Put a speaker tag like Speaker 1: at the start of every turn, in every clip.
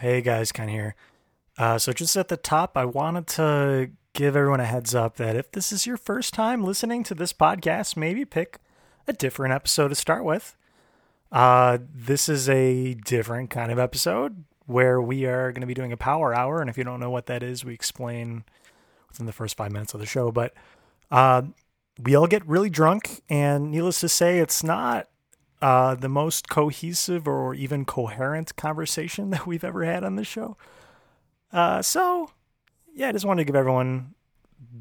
Speaker 1: Hey guys, Ken here. Uh, so, just at the top, I wanted to give everyone a heads up that if this is your first time listening to this podcast, maybe pick a different episode to start with. Uh, this is a different kind of episode where we are going to be doing a power hour. And if you don't know what that is, we explain within the first five minutes of the show. But uh, we all get really drunk. And needless to say, it's not uh, the most cohesive or even coherent conversation that we've ever had on this show. Uh, so, yeah, I just wanted to give everyone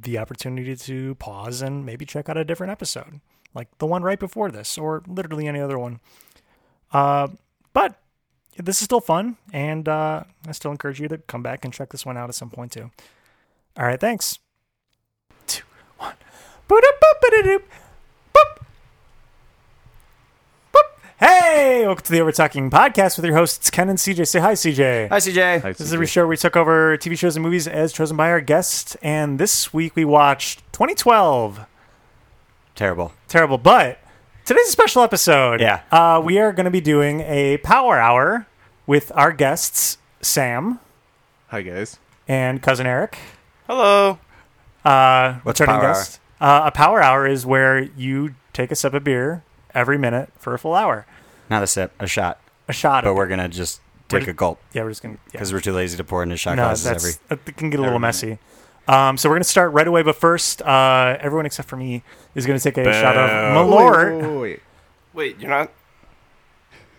Speaker 1: the opportunity to pause and maybe check out a different episode, like the one right before this, or literally any other one. Uh, but this is still fun, and uh, I still encourage you to come back and check this one out at some point, too. All right, thanks. Two, one. Boop, boop, boop, boop. Boop. Hey, welcome to the Over Talking Podcast with your hosts, Ken and CJ. Say hi, CJ.
Speaker 2: Hi, CJ.
Speaker 1: This is a show where we took over TV shows and movies as chosen by our guests, and this week we watched 2012.
Speaker 2: Terrible.
Speaker 1: Terrible, but today's a special episode.
Speaker 2: Yeah.
Speaker 1: Uh, we are going to be doing a power hour with our guests, Sam
Speaker 3: Hi guys.
Speaker 1: and cousin Eric.
Speaker 2: Hello.
Speaker 1: Uh,
Speaker 2: What's
Speaker 1: returning
Speaker 2: power hour?
Speaker 1: guest. Uh, a power hour is where you take a sip of beer every minute for a full hour.
Speaker 2: Not a sip, a shot.
Speaker 1: A shot.
Speaker 2: But
Speaker 1: of
Speaker 2: we're gonna just take
Speaker 1: What-
Speaker 2: a gulp
Speaker 1: yeah, we're just going to. Yeah.
Speaker 2: because we're too lazy to pour into shot
Speaker 1: no,
Speaker 2: glasses every.
Speaker 1: that's, it can get a little
Speaker 3: every
Speaker 1: messy. Um, so we're going to start right away, but first, uh, everyone except for me is going to take a shot of
Speaker 3: Wait,
Speaker 1: Malort.
Speaker 3: wait, wait.
Speaker 4: Wait, you're not.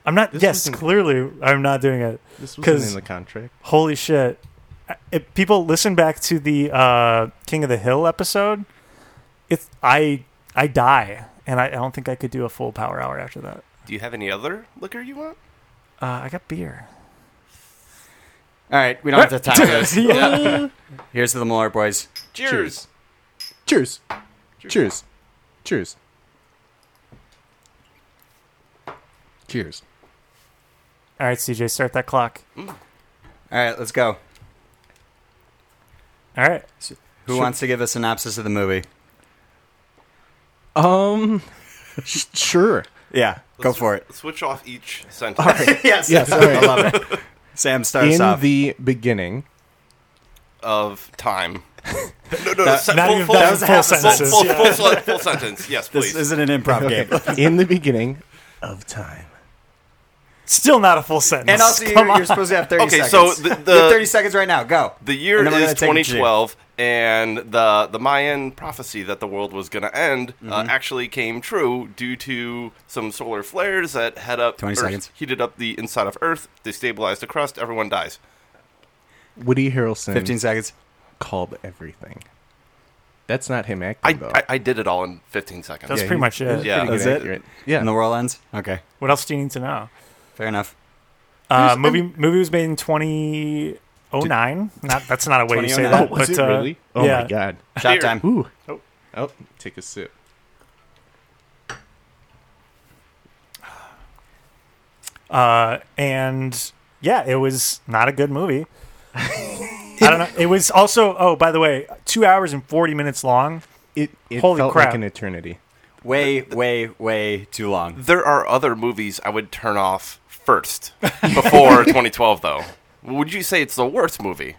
Speaker 1: I'm not.
Speaker 3: This
Speaker 1: yes,
Speaker 3: wasn't-
Speaker 1: clearly, I'm not doing it.
Speaker 3: This
Speaker 1: 'Cause-
Speaker 3: wasn't in the contract.
Speaker 1: Holy shit! I- If people listen back to the uh, King of the Hill episode, it's I I die, and I, I don't think I could do a full power hour after that.
Speaker 4: Do you have any other liquor you want?
Speaker 1: Uh, I got beer.
Speaker 2: All right, we don't have to time this.
Speaker 1: Yeah.
Speaker 2: Here's to the Malort boys.
Speaker 4: Cheers.
Speaker 3: Cheers. Cheers. Cheers. Cheers. Cheers.
Speaker 1: All right, CJ, start that clock.
Speaker 2: All right, let's go.
Speaker 1: All right.
Speaker 2: Who wants to give a synopsis of the movie?
Speaker 3: Um sh- sure.
Speaker 2: Yeah, go for it.
Speaker 4: Switch off each sentence.
Speaker 2: yes,
Speaker 3: Yes, all right.
Speaker 2: I love it. Sam starts
Speaker 3: In
Speaker 2: off.
Speaker 3: the beginning.
Speaker 4: of time. No, no, sen-
Speaker 1: not
Speaker 4: full,
Speaker 1: even-
Speaker 4: full,
Speaker 1: that was a
Speaker 4: full-
Speaker 1: half a
Speaker 4: full-
Speaker 1: sentence,
Speaker 4: Full,
Speaker 1: yeah.
Speaker 4: full, full, full sentence. Yes,
Speaker 2: this
Speaker 4: please.
Speaker 2: isn't an improv game.
Speaker 3: In the beginning of time.
Speaker 1: Still not a full sentence.
Speaker 2: And also,
Speaker 1: Come
Speaker 2: you're,
Speaker 1: on.
Speaker 2: you're supposed to have 30
Speaker 4: Okay,
Speaker 2: seconds.
Speaker 4: so the-
Speaker 2: You have
Speaker 4: the-
Speaker 2: 30 seconds right now. Go.
Speaker 4: the year
Speaker 2: And then we're
Speaker 4: is
Speaker 2: gonna take a G.
Speaker 4: 2012, and the the Mayan prophecy that the world was going to end uh, actually came true due to some solar flares that head up
Speaker 2: 20
Speaker 4: Earth,
Speaker 2: seconds.
Speaker 4: heated up the inside of Earth, destabilized the crust, everyone dies.
Speaker 3: Woody Harrelson
Speaker 2: 15 seconds.
Speaker 3: called everything. That's not him
Speaker 4: I,
Speaker 3: acting though.
Speaker 4: I, I did it all in 15 seconds.
Speaker 1: That's
Speaker 3: Yeah,
Speaker 1: pretty
Speaker 3: he-
Speaker 1: much it.
Speaker 4: Yeah.
Speaker 3: Pretty
Speaker 2: That's
Speaker 3: good
Speaker 2: it?
Speaker 3: accurate.
Speaker 2: And the
Speaker 3: Yeah.
Speaker 2: world ends. Okay,
Speaker 1: What else do you need to know?
Speaker 2: fair enough.
Speaker 1: Uh,
Speaker 3: There's-
Speaker 1: movie movie was made in 2009. Not that's not a way to say
Speaker 2: 2009?
Speaker 1: that.
Speaker 3: Oh, was
Speaker 1: but,
Speaker 3: it
Speaker 1: uh,
Speaker 3: really? Oh
Speaker 1: yeah.
Speaker 3: my god.
Speaker 2: Shot
Speaker 4: Here.
Speaker 2: time.
Speaker 3: Ooh.
Speaker 1: Oh.
Speaker 3: Oh, take a sip.
Speaker 1: Uh, and yeah, it was not a good movie. I don't know. It was also oh, by the way, two hours and forty minutes long.
Speaker 3: It, it
Speaker 1: Holy
Speaker 3: felt
Speaker 1: crap.
Speaker 3: like an eternity.
Speaker 2: Way, way, way too long.
Speaker 4: There are other movies I would turn off first before 2012, though. Would you say it's the worst movie?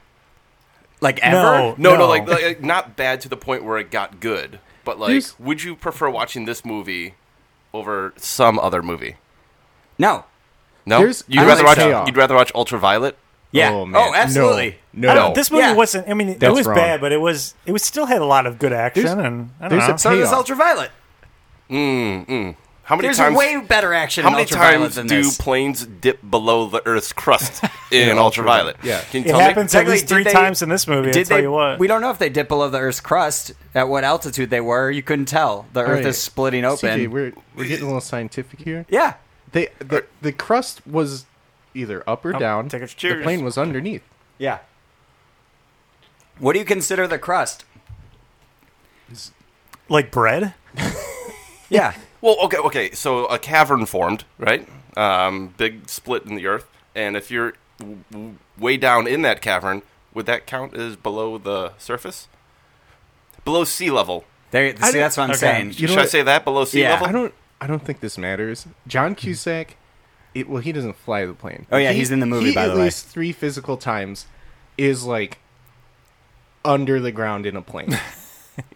Speaker 2: Like
Speaker 1: No.
Speaker 2: ever?
Speaker 4: No, no,
Speaker 1: No.
Speaker 4: like, like not bad to the point where it got good, but like,
Speaker 3: There's-
Speaker 4: would you prefer watching this movie over some other movie?
Speaker 2: No.
Speaker 4: No,
Speaker 3: There's-
Speaker 4: you'd
Speaker 2: I
Speaker 4: rather
Speaker 2: don't
Speaker 4: watch.
Speaker 3: think so.
Speaker 4: You'd rather watch Ultraviolet.
Speaker 2: Yeah.
Speaker 3: Oh,
Speaker 2: Oh,
Speaker 3: man.
Speaker 2: absolutely.
Speaker 3: No.
Speaker 1: I
Speaker 3: no.
Speaker 1: don't-
Speaker 4: No.
Speaker 1: This movie
Speaker 2: Yeah.
Speaker 1: wasn't. I mean, it
Speaker 3: That's
Speaker 1: was
Speaker 3: wrong.
Speaker 1: bad, but it was. It was still had a lot of good action,
Speaker 3: There's-
Speaker 1: and I don't
Speaker 3: there's
Speaker 1: know.
Speaker 3: a
Speaker 2: So does
Speaker 3: Payoff.
Speaker 2: Ultraviolet.
Speaker 4: How many
Speaker 2: There's
Speaker 4: times?
Speaker 2: way better action
Speaker 4: how
Speaker 2: in
Speaker 4: many
Speaker 2: Ultraviolet
Speaker 4: times do
Speaker 2: than this.
Speaker 4: planes dip below the Earth's crust in Ultraviolet?
Speaker 3: Yeah.
Speaker 4: can you
Speaker 1: it
Speaker 4: tell me?
Speaker 1: happens at
Speaker 2: Technically,
Speaker 1: least three
Speaker 2: did they-
Speaker 1: times in this movie. I
Speaker 2: did
Speaker 1: tell
Speaker 2: they,
Speaker 1: you what.
Speaker 2: We don't know if they dipped below the Earth's crust, at what altitude they were. You couldn't tell. The Earth
Speaker 3: right.
Speaker 2: is splitting
Speaker 3: CJ,
Speaker 2: open.
Speaker 3: we're we're getting a little scientific here.
Speaker 2: yeah.
Speaker 3: They the, the crust was either up
Speaker 2: Oh,
Speaker 3: or down.
Speaker 1: take a-
Speaker 3: the plane was underneath.
Speaker 2: Yeah. What do you consider the crust?
Speaker 1: like bread.
Speaker 2: Yeah.
Speaker 4: Well, okay, okay. So a cavern formed, right? Um, big split in the earth, and if you're w- w- way down in that cavern, would that count as below the surface? Below sea level.
Speaker 2: There, see, that's what I'm
Speaker 1: okay.
Speaker 2: saying.
Speaker 3: You know
Speaker 4: Should I
Speaker 3: what?
Speaker 4: say that below sea
Speaker 2: Yeah.
Speaker 4: level?
Speaker 3: I don't I don't think this matters. John Cusack it, well, he doesn't fly the plane.
Speaker 2: Oh, yeah, he's in the movie,
Speaker 3: he
Speaker 2: by
Speaker 3: at
Speaker 2: the way.
Speaker 3: least three physical times is like under the ground in a plane.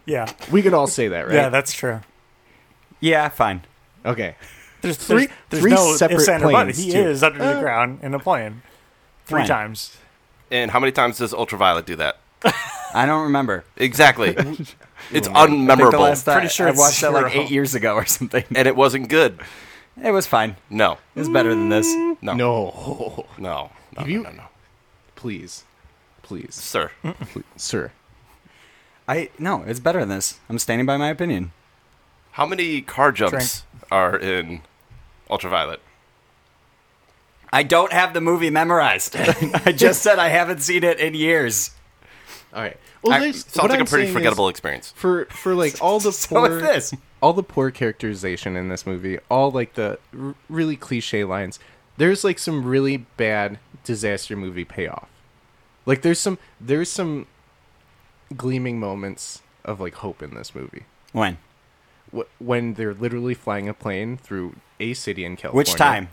Speaker 1: Yeah.
Speaker 3: we could all say that, right?
Speaker 1: Yeah, that's true.
Speaker 2: Yeah, fine.
Speaker 3: okay.
Speaker 1: There's
Speaker 3: Three-
Speaker 1: there's, there's
Speaker 3: three
Speaker 1: no ifs,
Speaker 3: separate
Speaker 1: and or buts.
Speaker 3: planes,
Speaker 1: He
Speaker 3: too. Uh,
Speaker 1: is under the ground in a plane three
Speaker 2: Fine.
Speaker 1: times.
Speaker 4: And how many times does Ultraviolet do that?
Speaker 2: I don't remember.
Speaker 4: Exactly. it's
Speaker 2: I think the
Speaker 4: unmemorable.
Speaker 2: last time
Speaker 1: Pretty sure
Speaker 2: I
Speaker 1: it's
Speaker 2: watched that like
Speaker 1: zero.
Speaker 2: eight years ago or something.
Speaker 4: and it wasn't good.
Speaker 2: It was fine.
Speaker 4: No.
Speaker 2: It was better than this.
Speaker 4: No. No.
Speaker 3: No,
Speaker 4: No. No.
Speaker 3: Have you-
Speaker 4: no, no, no.
Speaker 3: please, please,
Speaker 4: Sir.
Speaker 3: please, sir.
Speaker 2: I no, it's better than this. I'm standing by my opinion.
Speaker 4: How many car jumps are in Ultraviolet?
Speaker 2: I don't have the movie memorized. I just said I haven't seen it in years.
Speaker 3: All right. Well,
Speaker 4: I-
Speaker 3: this-
Speaker 4: sounds
Speaker 3: what
Speaker 4: like a
Speaker 3: I'm
Speaker 4: pretty
Speaker 3: saying is
Speaker 4: forgettable experience.
Speaker 3: for for like all the
Speaker 2: So
Speaker 3: poor
Speaker 2: is this.
Speaker 3: all the poor characterization in this movie. All like the r- really cliche lines. There's like some really bad disaster movie payoff. Like there's some there's some gleaming moments of like hope in this movie.
Speaker 2: When?
Speaker 3: Wh- When they're literally flying a plane through a city in California,
Speaker 2: Which time?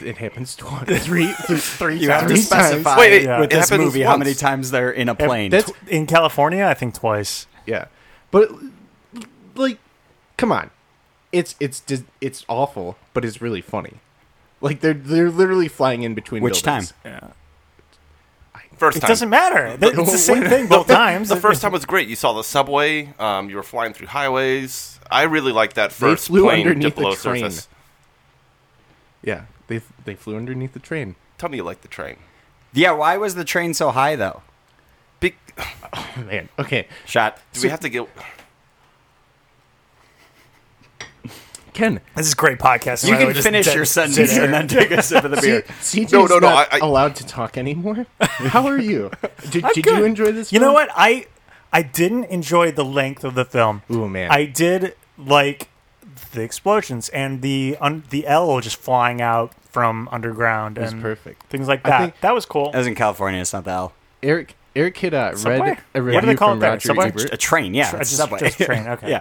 Speaker 3: it happens twice.
Speaker 1: Three, three
Speaker 2: You
Speaker 1: times.
Speaker 2: have to
Speaker 3: Three times.
Speaker 2: specify
Speaker 4: Wait, it-
Speaker 1: yeah.
Speaker 2: with
Speaker 1: it
Speaker 2: this
Speaker 4: happens
Speaker 2: movie how
Speaker 4: once.
Speaker 2: many times they're in a plane.
Speaker 3: that's-
Speaker 1: in California, I think twice.
Speaker 3: Yeah, but like, come on, it's it's dis- it's awful, but it's really funny. Like they're they're literally flying in between.
Speaker 2: Which
Speaker 3: buildings.
Speaker 2: time?
Speaker 1: Yeah.
Speaker 4: First
Speaker 1: It
Speaker 4: time.
Speaker 1: doesn't matter. It's the same thing both times.
Speaker 4: The first time was great. You saw the subway. Um, you were flying through highways. I really liked that first
Speaker 3: flew
Speaker 4: plane
Speaker 3: underneath
Speaker 4: dip
Speaker 3: the
Speaker 4: below
Speaker 3: train.
Speaker 4: surface.
Speaker 3: Yeah, they they flew underneath the train.
Speaker 4: Tell me you like the train.
Speaker 2: yeah, why was the train so high though?
Speaker 4: Big,
Speaker 3: Oh, man, okay.
Speaker 2: Shot.
Speaker 4: do we have to get?
Speaker 3: Ken,
Speaker 1: This is great podcast.
Speaker 2: You
Speaker 1: by the way,
Speaker 2: can
Speaker 1: just
Speaker 2: finish
Speaker 1: dead
Speaker 2: your sentence
Speaker 1: center.
Speaker 2: and then take a sip of the beer.
Speaker 3: CJ's
Speaker 4: No, no, no,
Speaker 3: not
Speaker 4: I- I-
Speaker 3: allowed to talk anymore. How are you? Did, did
Speaker 1: good.
Speaker 3: you enjoy this?
Speaker 1: You know
Speaker 3: film?
Speaker 1: what? I I didn't enjoy the length of the film.
Speaker 3: Ooh, man.
Speaker 1: I did like the explosions and the un- the L just flying out from underground
Speaker 3: was
Speaker 1: and
Speaker 3: perfect.
Speaker 1: things like
Speaker 3: I
Speaker 1: that.
Speaker 3: think-
Speaker 1: that was cool.
Speaker 2: That was in California, it's not the L.
Speaker 3: Eric Eric had uh,
Speaker 1: Subway?
Speaker 3: read
Speaker 1: What do they
Speaker 3: a review
Speaker 1: call
Speaker 3: from
Speaker 1: it there?
Speaker 3: Roger
Speaker 1: Subway?
Speaker 3: Ebert.
Speaker 2: A train, yeah.
Speaker 1: Tra-
Speaker 2: it's a
Speaker 1: just-
Speaker 2: subway.
Speaker 1: just train, okay.
Speaker 2: yeah.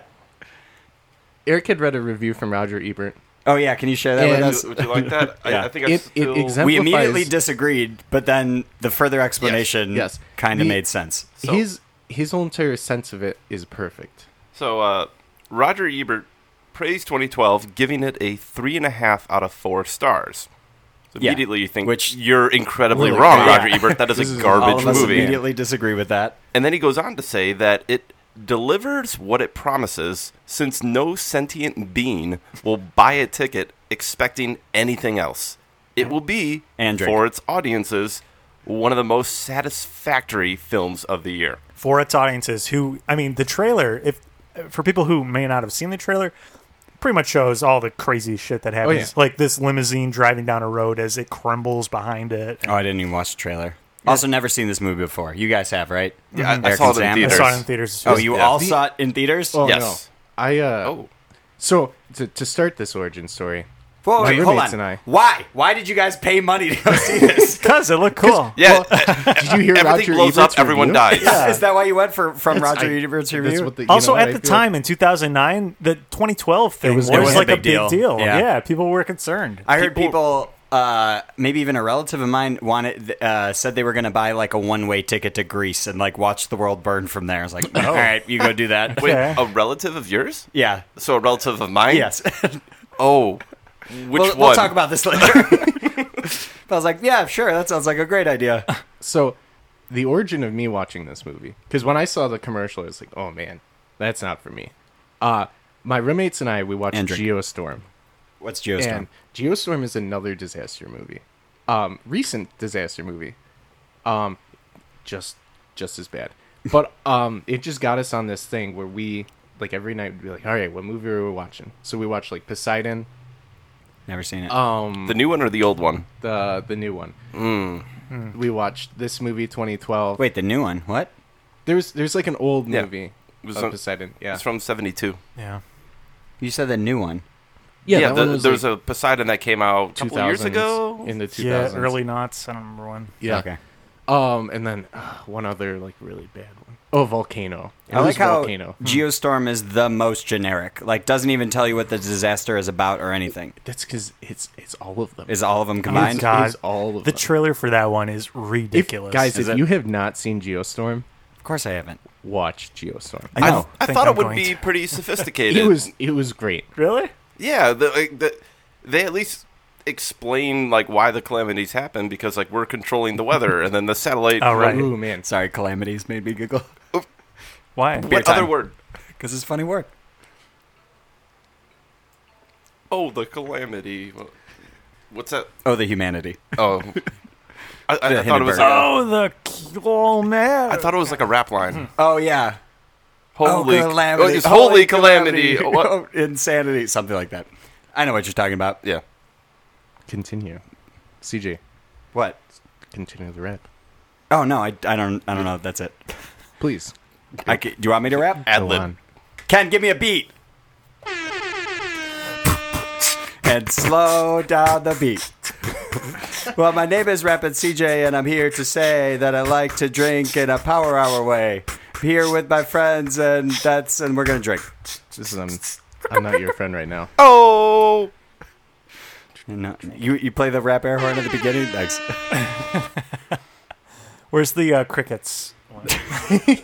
Speaker 3: Eric had read a review from Roger Ebert
Speaker 2: Oh yeah, can you share that
Speaker 3: And-
Speaker 2: with us?
Speaker 4: Would, would you like that? I,
Speaker 2: Yeah.
Speaker 4: I think I
Speaker 3: It- it
Speaker 4: still,
Speaker 3: exempt-
Speaker 2: we immediately
Speaker 3: Amplifies-
Speaker 2: disagreed, but then the further explanation
Speaker 3: yes.
Speaker 2: kind of
Speaker 3: The-
Speaker 2: made sense.
Speaker 4: So-
Speaker 3: his his whole entire sense of it is perfect.
Speaker 4: So uh, Roger Ebert praised 2012, giving it a three and a half out of four stars. So
Speaker 2: Yeah.
Speaker 4: immediately you think
Speaker 2: Which-
Speaker 4: you're incredibly
Speaker 3: Really?
Speaker 4: wrong,
Speaker 2: Yeah.
Speaker 4: Roger Ebert. That is
Speaker 3: This
Speaker 4: a
Speaker 3: is
Speaker 4: garbage
Speaker 2: All of us
Speaker 4: movie.
Speaker 2: immediately disagree with that.
Speaker 4: And then he goes on to say that it delivers what it promises since no sentient being will buy a ticket expecting anything else. It will be,
Speaker 2: And drink.
Speaker 4: for its audiences, one of the most satisfactory films of the year.
Speaker 1: for its audiences who I mean the trailer if for people who may not have seen the trailer pretty much shows all the crazy shit that happens
Speaker 3: Oh, yeah.
Speaker 1: like this limousine driving down a road as it crumbles behind it
Speaker 2: Oh, I didn't even watch the trailer. Also, never seen this movie before. You guys have, right?
Speaker 4: Yeah, I- I
Speaker 2: Eric
Speaker 4: saw
Speaker 2: and
Speaker 4: it in
Speaker 2: Sam?
Speaker 1: I
Speaker 4: theaters.
Speaker 1: saw it in theaters
Speaker 2: Oh, you
Speaker 4: Yeah.
Speaker 2: all
Speaker 4: The-
Speaker 2: saw it in theaters?
Speaker 3: Oh
Speaker 4: Yes.
Speaker 3: no, I uh,
Speaker 4: Oh,
Speaker 3: So to, to start this origin story,
Speaker 2: Whoa,
Speaker 3: My
Speaker 2: wait, hold
Speaker 3: roommates
Speaker 2: on.
Speaker 3: and I.
Speaker 2: Why? Why did you guys pay money to go see this?
Speaker 1: because it looked cool
Speaker 4: yeah.
Speaker 3: did you hear
Speaker 4: everything
Speaker 3: Roger
Speaker 4: blows
Speaker 3: Ebert's
Speaker 4: up, everyone
Speaker 3: review?
Speaker 4: dies.
Speaker 2: Is that why you went for from
Speaker 3: That's-
Speaker 2: Roger
Speaker 3: I-
Speaker 2: Ebert's
Speaker 3: that's
Speaker 2: review?
Speaker 3: what the- you
Speaker 1: also
Speaker 3: know what,
Speaker 1: at the
Speaker 3: I feel like-
Speaker 1: time in 2009 the 2012 thing was,
Speaker 3: was gonna be a
Speaker 1: like
Speaker 2: big deal. Yeah.
Speaker 1: yeah. people were concerned
Speaker 2: I heard
Speaker 4: people-
Speaker 2: people, uh, maybe even a relative of mine, wanted uh, said they were going to buy like a one way ticket to Greece and like watch the world burn from there. I was like, all right, you go do that.
Speaker 4: Oh. Wait,
Speaker 1: Okay.
Speaker 4: a relative of yours?
Speaker 2: Yeah.
Speaker 4: So a relative of mine?
Speaker 2: Yes.
Speaker 4: Oh, which
Speaker 2: we'll,
Speaker 4: one?
Speaker 2: we'll talk about this later. But I was like, yeah, sure. That sounds like a great idea.
Speaker 3: So the origin of me watching this movie, because when I saw the commercial, I was like, oh man, that's not for me. Uh, my roommates and I we watched
Speaker 2: And drink.
Speaker 3: Geostorm,
Speaker 2: What's Geostorm?
Speaker 3: and Geostorm is another disaster movie, um, recent disaster movie, um, just just as bad. But um, it just got us on this thing where we like every night we'd be like, all right, what movie are we watching? So we watched like Poseidon,
Speaker 2: Never seen it.
Speaker 3: um,
Speaker 4: the new one or the old one?
Speaker 3: the the new one.
Speaker 4: Mm.
Speaker 3: We watched this movie 2012.
Speaker 2: Wait, the new one. What?
Speaker 3: there's there's like an old
Speaker 4: Yeah.
Speaker 3: movie
Speaker 4: It was
Speaker 2: Oh,
Speaker 3: of
Speaker 4: on-
Speaker 3: Poseidon. Yeah,
Speaker 4: It's from 72.
Speaker 1: yeah
Speaker 2: You said the new one.
Speaker 4: Yeah, the, there was a Poseidon that came out a couple years ago.
Speaker 3: in the 2000s.
Speaker 1: yeah early knots I don't remember when
Speaker 3: Yeah.
Speaker 2: Okay.
Speaker 3: Um, and then uh, one other like really bad one. Oh, volcano. It
Speaker 2: I
Speaker 3: was
Speaker 2: like how
Speaker 3: volcano. Hmm.
Speaker 2: Geostorm is the most generic. Like, doesn't even tell you what the disaster is about or anything.
Speaker 3: That's because it's it's all of them.
Speaker 2: Is all of them
Speaker 3: Mine
Speaker 1: Mine
Speaker 2: combined?
Speaker 3: God. is all of
Speaker 1: the
Speaker 3: them.
Speaker 1: trailer for that one is
Speaker 3: if,
Speaker 1: ridiculous.
Speaker 3: guys,
Speaker 2: Is
Speaker 3: if
Speaker 2: it-
Speaker 3: you have not seen Geostorm,
Speaker 2: Of course, I haven't.
Speaker 3: watch Geostorm.
Speaker 1: I
Speaker 2: Oh,
Speaker 1: know.
Speaker 4: I
Speaker 1: think
Speaker 4: thought
Speaker 1: I'm
Speaker 4: it would
Speaker 1: going
Speaker 4: be
Speaker 1: to.
Speaker 4: pretty sophisticated.
Speaker 3: It was it was great.
Speaker 1: really.
Speaker 4: Yeah, the, like, the, they at least explain like why the calamities happen because like we're controlling the weather and then the satellite.
Speaker 1: Oh, right.
Speaker 3: Ooh man,
Speaker 2: Sorry, calamities made me giggle
Speaker 1: Why?
Speaker 4: What
Speaker 2: time.
Speaker 4: other word?
Speaker 2: because it's a funny word.
Speaker 4: Oh, the calamity. What's that?
Speaker 2: Oh, the humanity.
Speaker 4: Oh, I, I, I thought it was.
Speaker 2: Hindenburg.
Speaker 4: Like, a-
Speaker 1: Oh, the oh man!
Speaker 4: I thought it was like a rap line.
Speaker 2: Oh yeah.
Speaker 4: Holy
Speaker 2: oh,
Speaker 4: ca-
Speaker 2: calamity.
Speaker 4: oh, it's holy calamity. Oh, what?
Speaker 2: Oh, insanity. Something like that. I know what you're talking about.
Speaker 4: Yeah.
Speaker 3: continue. CJ,
Speaker 2: What?
Speaker 3: continue the rap,
Speaker 2: Oh no, I, I don't I don't know. if That's it.
Speaker 3: please.
Speaker 2: I c- do you want me to rap?
Speaker 4: Ad
Speaker 3: Go
Speaker 4: lib.
Speaker 3: on.
Speaker 2: Ken, give me a beat. And slow down the beat. Well, my name is Rapid CJ, and I'm here to say that I like to drink in a power hour way. Here with my friends, and that's and we're gonna drink.
Speaker 3: This is I'm, I'm not your friend right now.
Speaker 4: Oh,
Speaker 2: No, you you play the rap air horn at the beginning. Thanks.
Speaker 1: Where's the uh, crickets?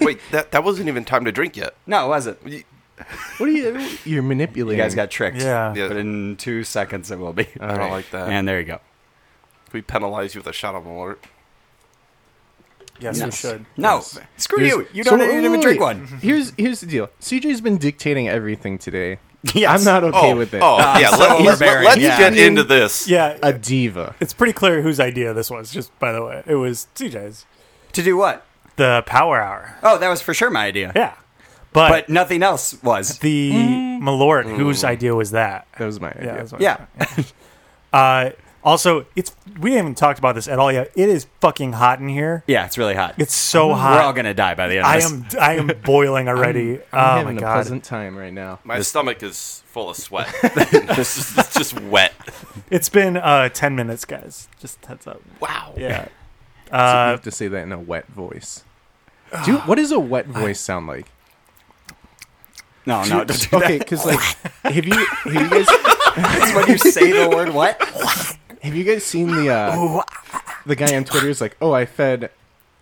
Speaker 4: wait, that that wasn't even time to drink yet.
Speaker 2: No, it wasn't. You
Speaker 4: Y-
Speaker 3: What are you? You're manipulating.
Speaker 2: guys got tricked.
Speaker 1: Yeah.
Speaker 4: Yeah.
Speaker 2: But in two seconds, it will be.
Speaker 4: I don't
Speaker 3: Alright.
Speaker 4: like that.
Speaker 2: And there you go.
Speaker 4: we penalize you with a shot of alert.
Speaker 1: Yes, we
Speaker 2: Yes.
Speaker 1: should.
Speaker 2: No,
Speaker 3: Yes.
Speaker 2: screw
Speaker 3: Here's-
Speaker 2: you. You don't
Speaker 3: So,
Speaker 2: even
Speaker 3: wait,
Speaker 2: drink
Speaker 3: wait.
Speaker 2: one.
Speaker 3: Here's here's the deal. CJ's been dictating everything today.
Speaker 2: Yes.
Speaker 3: I'm not okay
Speaker 4: oh,
Speaker 3: with it.
Speaker 4: oh, yeah.
Speaker 2: so
Speaker 4: let,
Speaker 2: overbearing,
Speaker 4: us
Speaker 2: yeah.
Speaker 4: get into this.
Speaker 1: Yeah,
Speaker 3: A diva.
Speaker 1: it's pretty clear whose idea this was. Just by the way, it was CJ's.
Speaker 2: To do what?
Speaker 1: The Power Hour.
Speaker 2: Oh, that was for sure my idea.
Speaker 1: Yeah, but,
Speaker 2: But nothing else was.
Speaker 1: the Malort, whose idea was that?
Speaker 3: That was my idea.
Speaker 1: Yeah. that's what I Uh,
Speaker 2: Yeah.
Speaker 1: also, it's we haven't talked about this at all yet. It is fucking hot in here.
Speaker 2: Yeah, it's really hot.
Speaker 1: It's so
Speaker 2: We're all
Speaker 1: hot.
Speaker 2: gonna die by the end. Of
Speaker 1: I
Speaker 2: this.
Speaker 1: am I am boiling already.
Speaker 3: I'm
Speaker 1: oh my
Speaker 3: having a
Speaker 1: god!
Speaker 3: pleasant time right now.
Speaker 4: My stomach is full of sweat. it's, just, it's just wet.
Speaker 1: It's been uh, ten minutes, guys. Just heads up.
Speaker 4: Wow.
Speaker 1: Yeah.
Speaker 3: So you
Speaker 1: Uh,
Speaker 3: have to say that in a wet voice. Do what does a wet voice sound like?
Speaker 2: No, no. Don't do
Speaker 3: okay, because like, have you have you guys
Speaker 2: that. when you say the word what?
Speaker 3: have you guys seen the uh, the guy on Twitter is like, oh, I fed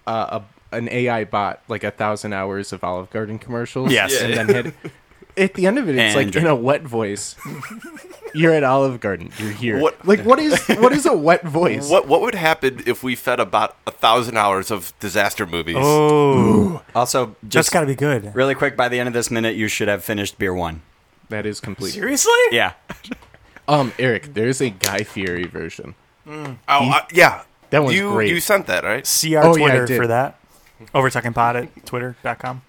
Speaker 3: uh, a, an AI bot like a thousand hours of Olive Garden commercials.
Speaker 2: Yes.
Speaker 3: and then had at the end of it, it's
Speaker 2: And
Speaker 3: like
Speaker 2: drink.
Speaker 3: in a wet voice. You're at Olive Garden. You're here.
Speaker 4: What-
Speaker 3: Like what is what is a wet voice?
Speaker 4: What what would happen if we fed about a thousand hours of disaster movies?
Speaker 1: oh,
Speaker 2: Also,
Speaker 1: that's
Speaker 2: just
Speaker 1: got to be good.
Speaker 2: really quick. By the end of this minute, you should have finished beer one.
Speaker 3: That is complete.
Speaker 1: Seriously?
Speaker 2: Yeah.
Speaker 3: Um, Eric, there's a Guy Fieri version.
Speaker 4: Oh, I- yeah.
Speaker 3: That one's
Speaker 4: you,
Speaker 3: great.
Speaker 4: You sent that right?
Speaker 1: See our
Speaker 3: Oh, yeah, I
Speaker 1: Twitter
Speaker 3: did.
Speaker 1: for that. Overtalkingpod at twitter.com.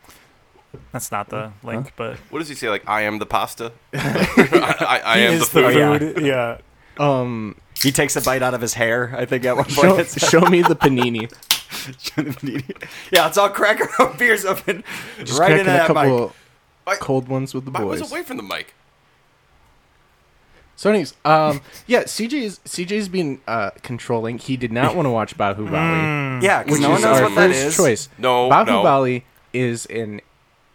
Speaker 1: That's not the link, but
Speaker 4: What does he say? Like I am the pasta. I, I, I
Speaker 1: he
Speaker 4: am the
Speaker 1: is the
Speaker 4: food.
Speaker 2: yeah.
Speaker 1: food. Yeah.
Speaker 3: Um,
Speaker 2: He takes a bite out of his hair. I think at one point.
Speaker 3: show,
Speaker 2: It's
Speaker 3: show me the panini.
Speaker 2: yeah, it's all cracker open, beers open,
Speaker 3: Just
Speaker 2: right
Speaker 3: cracking
Speaker 2: into that
Speaker 3: a couple
Speaker 2: mic.
Speaker 4: Mike.
Speaker 3: cold ones with the
Speaker 4: I was
Speaker 3: boys.
Speaker 4: away from the mic.
Speaker 3: So, anyways, um, yeah, CJ's CJ's been uh, controlling. He did not want to watch Bahu Bali,
Speaker 2: Yeah, 'cause
Speaker 3: which
Speaker 2: no one
Speaker 3: is
Speaker 2: knows
Speaker 3: our
Speaker 2: what that
Speaker 3: first
Speaker 2: is.
Speaker 3: choice.
Speaker 4: No,
Speaker 3: Bahu
Speaker 4: no.
Speaker 3: Bali is an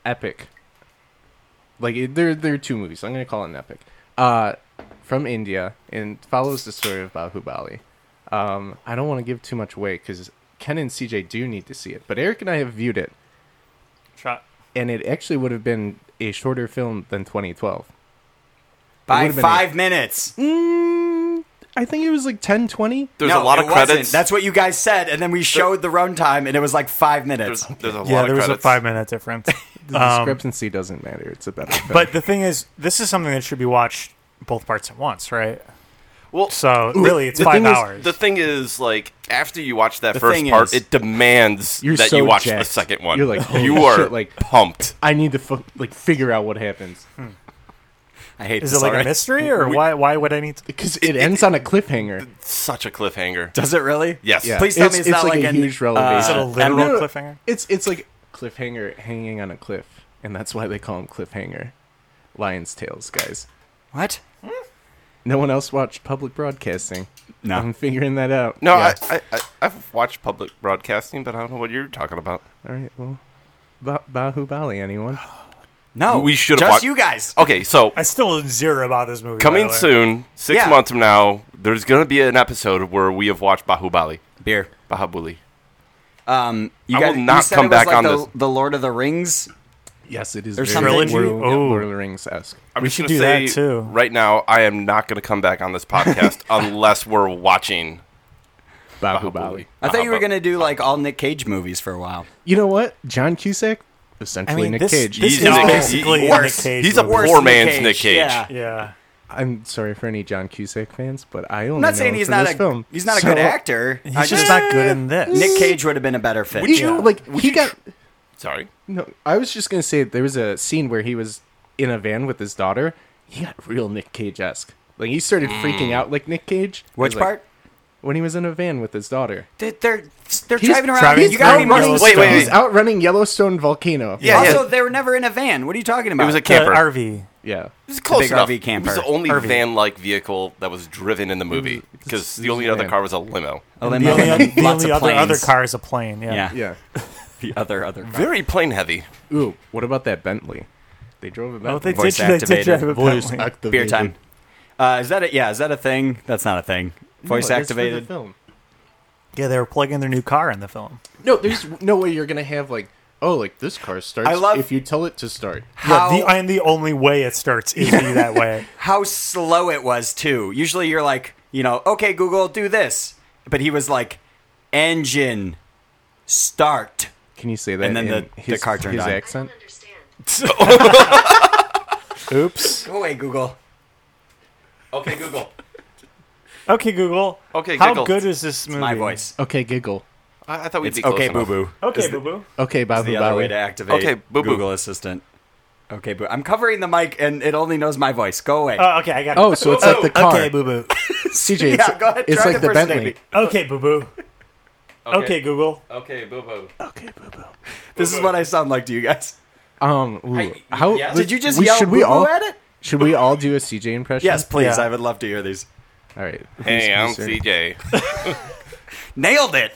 Speaker 3: epic. Like it, there, there are two movies. I'm going to call it an epic. Uh, from India and follows the story of Bahu Bali. Um, I don't want to give too much away because Ken and CJ do need to see it, but Eric and I have viewed it,
Speaker 1: Shot.
Speaker 3: and it actually would have been a shorter film than 2012.
Speaker 2: By
Speaker 3: would've been
Speaker 2: five minutes.
Speaker 3: Mm, I think it was like 10, 20.
Speaker 4: There's
Speaker 2: No,
Speaker 4: a lot
Speaker 2: it
Speaker 4: of
Speaker 2: wasn't.
Speaker 4: credits.
Speaker 2: That's what you guys said, and then we showed the runtime, and it was like five
Speaker 4: there's,
Speaker 2: minutes.
Speaker 4: there's a lot
Speaker 1: Yeah,
Speaker 4: of
Speaker 1: there was a
Speaker 4: credits.
Speaker 1: five minute difference.
Speaker 3: The
Speaker 1: Um,
Speaker 3: discrepancy doesn't matter. It's a better film.
Speaker 1: but the thing is, this is something that should be watched both parts at once, right?
Speaker 4: Well,
Speaker 1: So really, it's
Speaker 3: the
Speaker 1: five
Speaker 3: thing is-
Speaker 1: hours.
Speaker 4: the thing is, like after you watch that
Speaker 2: The
Speaker 4: first
Speaker 2: thing
Speaker 4: part,
Speaker 2: is-
Speaker 4: it demands
Speaker 3: You're
Speaker 4: that
Speaker 3: so
Speaker 4: you watch the
Speaker 3: jacked.
Speaker 4: second one.
Speaker 3: You're like, holy
Speaker 4: you are
Speaker 3: shit, like-
Speaker 4: pumped.
Speaker 3: I need to fu- like figure out what happens
Speaker 2: I hate
Speaker 1: is it
Speaker 2: this
Speaker 1: like a
Speaker 2: already.
Speaker 1: mystery, or why? Why would I need to?
Speaker 3: because it, ends on a cliffhanger.
Speaker 4: Such a cliffhanger.
Speaker 2: Does it really?
Speaker 4: Yes.
Speaker 3: Yeah.
Speaker 2: Please tell me it's not like
Speaker 3: a
Speaker 2: an,
Speaker 3: huge
Speaker 2: uh,
Speaker 3: revelation.
Speaker 1: Is it a
Speaker 2: Uh,
Speaker 1: literal
Speaker 2: no, no,
Speaker 1: cliffhanger?
Speaker 3: It's it's like cliffhanger hanging on a cliff, and that's why they call him cliffhanger. Lion's tails, guys.
Speaker 2: What?
Speaker 3: No one else watched public broadcasting.
Speaker 2: No.
Speaker 3: I'm figuring that out.
Speaker 4: No,
Speaker 3: Yeah.
Speaker 4: I, I, I, I've watched public broadcasting, but I don't know what you're talking about.
Speaker 3: All right. Well, ba- Bahubali, anyone?
Speaker 2: No,
Speaker 4: We should've
Speaker 2: just
Speaker 4: watched-
Speaker 2: you guys.
Speaker 4: Okay, so
Speaker 1: I still know zero about this movie. by
Speaker 4: coming
Speaker 1: the way.
Speaker 4: soon, six
Speaker 2: Yeah.
Speaker 4: months from now, there's going to be an episode where we have watched Bahubali.
Speaker 2: Beer.
Speaker 4: Bahubali.
Speaker 2: Um, you
Speaker 4: I
Speaker 2: guys,
Speaker 4: will not
Speaker 2: you said
Speaker 4: come
Speaker 2: it was
Speaker 4: back
Speaker 2: like
Speaker 4: on
Speaker 2: the,
Speaker 4: this.
Speaker 2: the Lord of the Rings.
Speaker 3: Yes, it is.
Speaker 2: There's
Speaker 3: very
Speaker 2: something-
Speaker 3: Lord-
Speaker 1: Trilogy? Oh.
Speaker 3: Lord of the Rings esque.
Speaker 4: I'm
Speaker 1: We
Speaker 4: just
Speaker 1: should
Speaker 4: gonna
Speaker 1: do that
Speaker 4: say
Speaker 1: too.
Speaker 4: Right now, I am not going to come back on this podcast unless we're watching
Speaker 3: Bahubali.
Speaker 4: Bahubali.
Speaker 2: I thought you were
Speaker 4: Bahubali.
Speaker 2: gonna do like all Nick Cage movies for a while.
Speaker 3: You know what? John Cusack, essentially Nick
Speaker 1: this,
Speaker 3: Cage.
Speaker 1: this is
Speaker 4: He's Nick Cage.
Speaker 1: basically a Nick
Speaker 2: Worse.
Speaker 1: Cage.
Speaker 4: He's a
Speaker 1: movie.
Speaker 4: worse- Poor man's Nick Cage.
Speaker 2: Yeah.
Speaker 1: Yeah.
Speaker 3: I'm sorry for any John Cusack fans, but I only
Speaker 2: I'm not
Speaker 3: know
Speaker 2: saying
Speaker 3: him
Speaker 2: he's
Speaker 3: from
Speaker 2: not
Speaker 3: this
Speaker 2: a
Speaker 3: film.
Speaker 2: he's not a
Speaker 3: So-
Speaker 2: good actor.
Speaker 1: He's
Speaker 2: I
Speaker 1: just, not good in this.
Speaker 2: Nick Cage would have been a better fit.
Speaker 3: Would you
Speaker 1: Yeah.
Speaker 3: like? he got.
Speaker 4: Sorry.
Speaker 3: No, I was just gonna say there was a scene where he was in a van with his daughter. He got real Nick Cage esque. Like he started freaking out like Nick Cage. It
Speaker 2: Which
Speaker 3: was like-
Speaker 2: part?
Speaker 3: when he was in a van with his daughter.
Speaker 2: They're they're, they're
Speaker 3: He's
Speaker 2: driving around.
Speaker 1: driving
Speaker 2: you gotta
Speaker 1: through
Speaker 2: remember.
Speaker 1: Yellowstone.
Speaker 4: Wait, wait,
Speaker 3: He's
Speaker 4: wait.
Speaker 3: outrunning Yellowstone volcano.
Speaker 4: Yeah,
Speaker 2: also,
Speaker 4: yeah.
Speaker 2: they were never in a van. What are you talking about?
Speaker 4: It was a
Speaker 1: The
Speaker 4: camper.
Speaker 1: RV.
Speaker 3: yeah.
Speaker 4: It was close
Speaker 2: big
Speaker 4: enough.
Speaker 2: RV
Speaker 4: It was
Speaker 2: camper.
Speaker 4: the only
Speaker 1: RV.
Speaker 4: van-like vehicle that was driven in the movie because the only
Speaker 3: it's a
Speaker 4: other
Speaker 3: van.
Speaker 4: car was a limo.
Speaker 2: a
Speaker 1: The
Speaker 2: limo
Speaker 1: only,
Speaker 2: and
Speaker 1: the
Speaker 2: lots
Speaker 1: only
Speaker 2: of
Speaker 1: other,
Speaker 2: planes.
Speaker 1: other car is a plane. Yeah.
Speaker 2: Yeah.
Speaker 3: Yeah.
Speaker 2: the other other car.
Speaker 4: Very plane heavy.
Speaker 3: Ooh, what about that Bentley? They drove a Bentley.
Speaker 1: Oh, they did,
Speaker 2: Voice
Speaker 1: they did
Speaker 2: activated.
Speaker 1: drive a
Speaker 3: Voice
Speaker 1: Bentley.
Speaker 3: activated.
Speaker 2: Beer time. Uh, is that a, yeah? Is that a thing? That's not a thing.
Speaker 3: No,
Speaker 2: Voice
Speaker 3: that's Oh, for the
Speaker 2: activated.
Speaker 3: film.
Speaker 1: Yeah, they were plugging their new car in the film.
Speaker 3: No, there's no way you're gonna have like, oh, like this car starts.
Speaker 2: I love-
Speaker 3: if you tell it to start.
Speaker 2: How
Speaker 1: yeah, the, and the only way it starts is be that way.
Speaker 2: how slow it was too. Usually you're like, you know, okay Google, do this, but he was like, engine, start.
Speaker 3: Can you say that?
Speaker 2: And then
Speaker 3: in
Speaker 2: the- the
Speaker 3: his,
Speaker 2: car turned
Speaker 3: his
Speaker 2: on.
Speaker 3: accent.
Speaker 1: Oops.
Speaker 2: Go away Google.
Speaker 4: Okay, Google.
Speaker 1: Okay, Google.
Speaker 4: Okay,
Speaker 1: How
Speaker 4: giggle.
Speaker 1: good is this movie?
Speaker 2: My voice.
Speaker 3: Okay, giggle.
Speaker 4: I, I thought we'd
Speaker 2: It's
Speaker 4: be close
Speaker 2: okay,
Speaker 4: enough.
Speaker 2: boo boo.
Speaker 1: Okay, boo boo.
Speaker 3: Okay, Bobby
Speaker 2: The other way
Speaker 3: Bobby.
Speaker 2: to activate
Speaker 4: Okay, boo-boo.
Speaker 2: Google Assistant. Okay, boo. I'm covering the mic and it only knows my voice. Go away.
Speaker 1: Oh, okay, I got it.
Speaker 3: Oh, so it's like the car.
Speaker 1: Okay, boo boo.
Speaker 3: CJ, it's,
Speaker 2: yeah, go ahead.
Speaker 3: it's
Speaker 2: try
Speaker 3: like
Speaker 2: to
Speaker 3: the
Speaker 2: impersonate
Speaker 3: Bentley.
Speaker 2: me.
Speaker 1: Okay, boo boo. Okay, Google.
Speaker 4: Okay, boo boo.
Speaker 3: Okay, boo boo.
Speaker 2: This is what I sound like to you guys.
Speaker 3: Um, ooh, how
Speaker 4: yeah.
Speaker 2: Did you just
Speaker 3: we-
Speaker 2: yell
Speaker 3: should
Speaker 2: boo
Speaker 3: we
Speaker 2: boo
Speaker 3: all
Speaker 2: at it?
Speaker 3: should we all do a CJ impression?
Speaker 2: Yes, please.
Speaker 1: Yeah.
Speaker 2: I would love to hear these.
Speaker 3: All right.
Speaker 4: Hey, I'm
Speaker 3: Who's- who's-
Speaker 4: CJ.
Speaker 2: Nailed it.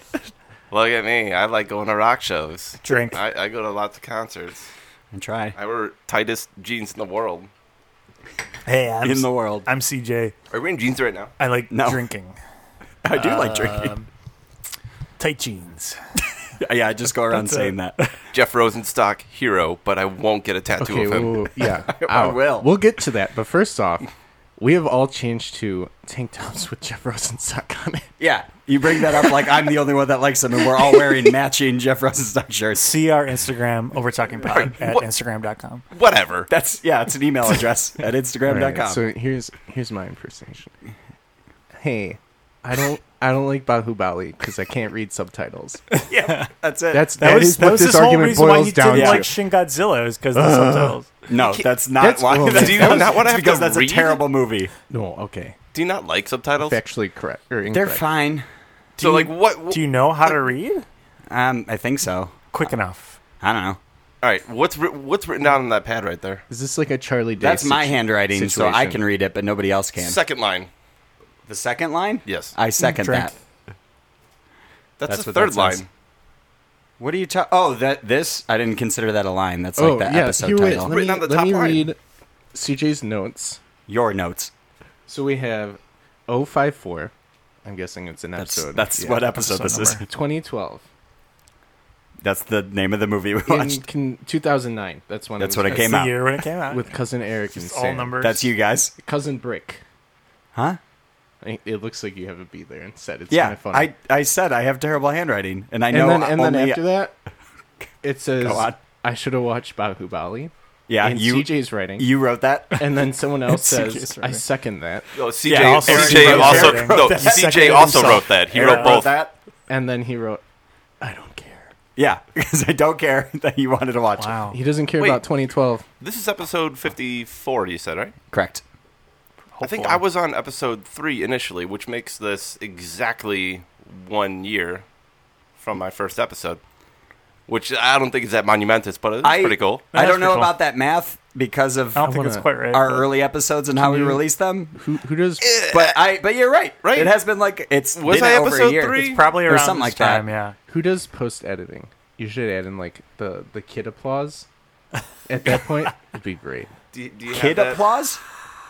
Speaker 4: Look at me. I like going to rock shows.
Speaker 1: Drink.
Speaker 4: I, I go to lots of concerts.
Speaker 2: And try.
Speaker 4: I wear tightest jeans in the world.
Speaker 1: Hey, I'm
Speaker 2: In the world.
Speaker 1: I'm CJ.
Speaker 4: Are we in jeans right now?
Speaker 1: I like
Speaker 2: No.
Speaker 1: drinking.
Speaker 2: I do like drinking.
Speaker 1: Tight jeans.
Speaker 2: Yeah, I just go around saying that.
Speaker 4: Jeff Rosenstock, hero, but I won't get a tattoo
Speaker 3: Okay,
Speaker 4: of him.
Speaker 3: well, yeah,
Speaker 2: I
Speaker 3: ow.
Speaker 2: will.
Speaker 3: We'll get to that, but first off, we have all changed to tank tops with Jeff Rosenstock on it.
Speaker 2: Yeah, you bring that up like I'm the only one that likes them, and we're all wearing matching Jeff Rosenstock shirts.
Speaker 1: See our Instagram over talking pod at instagram.com.
Speaker 4: Whatever.
Speaker 2: That's yeah, it's an email address at Instagram.com.
Speaker 3: Alright, so here's here's my impersonation. Hey, I don't I don't like Bahubali because I can't read subtitles.
Speaker 2: yeah, that's it.
Speaker 3: That's
Speaker 1: That, was
Speaker 3: is what
Speaker 1: was
Speaker 3: this
Speaker 1: his whole
Speaker 3: argument
Speaker 1: reason why he
Speaker 3: boils down
Speaker 1: didn't
Speaker 3: to. Uh.
Speaker 1: like Shin Godzilla is because the subtitles.
Speaker 2: no, that's not
Speaker 3: that's-
Speaker 2: why.
Speaker 3: well,
Speaker 2: that's
Speaker 4: do you
Speaker 2: because-
Speaker 4: not wanna
Speaker 2: it's
Speaker 4: have
Speaker 2: because
Speaker 4: to
Speaker 2: that's
Speaker 4: read?
Speaker 2: a terrible movie.
Speaker 3: no, okay,
Speaker 4: Do you not like subtitles?
Speaker 3: factually correct. Or
Speaker 2: They're
Speaker 3: incorrect.
Speaker 2: fine.
Speaker 4: So, like, what?
Speaker 1: Do you know how to read?
Speaker 2: Um, I think so.
Speaker 1: Quick enough.
Speaker 2: I don't know.
Speaker 4: all right, what's wri- what's written down on that pad right there?
Speaker 3: Is this like a Charlie Day?
Speaker 2: That's my
Speaker 3: situ-
Speaker 2: handwriting, so I
Speaker 3: situation?
Speaker 2: can read it, but nobody else can.
Speaker 4: Second line.
Speaker 2: the second line?
Speaker 4: Yes.
Speaker 2: I second
Speaker 1: Drink.
Speaker 2: that.
Speaker 4: That's,
Speaker 2: That's
Speaker 4: the
Speaker 2: what that
Speaker 4: third line.
Speaker 2: says. What are you talking? Oh, that this I didn't consider that a line. That's like the episode
Speaker 3: Oh, here it is.
Speaker 2: title.
Speaker 3: Let me,
Speaker 4: Written on the
Speaker 3: let
Speaker 4: top
Speaker 3: me
Speaker 4: line.
Speaker 3: read CJ's notes.
Speaker 2: Your notes.
Speaker 3: So we have 054. I'm guessing it's an
Speaker 2: That's
Speaker 3: episode.
Speaker 2: that's
Speaker 3: Yeah.
Speaker 2: what episode
Speaker 1: Episode
Speaker 2: this is.
Speaker 1: number.
Speaker 3: 2012.
Speaker 2: That's the name of the movie we
Speaker 3: In
Speaker 2: watched.
Speaker 3: can, 2009. That's when.
Speaker 2: That's
Speaker 3: it was
Speaker 2: when it
Speaker 3: released.
Speaker 2: came
Speaker 1: the
Speaker 2: out.
Speaker 1: year when it came out.
Speaker 3: with cousin Eric and
Speaker 1: all
Speaker 3: Sam.
Speaker 1: numbers.
Speaker 2: That's you guys,
Speaker 3: Cousin Brick.
Speaker 2: huh?
Speaker 3: I think It looks like you have a B there instead. It's kind
Speaker 2: Yeah,
Speaker 3: of funny.
Speaker 2: I I said I have terrible handwriting, and I
Speaker 3: and
Speaker 2: know.
Speaker 3: then and then
Speaker 2: only-
Speaker 3: after that, it says
Speaker 2: Go on.
Speaker 3: I should have watched Bahubali.
Speaker 2: yeah,
Speaker 3: and
Speaker 2: you
Speaker 3: CJ's writing.
Speaker 2: you wrote that.
Speaker 3: and then someone else
Speaker 1: CJ's
Speaker 3: says I
Speaker 1: writing.
Speaker 3: second that.
Speaker 4: No, CJ
Speaker 1: Yeah, also
Speaker 4: CJ
Speaker 1: Eric
Speaker 4: also,
Speaker 1: wrote
Speaker 4: no,
Speaker 1: that.
Speaker 4: CJ
Speaker 2: Seconded
Speaker 4: also
Speaker 2: himself.
Speaker 4: wrote that. He
Speaker 2: Eric
Speaker 4: wrote both.
Speaker 2: that.
Speaker 3: And then he wrote, I don't care.
Speaker 2: Yeah, because I don't care that you wanted to watch. it.
Speaker 1: wow.
Speaker 3: He doesn't care
Speaker 4: Wait.
Speaker 3: about 2012.
Speaker 4: This is episode 54, you said, right?
Speaker 2: Correct.
Speaker 4: I think I was on episode 3 initially, which makes this exactly 1 year from my first episode, which I don't think is that monumentous, but it's
Speaker 2: I-
Speaker 4: pretty cool.
Speaker 2: I
Speaker 1: That's
Speaker 2: don't know
Speaker 1: pretty cool.
Speaker 2: about that math. because of
Speaker 1: I don't think
Speaker 3: wanna-
Speaker 1: it's quite right.
Speaker 2: our
Speaker 1: but- Mm-hmm.
Speaker 2: early episodes and how we release them.
Speaker 3: Who who does?
Speaker 1: Eh.
Speaker 2: But I, but you're right,
Speaker 4: Right.
Speaker 2: It has been like it's
Speaker 4: Was
Speaker 2: been
Speaker 4: I
Speaker 2: over a
Speaker 4: episode
Speaker 2: year.
Speaker 4: three?
Speaker 2: It's
Speaker 1: probably
Speaker 2: or
Speaker 1: around
Speaker 2: something
Speaker 1: this
Speaker 2: like that.
Speaker 1: time, yeah.
Speaker 3: Who does post editing? You should add in like the the kid applause. At that point, it'd be great.
Speaker 4: Do, do you
Speaker 2: Kid
Speaker 4: have that?
Speaker 2: applause?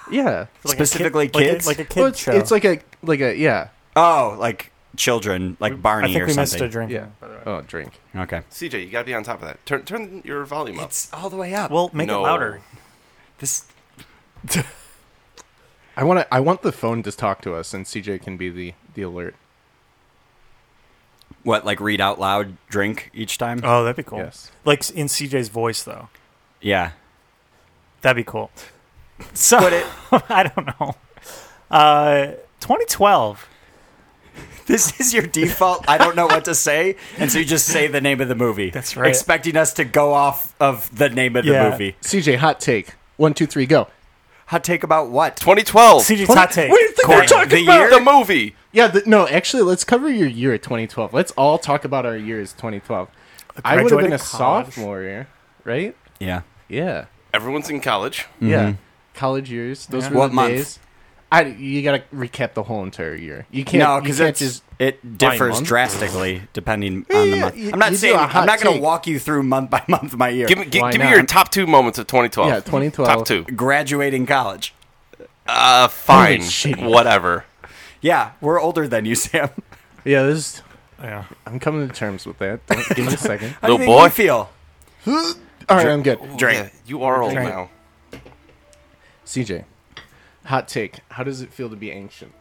Speaker 3: Yeah,
Speaker 1: Like a
Speaker 2: Specifically
Speaker 1: kid, like a-
Speaker 2: kids?
Speaker 1: like a, kid
Speaker 3: Well, it's,
Speaker 1: show.
Speaker 3: it's like a like a yeah
Speaker 2: Oh, like children, like Barney
Speaker 1: I think
Speaker 2: or
Speaker 1: we missed
Speaker 2: something.
Speaker 1: a drink.
Speaker 3: yeah. Oh, drink.
Speaker 2: Okay.
Speaker 4: CJ, you got to be on top of that. Turn turn your volume up.
Speaker 2: It's all the way up.
Speaker 1: Well, make
Speaker 4: No.
Speaker 1: it louder.
Speaker 2: this
Speaker 3: I want to. I want the phone to talk to us, and CJ can be the the alert.
Speaker 2: what like read out loud drink each time?
Speaker 1: Oh, that'd be cool.
Speaker 3: Yes.
Speaker 1: Like in CJ's voice, though.
Speaker 2: yeah.
Speaker 1: That'd be cool. So
Speaker 2: But it
Speaker 1: I don't know. Uh, 2012.
Speaker 2: this is your default. I don't know what to say, and so you just say the name of the movie.
Speaker 1: That's right.
Speaker 2: Expecting us to go off of the name of the
Speaker 1: Yeah.
Speaker 2: movie.
Speaker 3: CJ, hot take. One, two, three, go.
Speaker 2: Hot take about what?
Speaker 4: 2012.
Speaker 1: CJ's hot take.
Speaker 3: What do you think
Speaker 1: Corey.
Speaker 3: we're talking
Speaker 2: The
Speaker 3: about?
Speaker 2: year?
Speaker 4: the movie.
Speaker 3: Yeah, the, no, actually, let's cover your year at 2012. Let's all talk about our year as 2012. I would have been a
Speaker 1: graduated college.
Speaker 3: sophomore year, right?
Speaker 2: Yeah.
Speaker 3: Yeah.
Speaker 4: Everyone's in college.
Speaker 3: Yeah.
Speaker 2: Mm-hmm.
Speaker 3: College years. Those were
Speaker 2: What
Speaker 3: the
Speaker 2: month?
Speaker 3: days. I, you gotta recap the whole entire year. You can't.
Speaker 2: No,
Speaker 3: you
Speaker 2: because
Speaker 3: can't
Speaker 2: it's
Speaker 3: just.
Speaker 2: it
Speaker 3: by
Speaker 2: differs
Speaker 3: month?
Speaker 2: drastically depending on the
Speaker 3: yeah,
Speaker 2: month.
Speaker 3: you-
Speaker 2: I'm not
Speaker 3: you do
Speaker 2: saying
Speaker 3: a
Speaker 2: I'm
Speaker 3: hot
Speaker 2: not going to
Speaker 3: take.
Speaker 2: walk you through month by month my year.
Speaker 4: Give me give,
Speaker 3: Why
Speaker 4: give me
Speaker 3: not?
Speaker 4: your top two moments of 2012.
Speaker 3: Yeah, 2012.
Speaker 4: Top two.
Speaker 2: graduating college.
Speaker 4: Uh, fine.
Speaker 3: shit.
Speaker 4: Whatever.
Speaker 2: Yeah, we're older than you, Sam.
Speaker 3: Yeah, this. Is,
Speaker 1: Yeah.
Speaker 3: I'm coming to terms with that. Don't, give me a second.
Speaker 2: How do you
Speaker 4: Little
Speaker 2: think
Speaker 4: boy.
Speaker 2: we feel?
Speaker 3: All right, I'm good.
Speaker 2: Drink.
Speaker 4: Yeah, you are old
Speaker 1: Drink.
Speaker 4: now.
Speaker 3: CJ, hot take. How does it feel to be ancient?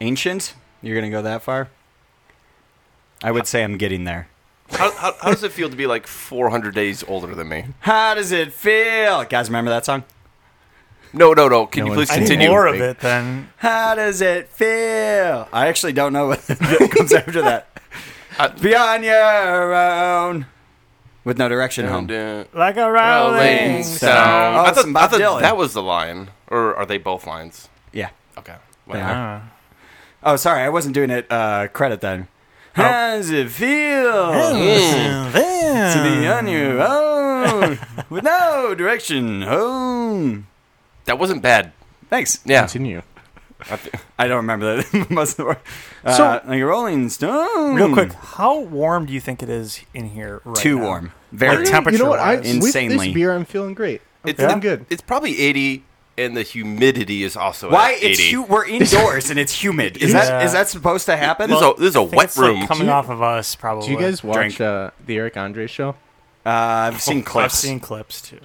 Speaker 2: Ancient? You're going to go that far? I would say I'm getting there.
Speaker 4: How, how, how does it feel to be like 400 days older than me?
Speaker 2: How does it feel? Guys, remember that song?
Speaker 4: No, no, no. Can
Speaker 3: No
Speaker 4: you
Speaker 3: one's
Speaker 4: please
Speaker 1: I need
Speaker 4: continue?
Speaker 1: more of it than
Speaker 2: How does it feel? I actually don't know what comes after that.
Speaker 4: I-
Speaker 2: Be on your own. With no direction home.
Speaker 4: And, uh,
Speaker 1: like a
Speaker 4: Rolling
Speaker 1: rolling
Speaker 4: Stone.
Speaker 1: stone.
Speaker 2: Oh,
Speaker 4: I thought,
Speaker 2: some
Speaker 4: I
Speaker 2: Bob
Speaker 4: thought
Speaker 2: Dylan.
Speaker 4: that was the line, or are they both lines?
Speaker 2: Yeah.
Speaker 4: Okay.
Speaker 2: They
Speaker 4: Whatever.
Speaker 2: are.
Speaker 1: Uh,
Speaker 2: Oh, sorry, I wasn't doing it uh, credit then.
Speaker 1: Oh.
Speaker 2: How does it feel Hmm. to be on your own with no direction home?
Speaker 4: That wasn't bad.
Speaker 2: Thanks.
Speaker 4: Yeah.
Speaker 3: Continue.
Speaker 2: I don't remember that most of the word. Uh,
Speaker 3: So-
Speaker 2: like a Rolling Stone.
Speaker 1: Real quick, how warm do you think it is in here? Right
Speaker 2: Hmm. Too
Speaker 1: now?
Speaker 2: warm.
Speaker 1: Like
Speaker 2: Very.
Speaker 1: temp- temperature
Speaker 3: You know what? I,
Speaker 1: wise.
Speaker 3: With
Speaker 2: Insanely.
Speaker 3: this beer, I'm feeling great. I'm
Speaker 4: It's-
Speaker 3: feeling
Speaker 1: Yeah.
Speaker 3: good.
Speaker 4: It's probably 80, and the humidity is also
Speaker 2: Why
Speaker 4: at 80.
Speaker 2: it's hu- we're indoors and it's humid? Is that
Speaker 1: Yeah.
Speaker 2: is that supposed to happen?
Speaker 4: This is a, this is a
Speaker 1: I think
Speaker 4: wet
Speaker 1: it's, like,
Speaker 4: room.
Speaker 1: coming
Speaker 3: Do you-
Speaker 1: off of us, probably.
Speaker 3: Do you guys
Speaker 2: Drink.
Speaker 3: watch uh, the Eric Andre show?
Speaker 2: uh, I've seen
Speaker 1: I've
Speaker 2: clips.
Speaker 1: seen clips too.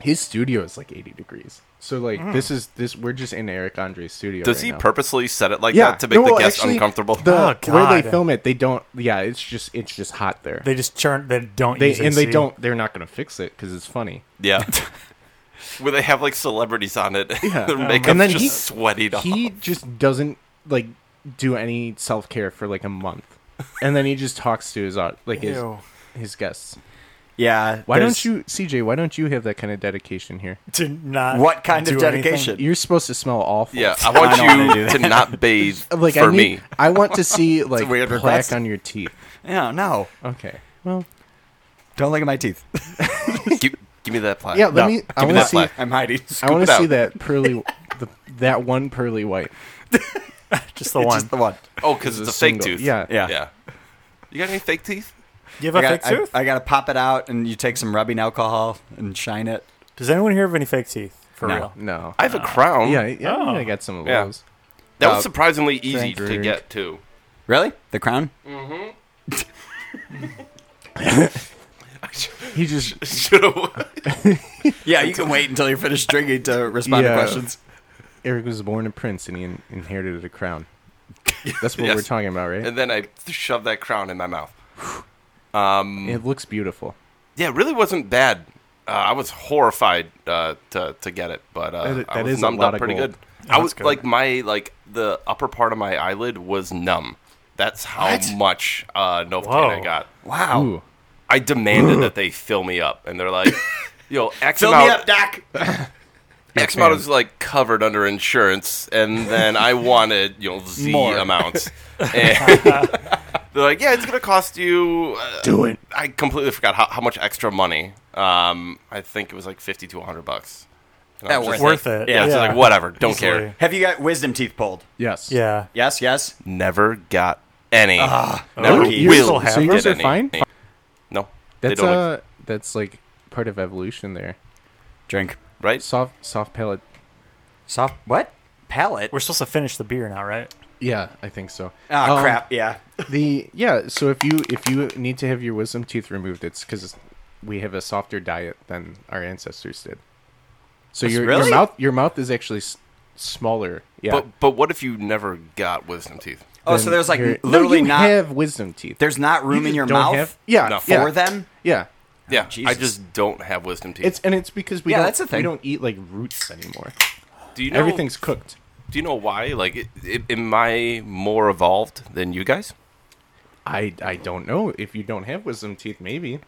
Speaker 3: His studio is like 80 degrees. So like this is this we're just in Eric Andre's studio.
Speaker 4: Does
Speaker 3: right
Speaker 4: he
Speaker 3: now.
Speaker 4: purposely set it like
Speaker 3: Yeah,
Speaker 4: that to make
Speaker 3: no,
Speaker 4: the guests
Speaker 3: actually,
Speaker 4: uncomfortable?
Speaker 3: The,
Speaker 1: Oh,
Speaker 3: Where
Speaker 1: God.
Speaker 3: they film it, they don't. Yeah, it's just it's just hot there. They,
Speaker 1: They just churn. They don't. use
Speaker 3: and they
Speaker 1: AC.
Speaker 3: don't. They're not going to fix it because it's funny.
Speaker 4: yeah. Where they have like celebrities on it, their makeup's
Speaker 3: And then
Speaker 4: just
Speaker 3: he-
Speaker 4: sweaty. off.
Speaker 3: He just doesn't like do any self care for like a month, and then he just talks to his au- like his
Speaker 1: Ew.
Speaker 3: his guests.
Speaker 2: Yeah.
Speaker 3: Why
Speaker 2: there's-
Speaker 3: don't you, CJ? Why don't you have that kind of dedication here?
Speaker 1: To not.
Speaker 2: What kind of
Speaker 1: do anything.
Speaker 2: dedication?
Speaker 3: You're supposed to smell awful. Uh,
Speaker 4: yeah, I want
Speaker 2: I don't wanna do
Speaker 4: you
Speaker 2: that.
Speaker 4: to not bathe
Speaker 3: like
Speaker 4: for
Speaker 3: I need,
Speaker 4: me.
Speaker 3: I want to see like
Speaker 2: weird
Speaker 3: plaque
Speaker 2: request.
Speaker 3: on your teeth.
Speaker 2: Yeah. No.
Speaker 3: Okay. Well,
Speaker 2: Don't look at my teeth.
Speaker 4: give, Uh, give me that plaque.
Speaker 3: yeah. Let
Speaker 2: No,
Speaker 3: me.
Speaker 2: give
Speaker 3: I
Speaker 4: me
Speaker 3: want to
Speaker 4: that
Speaker 3: see.
Speaker 4: plaque.
Speaker 2: I'm hiding.
Speaker 3: I want
Speaker 4: it
Speaker 3: to
Speaker 4: out.
Speaker 3: see that pearly, the, that one pearly white.
Speaker 1: Just the
Speaker 2: It's
Speaker 1: one.
Speaker 2: just the one.
Speaker 4: Oh, because it's a fake
Speaker 3: single-
Speaker 4: tooth.
Speaker 3: Yeah.
Speaker 2: Yeah.
Speaker 4: Yeah. You got any fake teeth?
Speaker 1: You have
Speaker 2: I
Speaker 1: a
Speaker 2: got,
Speaker 1: fake
Speaker 2: I,
Speaker 1: tooth?
Speaker 2: I got to pop it out, and you take some rubbing alcohol and shine it.
Speaker 1: Does anyone here have any fake teeth? For
Speaker 2: No.
Speaker 1: real.
Speaker 3: No.
Speaker 4: I have a crown.
Speaker 3: Uh, yeah. Yeah.
Speaker 1: Oh.
Speaker 3: I got some of
Speaker 4: Yeah.
Speaker 3: those.
Speaker 4: That
Speaker 2: Uh,
Speaker 4: was surprisingly easy
Speaker 3: thank
Speaker 4: to
Speaker 3: you.
Speaker 4: get to.
Speaker 2: Really? The crown?
Speaker 3: He just
Speaker 2: Yeah, you can wait until you're finished drinking to respond
Speaker 3: Yeah.
Speaker 2: to questions.
Speaker 3: Eric was born a prince and he in- inherited a crown. That's what
Speaker 4: Yes.
Speaker 3: we're talking about, right?
Speaker 4: and then I shoved that crown in my mouth. Um,
Speaker 3: It looks beautiful.
Speaker 4: yeah, it really wasn't bad. Uh, I was horrified uh, to to get it, but uh,
Speaker 3: That-
Speaker 4: I
Speaker 3: that
Speaker 4: was
Speaker 3: is a
Speaker 4: numbed
Speaker 3: lot
Speaker 4: up
Speaker 3: of
Speaker 4: pretty
Speaker 3: gold.
Speaker 4: good. I was
Speaker 1: good.
Speaker 4: like my like the upper part of my eyelid was numb. That's how
Speaker 2: What?
Speaker 4: much uh, Novocaine I
Speaker 1: Whoa.
Speaker 4: got. Oh.
Speaker 2: Wow.
Speaker 3: Ooh.
Speaker 4: I demanded that they fill me up, and they're like, "Yo, X
Speaker 2: Fill me
Speaker 4: amount,
Speaker 2: up, Doc.
Speaker 4: X amount
Speaker 3: fan.
Speaker 4: is like covered under insurance, and then I wanted you know Z
Speaker 2: More.
Speaker 4: amounts." And They're like, yeah, it's going to cost you. Uh,
Speaker 2: Do it.
Speaker 4: I completely forgot how, how much extra money. Um, I think it was like fifty to hundred bucks. And I
Speaker 2: Yeah,
Speaker 4: was
Speaker 2: worth
Speaker 4: just-
Speaker 1: Worth it.
Speaker 4: Yeah, it's like whatever, don't care.
Speaker 2: Have you got wisdom teeth pulled?
Speaker 3: Yes.
Speaker 1: Yeah.
Speaker 2: Yes, yes.
Speaker 4: Never got any. never
Speaker 1: Oh, you still
Speaker 4: will.
Speaker 1: have
Speaker 3: So
Speaker 1: them?
Speaker 3: yours
Speaker 4: get
Speaker 3: are
Speaker 4: any.
Speaker 3: fine.
Speaker 4: No, they
Speaker 3: That's
Speaker 4: don't.
Speaker 3: uh, that's like part of evolution. There,
Speaker 2: Drink.
Speaker 4: right?
Speaker 3: soft, soft palate.
Speaker 2: Soft. What? Palate?
Speaker 1: We're supposed to finish the beer now, right?
Speaker 3: Yeah, I think so.
Speaker 2: Ah,
Speaker 3: Um,
Speaker 2: crap. Yeah.
Speaker 3: The yeah. So if you if you need to have your wisdom teeth removed, it's because we have a softer diet than our ancestors did. So your
Speaker 2: Really?
Speaker 3: your mouth your mouth is actually s- smaller. Yeah.
Speaker 4: But but what if you never got wisdom teeth?
Speaker 2: Oh, so
Speaker 3: than
Speaker 2: there's like
Speaker 3: your-
Speaker 2: n- literally
Speaker 3: no,
Speaker 2: not.
Speaker 3: you have wisdom teeth.
Speaker 2: there's not room
Speaker 3: just
Speaker 2: in your
Speaker 3: don't
Speaker 2: mouth.
Speaker 3: have- yeah,
Speaker 4: No.
Speaker 2: For
Speaker 3: yeah.
Speaker 2: them.
Speaker 3: Yeah.
Speaker 4: Yeah,
Speaker 2: Jesus.
Speaker 4: I just don't have wisdom teeth.
Speaker 3: It's and it's because we
Speaker 2: Yeah,
Speaker 3: don't,
Speaker 2: that's the thing.
Speaker 3: we don't eat like roots anymore.
Speaker 4: do you know
Speaker 3: Everything's cooked.
Speaker 4: Do you know why? Like, it, it, am I more evolved than you guys?
Speaker 3: I I don't know if you don't have wisdom teeth. Maybe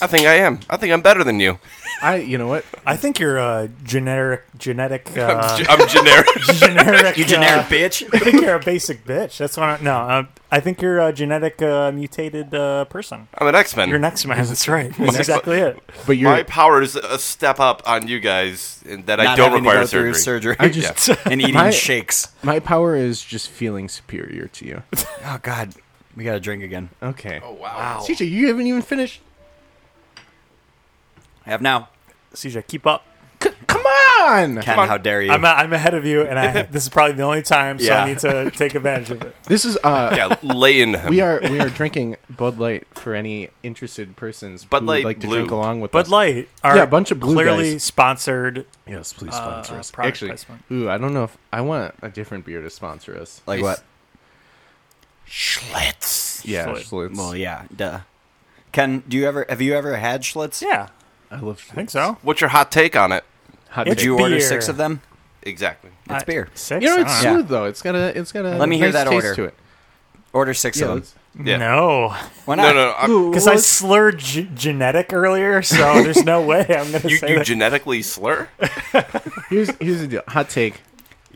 Speaker 4: I think I am. I think I'm better than you.
Speaker 3: I. You know what?
Speaker 1: I think you're a generic, genetic, uh,
Speaker 4: I'm generic.
Speaker 1: generic. uh,
Speaker 2: You generic bitch.
Speaker 1: I think you're a basic bitch. That's what. I, no, uh, I think you're a genetic uh, mutated uh, person.
Speaker 4: I'm an X-Men.
Speaker 1: You're next man. That's right. That's exactly it.
Speaker 3: But you're.
Speaker 4: My power is a step up on you guys, and that I
Speaker 2: Not
Speaker 4: don't
Speaker 2: having to
Speaker 4: require
Speaker 2: go through
Speaker 4: surgery.
Speaker 2: surgery.
Speaker 3: I just.
Speaker 2: and eating
Speaker 3: My-
Speaker 2: shakes.
Speaker 3: My power is just feeling superior to you.
Speaker 2: Oh God. We gotta drink again.
Speaker 3: Okay.
Speaker 4: Oh wow!
Speaker 3: CJ, you haven't even finished.
Speaker 2: I have now.
Speaker 1: CJ, keep up.
Speaker 3: C- come on!
Speaker 2: Ken,
Speaker 4: on.
Speaker 2: how dare you?
Speaker 1: I'm, I'm ahead of you, and I, this is probably the only time, so
Speaker 2: Yeah.
Speaker 1: I need to take advantage of it.
Speaker 3: This is uh.
Speaker 4: Yeah, lay in him.
Speaker 3: We are we are drinking Bud Light for any interested persons
Speaker 4: Bud
Speaker 3: who
Speaker 4: Light
Speaker 3: would like to
Speaker 4: Blue.
Speaker 3: drink along with
Speaker 1: Bud
Speaker 3: us.
Speaker 1: Light are
Speaker 3: Yeah, a bunch of blue
Speaker 1: clearly
Speaker 3: guys.
Speaker 1: sponsored.
Speaker 3: Yes, please sponsor
Speaker 1: uh,
Speaker 3: us.
Speaker 1: product
Speaker 3: Actually,
Speaker 1: placement.
Speaker 3: ooh, I don't know if I want a different beer to sponsor us.
Speaker 2: like
Speaker 4: Nice.
Speaker 2: what?
Speaker 4: Schlitz.
Speaker 3: Yeah,
Speaker 1: Schlitz.
Speaker 3: Schlitz.
Speaker 2: Well, yeah. Duh. Ken, do you ever have you ever had Schlitz?
Speaker 1: Yeah,
Speaker 3: I love.
Speaker 1: I think so.
Speaker 4: What's your hot take on it?
Speaker 3: Hot
Speaker 1: It's
Speaker 2: Did
Speaker 3: take.
Speaker 2: you order
Speaker 1: beer.
Speaker 2: six of them?
Speaker 4: Exactly.
Speaker 2: It's
Speaker 1: I-
Speaker 2: beer.
Speaker 1: Six.
Speaker 3: You know,
Speaker 1: I
Speaker 3: it's
Speaker 1: don't know.
Speaker 2: Yeah.
Speaker 3: smooth though. It's got a it's got a
Speaker 2: Let me hear
Speaker 3: nice
Speaker 2: that
Speaker 3: taste
Speaker 2: order.
Speaker 3: to it.
Speaker 2: Order six
Speaker 3: Yeah,
Speaker 2: of them.
Speaker 3: let's-
Speaker 4: Yeah.
Speaker 1: No,
Speaker 2: Why
Speaker 4: No,
Speaker 2: not?
Speaker 4: no. no. I-
Speaker 1: because I slurred g- genetic earlier, so there's no way I'm gonna
Speaker 4: you
Speaker 1: say
Speaker 4: you
Speaker 1: that.
Speaker 4: genetically slur?
Speaker 3: here's here's the deal. Hot take.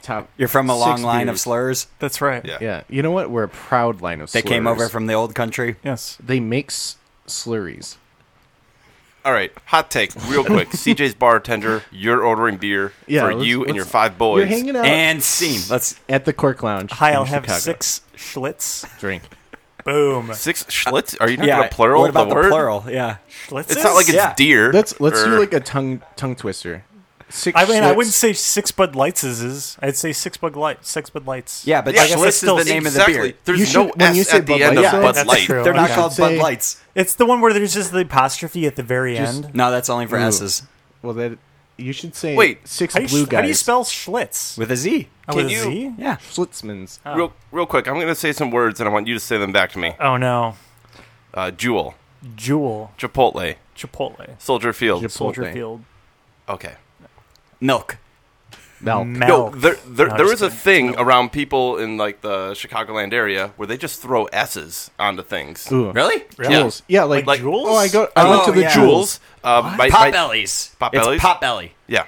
Speaker 3: Top.
Speaker 2: You're from a long
Speaker 3: six
Speaker 2: line of
Speaker 3: beers.
Speaker 2: slurs
Speaker 1: That's right.
Speaker 4: Yeah.
Speaker 3: Yeah. You know what? We're a proud line of.
Speaker 2: that came over
Speaker 3: slurs.
Speaker 2: from the old country.
Speaker 1: Yes.
Speaker 3: They make s- slurries.
Speaker 4: All right, hot take, real quick. CJ's bartender. You're ordering beer
Speaker 3: Yeah,
Speaker 4: for
Speaker 3: let's-
Speaker 4: you and
Speaker 3: let's-
Speaker 4: your five boys.
Speaker 3: You're hanging out
Speaker 2: And scene. Let's
Speaker 3: at the Cork Lounge.
Speaker 1: Hi, I'll
Speaker 3: in
Speaker 1: have
Speaker 3: Chicago.
Speaker 1: six Schlitz.
Speaker 3: drink.
Speaker 1: Boom.
Speaker 4: Six Schlitz? Are you not
Speaker 2: yeah.
Speaker 4: gonna plural
Speaker 2: What about the,
Speaker 4: word?
Speaker 2: plural? Yeah.
Speaker 1: Schlitzes?
Speaker 4: It's not like it's
Speaker 2: Yeah.
Speaker 4: deer.
Speaker 3: Let's let's
Speaker 4: or-
Speaker 3: do like a tongue tongue twister. Six.
Speaker 1: I mean, I wouldn't
Speaker 3: Schlitz.
Speaker 1: say six Bud Lights is. I'd say six Bud Light, six Bud Lights.
Speaker 2: Yeah, but
Speaker 4: Yeah,
Speaker 2: Schlitz
Speaker 1: Schlitz
Speaker 2: is
Speaker 1: still-
Speaker 2: the name
Speaker 4: exactly.
Speaker 2: of the beer.
Speaker 4: There's
Speaker 3: You
Speaker 4: no
Speaker 3: should- when
Speaker 4: S
Speaker 3: you say
Speaker 4: at the
Speaker 3: Bud
Speaker 4: end
Speaker 3: Light,
Speaker 4: of
Speaker 3: so-
Speaker 4: Bud
Speaker 1: That's
Speaker 4: Light.
Speaker 1: true.
Speaker 2: They're not
Speaker 1: Yeah.
Speaker 2: called Bud
Speaker 3: Say-
Speaker 2: Lights.
Speaker 1: It's the one where there's just the apostrophe at the very
Speaker 3: Just-
Speaker 1: end.
Speaker 2: No, that's only for
Speaker 3: Ooh.
Speaker 2: S's.
Speaker 3: Well, that you should say.
Speaker 4: Wait,
Speaker 3: six
Speaker 1: How do,
Speaker 3: blue
Speaker 1: you,
Speaker 3: guys.
Speaker 1: how do you spell Schlitz?
Speaker 2: With a Z.
Speaker 1: Oh, with
Speaker 4: Can
Speaker 1: a
Speaker 4: you-
Speaker 1: Z?
Speaker 2: Yeah.
Speaker 3: Schlitzmans?
Speaker 4: Real, real quick, I'm going to say some words and I want you to say them back to me.
Speaker 1: Oh no,
Speaker 4: Uh, Jewel,
Speaker 1: Jewel,
Speaker 4: Chipotle,
Speaker 1: Chipotle,
Speaker 4: Soldier Field.
Speaker 3: Chipotle.
Speaker 1: Soldier
Speaker 3: Chipotle.
Speaker 1: Field,
Speaker 4: Okay.
Speaker 2: Milk.
Speaker 3: Milk.
Speaker 4: No,
Speaker 1: Milk.
Speaker 4: there, there,
Speaker 1: No,
Speaker 4: there
Speaker 1: just
Speaker 4: is a thing around people in like the Chicagoland area where they just throw S's onto things.
Speaker 3: Ooh.
Speaker 2: Really?
Speaker 1: Yeah.
Speaker 3: Jewels. Yeah, like,
Speaker 1: Like Jewels?
Speaker 3: Oh, I go. I went
Speaker 2: Oh,
Speaker 3: to the
Speaker 2: yeah.
Speaker 4: Jewels.
Speaker 3: Jewels.
Speaker 4: Uh, my,
Speaker 2: Pop
Speaker 4: my-
Speaker 2: bellies.
Speaker 4: Pop
Speaker 2: it's
Speaker 4: bellies?
Speaker 2: Pop belly.
Speaker 4: Yeah.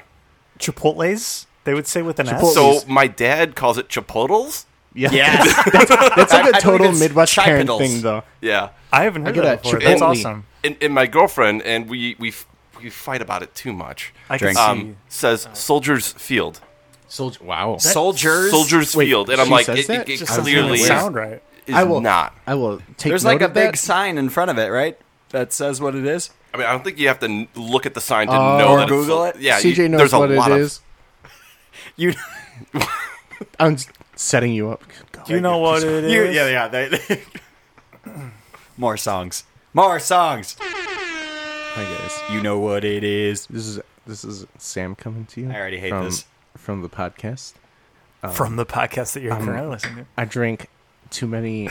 Speaker 1: Chipotles. They would say with an S.
Speaker 3: Chipotle.
Speaker 4: So my dad calls it Chipotles.
Speaker 3: Yeah,
Speaker 2: Yeah.
Speaker 3: that's
Speaker 2: I- I
Speaker 3: like a
Speaker 2: think
Speaker 3: total
Speaker 2: it's
Speaker 3: Midwest parent
Speaker 2: Chipotle.
Speaker 3: thing, though.
Speaker 4: Yeah.
Speaker 1: I haven't heard
Speaker 3: get
Speaker 1: that
Speaker 3: that
Speaker 1: before. That's
Speaker 4: Chipotle.
Speaker 1: awesome.
Speaker 4: And, and my girlfriend, and we, we, f- we fight about it too much,
Speaker 1: I can
Speaker 2: Drink.
Speaker 1: see.
Speaker 4: um, says Soldier's Field.
Speaker 3: Soldier. Wow.
Speaker 2: Soldiers.
Speaker 4: Soldier's
Speaker 3: Wait,
Speaker 4: Field. And I'm
Speaker 3: she
Speaker 4: like,
Speaker 3: says
Speaker 4: it,
Speaker 3: that?
Speaker 4: it, it
Speaker 1: just doesn't
Speaker 4: clearly
Speaker 1: even
Speaker 4: is,
Speaker 1: sound right.
Speaker 4: is
Speaker 3: I will
Speaker 4: not.
Speaker 3: I will take.
Speaker 2: There's
Speaker 3: note
Speaker 2: like a
Speaker 3: of
Speaker 2: big
Speaker 3: that.
Speaker 2: sign in front of it, right? That says what it is.
Speaker 4: I mean, I don't think you have to n- look at the sign to
Speaker 3: Oh.
Speaker 4: know
Speaker 3: Or
Speaker 4: that
Speaker 2: Google
Speaker 4: it's,
Speaker 2: it?
Speaker 4: Yeah,
Speaker 3: CJ
Speaker 4: you,
Speaker 3: knows
Speaker 4: there's a
Speaker 3: what
Speaker 4: lot
Speaker 3: it
Speaker 4: of,
Speaker 3: is.
Speaker 2: You.
Speaker 3: I'm s- setting you up.
Speaker 1: Do you know what it is?
Speaker 2: you yeah, yeah. They, More songs. More songs.
Speaker 3: Hi guys.
Speaker 2: You know what it is.
Speaker 3: This is this is Sam coming to you.
Speaker 2: I already hate
Speaker 3: from,
Speaker 2: this.
Speaker 3: From the podcast,
Speaker 1: From the podcast that you're currently listening to.
Speaker 3: I drink too many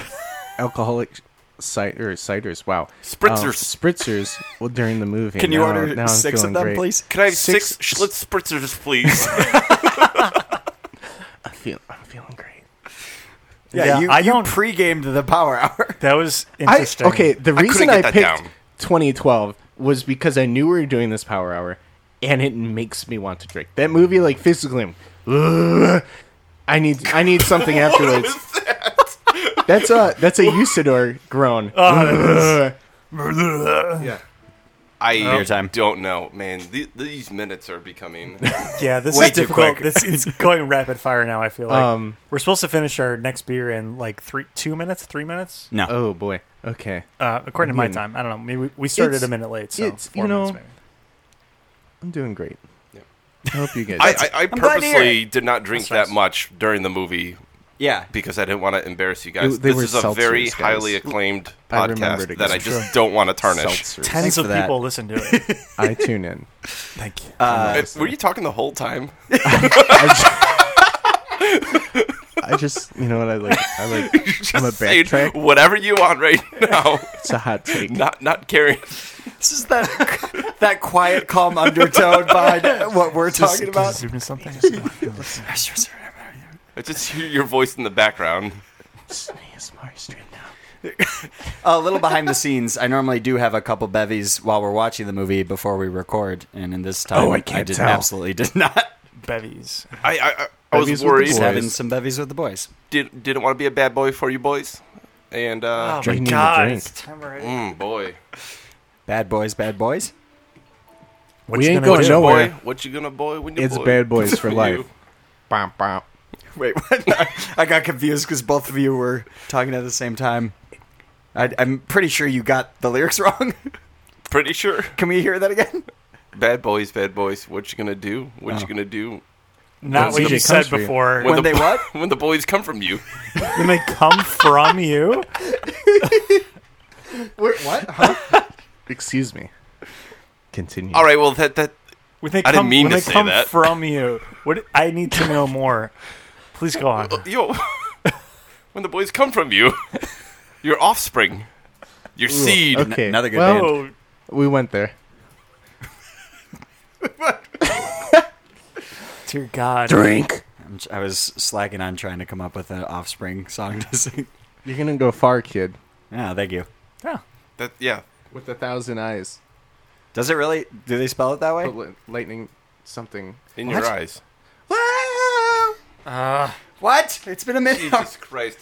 Speaker 3: alcoholic cider ciders. Wow,
Speaker 4: Spritzers.
Speaker 3: Um, spritzers well, during the movie.
Speaker 2: Can you
Speaker 3: Now-
Speaker 2: order
Speaker 3: now I'm
Speaker 2: six of
Speaker 3: feeling
Speaker 2: them,
Speaker 3: great.
Speaker 2: please?
Speaker 4: Can I have six,
Speaker 3: Six-
Speaker 4: Schlitz spritzers, please?
Speaker 3: I feel, I'm feeling great.
Speaker 2: Yeah,
Speaker 1: Yeah,
Speaker 2: you,
Speaker 1: I
Speaker 2: you
Speaker 1: don't-
Speaker 2: pre-gamed the power hour.
Speaker 1: That was
Speaker 3: I,
Speaker 1: interesting.
Speaker 3: okay, the reason
Speaker 4: couldn't get
Speaker 3: I,
Speaker 4: that
Speaker 3: picked
Speaker 4: down.
Speaker 3: 2012 was because I knew we were doing this Power Hour, and it makes me want to drink. That movie, like physically, I'm, "Ugh, I need I need something afterwards. That's a that's a Usador groan.
Speaker 4: Oh,
Speaker 3: yeah.
Speaker 4: I
Speaker 2: your time.
Speaker 4: don't know, man. The, these minutes are becoming.
Speaker 1: Yeah, this
Speaker 2: Way
Speaker 1: is
Speaker 2: too
Speaker 1: difficult.
Speaker 2: quick.
Speaker 1: This is going rapid fire now. I feel like
Speaker 3: Um,
Speaker 1: we're supposed to finish our next beer in like three, two minutes, three minutes.
Speaker 2: No.
Speaker 3: Oh boy. Okay.
Speaker 1: Uh, according to my
Speaker 3: Mm.
Speaker 1: time, I don't know. Maybe we- we started
Speaker 3: It's-
Speaker 1: a minute late, so
Speaker 3: it's,
Speaker 1: four
Speaker 3: you know-
Speaker 1: minutes maybe.
Speaker 3: I'm doing great.
Speaker 4: Yeah.
Speaker 3: I hope you guys.
Speaker 4: I, I, I
Speaker 2: glad to hear
Speaker 4: purposely did not drink
Speaker 1: That's
Speaker 4: that
Speaker 1: nice.
Speaker 4: much during the movie
Speaker 2: Yeah.
Speaker 4: because I didn't want to embarrass you guys.
Speaker 3: It- they
Speaker 4: this
Speaker 3: were
Speaker 4: is a very
Speaker 3: seltzers, guys.
Speaker 4: highly acclaimed
Speaker 3: I
Speaker 4: podcast
Speaker 3: remembered it,
Speaker 4: that I
Speaker 3: I'm
Speaker 4: just don't want to tarnish.
Speaker 3: Seltzers.
Speaker 1: Tens
Speaker 2: for
Speaker 1: of
Speaker 2: that.
Speaker 1: people listen to it.
Speaker 3: I tune in.
Speaker 1: Thank you.
Speaker 2: Uh,
Speaker 4: Uh, Were you talking the whole time?
Speaker 3: I just, I just- you know what I like. I like. I'm a
Speaker 4: Saying
Speaker 3: backtrack.
Speaker 4: whatever you want right now.
Speaker 3: It's a hot take.
Speaker 4: not not caring.
Speaker 2: This is that that quiet, calm undertone behind what we're talking about.
Speaker 1: Zoom in something.
Speaker 4: I just hear your voice in the background.
Speaker 3: Sneeze, Mario Street now.
Speaker 2: a little behind the scenes. I normally do have a couple bevies while we're watching the movie before we record, and in this time,
Speaker 3: Oh, I can't
Speaker 2: did,
Speaker 3: tell.
Speaker 2: absolutely did not.
Speaker 1: Bevies.
Speaker 4: I I, I, I
Speaker 3: Babies with
Speaker 4: was
Speaker 3: the
Speaker 4: worried.
Speaker 2: Just
Speaker 3: Boys.
Speaker 2: having some bevies with the boys.
Speaker 4: Did, didn't want to be a bad boy for you boys. And uh,
Speaker 1: Oh my
Speaker 3: Drinking the
Speaker 1: god!
Speaker 3: drink.
Speaker 1: It's time
Speaker 2: Oh.
Speaker 1: already.
Speaker 4: mm, boy,
Speaker 2: Bad boys, bad boys.
Speaker 1: What
Speaker 3: We
Speaker 1: you
Speaker 3: ain't
Speaker 1: gonna
Speaker 3: going
Speaker 1: do?
Speaker 3: nowhere.
Speaker 4: boy, what you gonna boy when you
Speaker 3: It's
Speaker 4: boy?
Speaker 3: bad boys for
Speaker 4: You.
Speaker 3: life. Bom, bom.
Speaker 2: Wait, what? I got confused because both of you were talking at the same time. I, I'm pretty sure you got the lyrics wrong.
Speaker 4: Pretty sure.
Speaker 2: Can we hear that again?
Speaker 4: Bad boys, bad boys. What you gonna do? What
Speaker 3: Oh.
Speaker 4: you gonna do
Speaker 1: Not
Speaker 3: It's
Speaker 1: what
Speaker 3: the
Speaker 1: you said
Speaker 3: country.
Speaker 1: before.
Speaker 2: When
Speaker 4: the-
Speaker 2: they what?
Speaker 4: when the boys come from you?
Speaker 1: When they come from you,
Speaker 2: what? Huh?
Speaker 3: Excuse me. Continue.
Speaker 4: All right. Well, that that
Speaker 1: when they
Speaker 4: didn't
Speaker 1: come,
Speaker 4: mean
Speaker 1: when
Speaker 4: to
Speaker 1: they
Speaker 4: say
Speaker 1: come
Speaker 4: that.
Speaker 1: from you, what I need to know more. Please go on.
Speaker 4: yo, when the boys come from you, your offspring, your seed.
Speaker 3: Okay.
Speaker 2: Another good
Speaker 3: well,
Speaker 2: band.
Speaker 1: Oh,
Speaker 3: we went there.
Speaker 1: dear God!
Speaker 3: Drink.
Speaker 2: I'm, I was slacking on trying to come up with an offspring song to sing.
Speaker 3: You're gonna go far, kid.
Speaker 2: Yeah, thank you.
Speaker 1: Yeah.
Speaker 4: That yeah.
Speaker 3: With a thousand eyes,
Speaker 2: Does it really? Do they spell it that way?
Speaker 3: But li- lightning something.
Speaker 4: In your eyes. Uh,
Speaker 2: what? It's been a minute.
Speaker 4: Jesus Christ.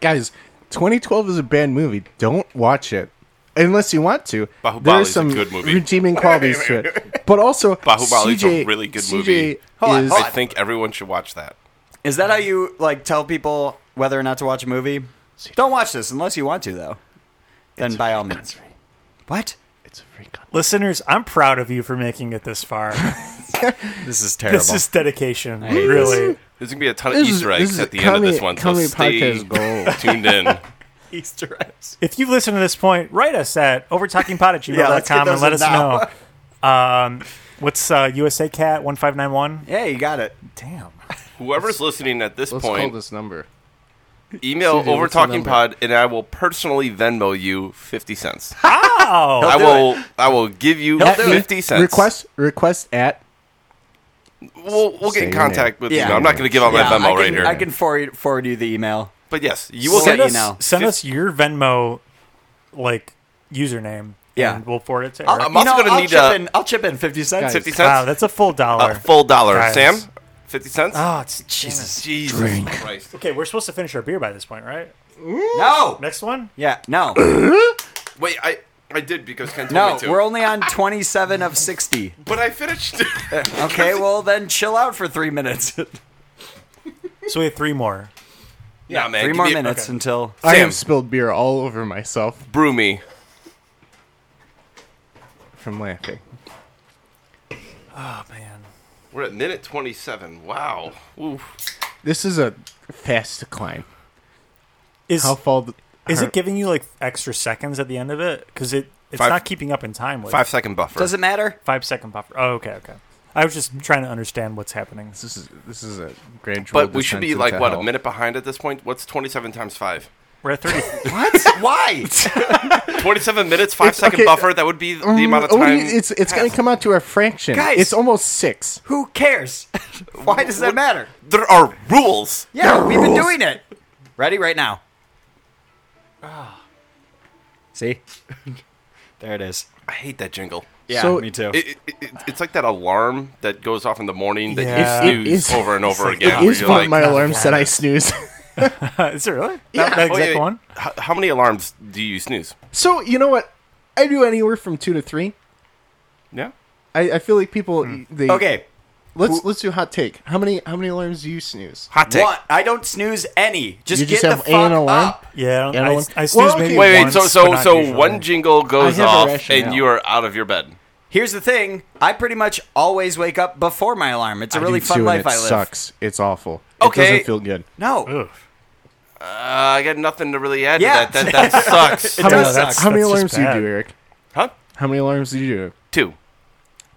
Speaker 3: Guys, 2012 is a bad movie. Don't watch it unless you want to.
Speaker 4: Bahubali
Speaker 3: There's
Speaker 4: is a
Speaker 3: some
Speaker 4: good movie.
Speaker 3: redeeming qualities to it, but also
Speaker 4: Bahubali is a
Speaker 3: CJ
Speaker 4: really good
Speaker 3: CJ
Speaker 4: movie.
Speaker 2: Hold on,
Speaker 3: is-
Speaker 2: hold
Speaker 4: I think everyone should watch that.
Speaker 2: Is that how you like tell people whether or not to watch a movie? Don't watch this unless you want to, though. Then by all means. What?
Speaker 3: It's a free country.
Speaker 1: Listeners, I'm proud of you for making it this far.
Speaker 2: This is terrible.
Speaker 1: this is dedication,
Speaker 2: hate
Speaker 1: really.
Speaker 4: There's gonna be a ton of
Speaker 3: This is-
Speaker 4: Easter
Speaker 3: this
Speaker 4: eggs
Speaker 3: is
Speaker 4: at the end
Speaker 3: comedy-
Speaker 4: of this one, so
Speaker 3: comedy
Speaker 4: stay
Speaker 3: podcast gold.
Speaker 4: tuned in.
Speaker 2: Easter eggs.
Speaker 1: If you've listened to this point, write us at overtalkingpod at gmail.com
Speaker 2: Yeah, let's get
Speaker 1: and
Speaker 2: those
Speaker 1: let us
Speaker 2: in now.
Speaker 1: know. Um, what's uh, USA Cat 1591?
Speaker 2: Yeah, you got it.
Speaker 1: Damn.
Speaker 4: Whoever's listening at this
Speaker 3: Let's call
Speaker 4: point,
Speaker 3: this number.
Speaker 4: email
Speaker 3: CJ,
Speaker 4: over
Speaker 3: what's the
Speaker 4: talking
Speaker 3: number?
Speaker 4: pod, and I will personally Venmo you fifty cents.
Speaker 1: Oh!
Speaker 4: I
Speaker 2: do
Speaker 4: will. I will give you
Speaker 2: He'll do it.
Speaker 4: fifty cents.
Speaker 3: Request request at
Speaker 4: We'll, we'll
Speaker 3: Say
Speaker 4: get in
Speaker 3: your
Speaker 4: contact with
Speaker 2: Yeah.
Speaker 4: you. I'm not going to give out my
Speaker 2: Yeah,
Speaker 4: Venmo
Speaker 2: I
Speaker 4: right
Speaker 2: can,
Speaker 4: here.
Speaker 2: I can forward, forward you the email.
Speaker 4: but yes, you will
Speaker 2: Send
Speaker 4: get.
Speaker 1: send
Speaker 2: you
Speaker 1: us,
Speaker 2: know.
Speaker 1: send
Speaker 4: Fif-
Speaker 1: us your Venmo, like, username.
Speaker 2: Yeah.
Speaker 1: And we'll forward it to
Speaker 2: I'll,
Speaker 1: Eric.
Speaker 4: I'm also
Speaker 2: you know,
Speaker 4: gonna
Speaker 2: I'll
Speaker 4: need
Speaker 2: chip
Speaker 4: a-
Speaker 2: in. I'll chip in fifty cents.
Speaker 3: Guys.
Speaker 4: fifty
Speaker 1: Wow,
Speaker 4: cents,
Speaker 1: Uh, um, that's a full dollar.
Speaker 4: a full dollar.
Speaker 1: Guys.
Speaker 4: Sam, fifty cents.
Speaker 2: Ah,
Speaker 1: oh, it's Jesus.
Speaker 4: Jesus Christ!
Speaker 1: Okay, we're supposed to finish our beer by this point, right?
Speaker 2: No.
Speaker 1: Next one?
Speaker 2: Yeah. No.
Speaker 4: Wait, I I did because Ken told
Speaker 2: No.
Speaker 4: me to.
Speaker 2: We're only on twenty-seven of sixty.
Speaker 4: but I finished.
Speaker 2: Okay. Well, then chill out for three minutes.
Speaker 1: So we have three more.
Speaker 4: nah, man.
Speaker 2: three
Speaker 4: give
Speaker 2: more
Speaker 4: me a-
Speaker 2: minutes until.
Speaker 3: I
Speaker 4: Sam.
Speaker 3: have spilled beer all over myself
Speaker 4: Brew me.
Speaker 3: from laughing.
Speaker 1: Oh, man.
Speaker 4: We're at minute twenty-seven. Wow. Oof.
Speaker 3: This is a fast decline.
Speaker 1: Is,
Speaker 3: How far? th-
Speaker 1: Is
Speaker 3: how-
Speaker 1: it giving you like extra seconds at the end of it? Because it it's
Speaker 4: Five-
Speaker 1: not keeping up in time with
Speaker 4: Five second buffer.
Speaker 2: Does it matter?
Speaker 1: five second buffer. Oh, okay, okay. I was just trying to understand what's happening.
Speaker 3: This is this is a gradual.
Speaker 4: but we should be
Speaker 3: descent
Speaker 4: like
Speaker 3: into
Speaker 4: what a
Speaker 3: hell.
Speaker 4: minute behind at this point. What's twenty-seven times five?
Speaker 1: We're at thirty.
Speaker 2: What? Why?
Speaker 4: Twenty-seven minutes, five second
Speaker 3: okay,
Speaker 4: buffer. That would be the amount of
Speaker 3: Oh,
Speaker 4: time.
Speaker 3: it's it's going to come out to a fraction.
Speaker 2: Guys.
Speaker 3: it's almost six.
Speaker 2: Who cares? Why does that matter?
Speaker 4: there are rules.
Speaker 2: Yeah, we've been doing it. Ready right now. See? there it is.
Speaker 4: I hate that jingle.
Speaker 2: Yeah,
Speaker 3: So-
Speaker 2: me too.
Speaker 4: It, it, it, it's like that alarm that goes off in the morning that
Speaker 1: Yeah.
Speaker 4: you
Speaker 3: It- it
Speaker 4: snooze
Speaker 3: is-
Speaker 4: over and over again.
Speaker 3: it
Speaker 4: where
Speaker 3: is
Speaker 4: you're
Speaker 3: one
Speaker 4: like,
Speaker 3: of my alarms that I snooze.
Speaker 1: Is it really? Yeah. That, that
Speaker 4: Oh,
Speaker 1: exact
Speaker 4: yeah,
Speaker 1: one?
Speaker 4: How, how many alarms do you snooze?
Speaker 3: So you know what? I do anywhere from two to three.
Speaker 4: Yeah.
Speaker 3: I, I feel like people they
Speaker 2: Okay.
Speaker 3: Let's let's do hot take. How many how many alarms do you snooze?
Speaker 4: Hot take.
Speaker 2: What? I don't snooze any. Just
Speaker 3: You just
Speaker 2: get
Speaker 3: have
Speaker 2: the fuck
Speaker 3: an alarm?
Speaker 2: up.
Speaker 1: Yeah, I,
Speaker 3: Yeah,
Speaker 1: I,
Speaker 3: one-
Speaker 1: I snooze
Speaker 3: Well, okay.
Speaker 1: maybe
Speaker 4: Wait, wait.
Speaker 1: once,
Speaker 4: so, so,
Speaker 1: but not
Speaker 4: so
Speaker 1: usually.
Speaker 4: one jingle goes
Speaker 3: have a
Speaker 4: off,
Speaker 3: rationale.
Speaker 4: and you are out of your bed.
Speaker 2: Here's the thing. I pretty much always wake up before my alarm. It's a really
Speaker 3: do
Speaker 2: fun
Speaker 3: too,
Speaker 2: life
Speaker 3: and it
Speaker 2: I live.
Speaker 3: Sucks. It's awful.
Speaker 4: Okay.
Speaker 3: It doesn't feel good.
Speaker 2: No.
Speaker 1: Ugh.
Speaker 4: Uh, I got nothing to really add
Speaker 2: Yeah.
Speaker 4: to that. That, that sucks.
Speaker 3: How many,
Speaker 1: does suck.
Speaker 3: how many
Speaker 1: That's just
Speaker 3: alarms do you
Speaker 1: bad.
Speaker 3: do, Eric?
Speaker 4: Huh?
Speaker 3: How many alarms do you do?
Speaker 4: Two.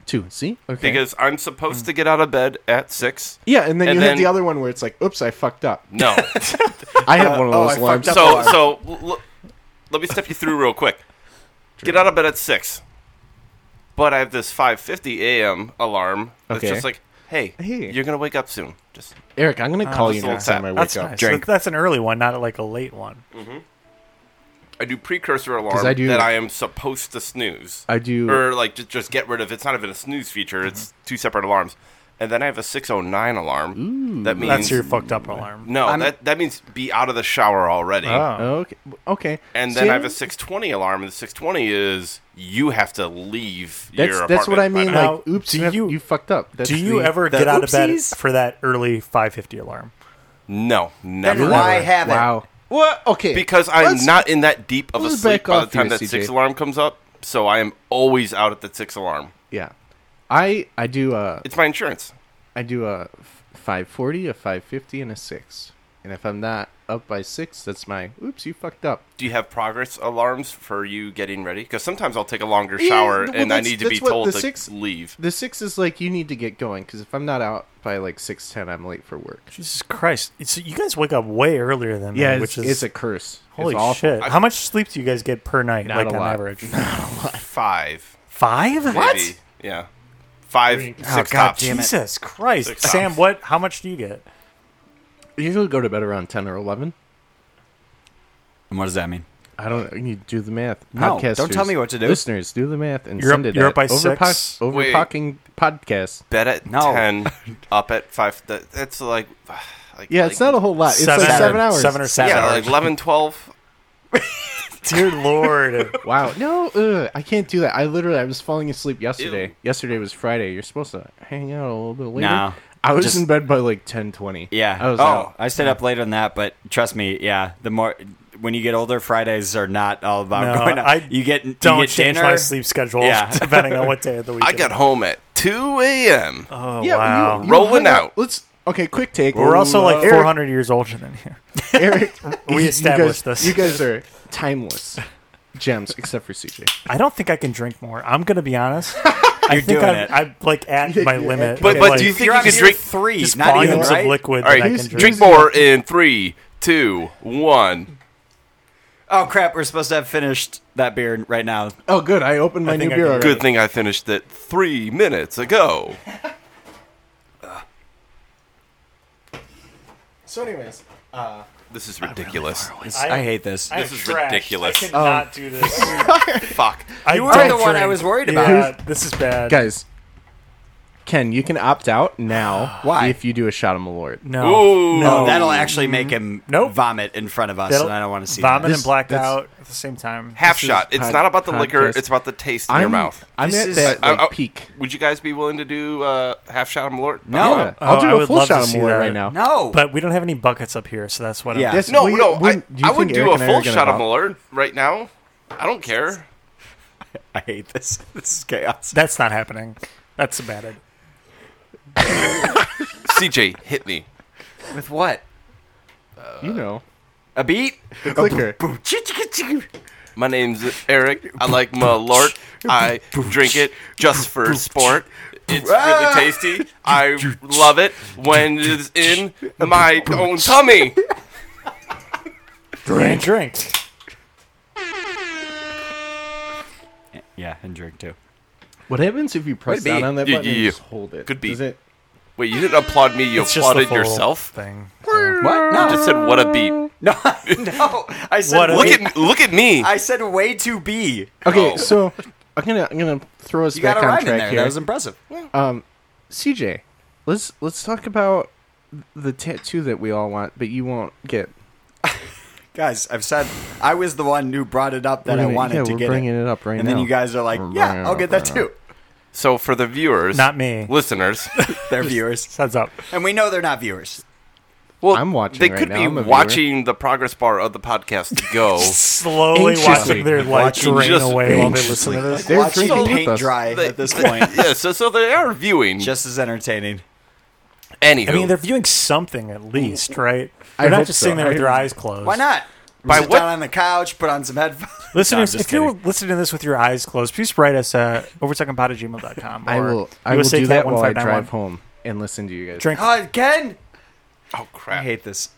Speaker 3: Two. See? Okay.
Speaker 4: Because I'm supposed to get out of bed at six.
Speaker 3: yeah, and then
Speaker 4: and
Speaker 3: Mm. you
Speaker 4: then-
Speaker 3: hit the other one where it's like, "Oops, I fucked up."
Speaker 4: No.
Speaker 3: I have one of
Speaker 2: oh, I
Speaker 3: those
Speaker 2: fucked
Speaker 3: alarms.
Speaker 2: up.
Speaker 4: so
Speaker 2: Double R.
Speaker 4: so l- l- let me step you through real quick. Get out of bed at six, but I have this five fifty a.m. alarm. That's
Speaker 3: Okay.
Speaker 4: just like, hey,
Speaker 3: Hey.
Speaker 4: you're gonna wake up soon. Just
Speaker 3: Eric, I'm gonna call
Speaker 4: that's a
Speaker 3: you
Speaker 4: little
Speaker 3: next time I
Speaker 4: tap.
Speaker 3: wake
Speaker 1: That's
Speaker 3: up.
Speaker 1: nice. That- That's an early one, not like a late one.
Speaker 4: I do precursor alarm
Speaker 3: 'Cause I do-
Speaker 4: that I am supposed to snooze.
Speaker 3: I do- Mm-hmm.
Speaker 4: or like just just get rid of. It's not even a snooze feature. It's two separate alarms, and then I have a six oh nine alarm. that means
Speaker 1: That's your fucked up alarm.
Speaker 4: Mm. no. that that means be out of the shower already.
Speaker 3: Okay. Okay.
Speaker 4: And
Speaker 3: Ah. See,
Speaker 4: then I have a 620 alarm, and the 620 is you have to leave
Speaker 3: That's
Speaker 4: your
Speaker 3: that's what I
Speaker 4: apartment by
Speaker 3: mean.
Speaker 4: now.
Speaker 1: Now,
Speaker 3: like, oops,
Speaker 1: do
Speaker 3: you, have-
Speaker 1: you-
Speaker 3: you fucked up. That's
Speaker 1: Do you
Speaker 3: the-
Speaker 1: ever
Speaker 2: the
Speaker 1: get out of bed
Speaker 2: oopsies?
Speaker 1: for that early 550 alarm?
Speaker 4: No,
Speaker 2: Then
Speaker 4: never.
Speaker 2: why have it?
Speaker 3: Wow. What? Okay.
Speaker 4: Because I'm
Speaker 3: Let's-
Speaker 4: not in that deep of a
Speaker 3: let's
Speaker 4: sleep
Speaker 3: back
Speaker 4: by the
Speaker 3: off
Speaker 4: time
Speaker 3: here,
Speaker 4: that
Speaker 3: CJ.
Speaker 4: six alarm comes up. So I am always out at that six alarm.
Speaker 3: Yeah. I I do uh
Speaker 4: It's my insurance.
Speaker 3: I do a f- 540, a 550, and a 6. And if I'm not up by 6, that's my, oops, you fucked up.
Speaker 4: Do you have progress alarms for you getting ready? Because sometimes I'll take a longer shower
Speaker 3: well,
Speaker 4: and I
Speaker 3: that's-
Speaker 4: need to be
Speaker 3: that's what
Speaker 4: told
Speaker 3: the
Speaker 4: to
Speaker 3: six-
Speaker 4: leave.
Speaker 3: The 6 is like, you need to get going, because if I'm not out by like 610, I'm late for work.
Speaker 1: Jesus Christ. It's, you guys wake up way earlier than
Speaker 3: Yeah,
Speaker 1: me,
Speaker 3: it's,
Speaker 1: which is
Speaker 3: it's a curse.
Speaker 1: holy
Speaker 3: it's awful.
Speaker 1: shit. How much sleep do you guys get per night,
Speaker 3: Not
Speaker 1: like
Speaker 3: a
Speaker 1: on
Speaker 3: lot.
Speaker 1: average?
Speaker 4: Five.
Speaker 1: Five?
Speaker 4: Maybe. Yeah. Five, six
Speaker 2: Oh, God
Speaker 4: tops.
Speaker 2: damn it.
Speaker 1: Jesus Christ.
Speaker 4: Six
Speaker 1: Sam,
Speaker 4: times.
Speaker 1: what? how much do you get?
Speaker 3: I usually go to bed around 10 or 11.
Speaker 2: And what does that mean?
Speaker 3: I don't know. You need to do the math.
Speaker 2: No, don't tell me what to do.
Speaker 3: Listeners, do the math and
Speaker 1: You're up-
Speaker 3: send it
Speaker 1: you're
Speaker 3: at
Speaker 1: up by
Speaker 3: overpo-
Speaker 1: six?
Speaker 4: Wait.
Speaker 3: overpocking podcast.
Speaker 4: Bed at
Speaker 2: No.
Speaker 4: 10, up at 5. That, that's like. like
Speaker 3: Yeah,
Speaker 4: like,
Speaker 3: it's not a whole lot. Uh, It's
Speaker 1: seven,
Speaker 3: like 7 hours.
Speaker 1: Seven or seven.
Speaker 4: Yeah,
Speaker 1: hours.
Speaker 4: like 11, 12.
Speaker 1: Dear Lord.
Speaker 3: Wow. No, ugh, I can't do that. I literally, I was falling asleep yesterday.
Speaker 4: Ew.
Speaker 3: Yesterday was Friday. You're supposed to hang out a little bit later.
Speaker 2: No.
Speaker 3: I was
Speaker 2: Just-
Speaker 3: in bed by like ten twenty.
Speaker 2: Yeah.
Speaker 3: I was
Speaker 2: oh,
Speaker 3: out.
Speaker 2: I stayed up later than that, but trust me, yeah. The more when you get older, Fridays are not all about
Speaker 1: No,
Speaker 2: going out.
Speaker 1: I
Speaker 2: you get you
Speaker 1: Don't
Speaker 2: get
Speaker 1: change
Speaker 2: dinner.
Speaker 1: my sleep schedule
Speaker 2: Yeah.
Speaker 1: depending on what day of the week.
Speaker 4: I
Speaker 1: it
Speaker 4: got
Speaker 1: is.
Speaker 4: home at 2 a.m.
Speaker 1: Oh,
Speaker 3: Yeah,
Speaker 1: wow.
Speaker 3: you- you
Speaker 4: Rolling
Speaker 3: hung
Speaker 4: out.
Speaker 3: Let's okay. Quick take.
Speaker 1: We're also like
Speaker 3: Eric-
Speaker 1: 400 years older than you.
Speaker 3: Eric, you guys-
Speaker 1: established this.
Speaker 3: You guys are timeless gems, except for CJ.
Speaker 1: I don't think I can drink more. I'm gonna be honest. I think
Speaker 2: doing
Speaker 1: I'm,
Speaker 2: it.
Speaker 1: I'm like at my limit.
Speaker 4: But-
Speaker 1: of,
Speaker 4: but
Speaker 1: like,
Speaker 4: do you think
Speaker 2: You're
Speaker 4: you
Speaker 2: on
Speaker 4: could
Speaker 2: beer
Speaker 4: drink-
Speaker 2: three,
Speaker 1: just
Speaker 2: not even
Speaker 1: volumes
Speaker 2: right?
Speaker 1: of liquid
Speaker 4: All
Speaker 1: that I
Speaker 4: right,
Speaker 1: can
Speaker 3: here's-
Speaker 1: drink?
Speaker 4: drink more in three, two, one.
Speaker 2: Oh crap, we're supposed to have finished that beer right now.
Speaker 3: Oh, good. I opened my
Speaker 1: I
Speaker 3: new
Speaker 1: think I
Speaker 3: beer.
Speaker 1: can-
Speaker 3: already.
Speaker 4: Good thing I finished it three minutes ago.
Speaker 3: So, anyways,
Speaker 4: This is ridiculous.
Speaker 2: I, hate this.
Speaker 1: I
Speaker 4: This
Speaker 1: am
Speaker 4: is
Speaker 1: trashed.
Speaker 4: ridiculous.
Speaker 1: I cannot do this.
Speaker 4: Fuck.
Speaker 1: I
Speaker 2: You were
Speaker 1: don't
Speaker 2: the one I
Speaker 1: drink.
Speaker 2: was worried about.
Speaker 1: Yeah, this is bad.
Speaker 3: guys, Ken, you can opt out now.
Speaker 2: Why?
Speaker 3: If you do a shot of Malort.
Speaker 1: No,
Speaker 4: Ooh.
Speaker 2: no, Oh, that'll actually make him
Speaker 1: Mm-hmm. Nope.
Speaker 2: vomit in front of us,
Speaker 1: That'll-
Speaker 2: and I don't want to see
Speaker 1: vomit
Speaker 3: This-
Speaker 1: and blacked
Speaker 3: that's-
Speaker 1: out at the same time.
Speaker 4: Half
Speaker 3: this is
Speaker 4: shot. It's
Speaker 3: pod-
Speaker 4: not about the liquor.
Speaker 3: podcast.
Speaker 4: It's about the taste in
Speaker 3: I'm
Speaker 4: your mouth.
Speaker 3: I'm
Speaker 2: This
Speaker 3: at
Speaker 2: is-
Speaker 3: that
Speaker 4: I-
Speaker 3: like,
Speaker 4: I-
Speaker 3: peak.
Speaker 4: Would you guys be willing to do uh, half shot of Malort?
Speaker 2: No.
Speaker 3: Yeah, I'll
Speaker 1: Oh,
Speaker 3: do
Speaker 1: I
Speaker 3: a
Speaker 1: would
Speaker 3: full
Speaker 1: love to
Speaker 3: shot of
Speaker 1: see
Speaker 3: Malort
Speaker 1: that.
Speaker 3: right now.
Speaker 2: that. No.
Speaker 1: But we don't have any buckets up here, so that's what.
Speaker 2: Yeah.
Speaker 1: I'm,
Speaker 3: That's-
Speaker 4: No,
Speaker 3: Will you-
Speaker 4: no.
Speaker 3: when- do you
Speaker 4: I, I
Speaker 3: think
Speaker 4: would do
Speaker 3: Eric
Speaker 4: a
Speaker 3: and I are
Speaker 4: full
Speaker 3: gonna
Speaker 4: shot of
Speaker 3: go
Speaker 4: Malort right now. I don't care.
Speaker 2: I hate this. This is chaos.
Speaker 1: that's not happening. That's a bad idea.
Speaker 4: CJ, hit me.
Speaker 2: With what?
Speaker 3: You know,
Speaker 2: A beat?
Speaker 3: the clicker.
Speaker 4: My name's Eric. I like Malort. I drink it just for sport. It's really tasty. I love it when it is in my own tummy.
Speaker 1: Drink, drink.
Speaker 2: Yeah, and drink too.
Speaker 3: What happens if you press
Speaker 4: Wait a
Speaker 3: down
Speaker 4: minute.
Speaker 3: on that
Speaker 4: You-
Speaker 3: button and
Speaker 4: you-
Speaker 3: just hold it?
Speaker 4: could be.
Speaker 3: Does it?
Speaker 4: Wait, you didn't applaud me. You
Speaker 1: It's just the
Speaker 4: applauded
Speaker 1: full
Speaker 4: yourself.
Speaker 1: thing.
Speaker 2: What? No.
Speaker 4: You just said, "What a beat."
Speaker 2: No, no. I said
Speaker 1: What a
Speaker 4: Look
Speaker 2: way,
Speaker 1: beat.
Speaker 4: at me- look at me.
Speaker 2: I said way to be.
Speaker 3: Okay,
Speaker 4: Oh.
Speaker 3: so I'm gonna I'm gonna throw us
Speaker 2: You
Speaker 3: back
Speaker 2: got it
Speaker 3: on
Speaker 2: right in
Speaker 3: track
Speaker 2: there.
Speaker 3: here.
Speaker 2: That was impressive.
Speaker 3: um, CJ, let's let's talk about the tattoo that we all want, but you won't get.
Speaker 2: Guys, I've said I was the one who brought it up that I
Speaker 3: We're gonna-
Speaker 2: wanted
Speaker 3: yeah,
Speaker 2: to
Speaker 3: we're
Speaker 2: get
Speaker 3: bringing it up right
Speaker 2: and then
Speaker 3: now.
Speaker 2: you guys are like,
Speaker 3: We're bringing
Speaker 2: "Yeah,
Speaker 3: it
Speaker 2: I'll
Speaker 3: up
Speaker 2: get that
Speaker 3: right
Speaker 2: too."
Speaker 4: So for the viewers,
Speaker 1: Not me.
Speaker 4: listeners,
Speaker 2: They're viewers,
Speaker 1: Heads up.
Speaker 2: and we know they're not viewers.
Speaker 4: well,
Speaker 3: I'm watching
Speaker 4: They
Speaker 3: right
Speaker 4: could
Speaker 3: now.
Speaker 4: be
Speaker 3: I'm a viewer.
Speaker 4: watching the progress bar of the podcast go.
Speaker 1: Slowly
Speaker 3: Anxiously.
Speaker 1: watching their light
Speaker 2: Watching
Speaker 1: drain
Speaker 4: just
Speaker 1: away while they listen to
Speaker 2: Like,
Speaker 1: this.
Speaker 3: They're
Speaker 2: watching
Speaker 3: drinking with
Speaker 2: paint
Speaker 3: us.
Speaker 2: dry
Speaker 4: They-
Speaker 2: at this point,
Speaker 4: yeah, so so they are viewing. Just
Speaker 2: just as entertaining.
Speaker 4: anywho,
Speaker 1: I mean, they're viewing something at least, right?
Speaker 3: I
Speaker 1: They're not
Speaker 3: hope
Speaker 1: just
Speaker 3: so.
Speaker 1: sitting there with
Speaker 3: I-
Speaker 1: their eyes closed.
Speaker 2: Why not?
Speaker 4: By
Speaker 2: Sit
Speaker 4: what-
Speaker 2: down on the couch, put on some headphones.
Speaker 1: Listeners,
Speaker 2: No, I'm just
Speaker 1: if you're listening to this with your eyes closed, please write us at oversecondpod at gmail.com.
Speaker 3: I
Speaker 1: or
Speaker 3: will. I will
Speaker 1: USA
Speaker 3: do
Speaker 1: Cat
Speaker 3: that while I
Speaker 1: 1591.
Speaker 3: drive home and listen to you guys.
Speaker 1: Drink.
Speaker 2: Oh, Ken,
Speaker 4: oh
Speaker 2: I
Speaker 4: crap!
Speaker 2: hate this.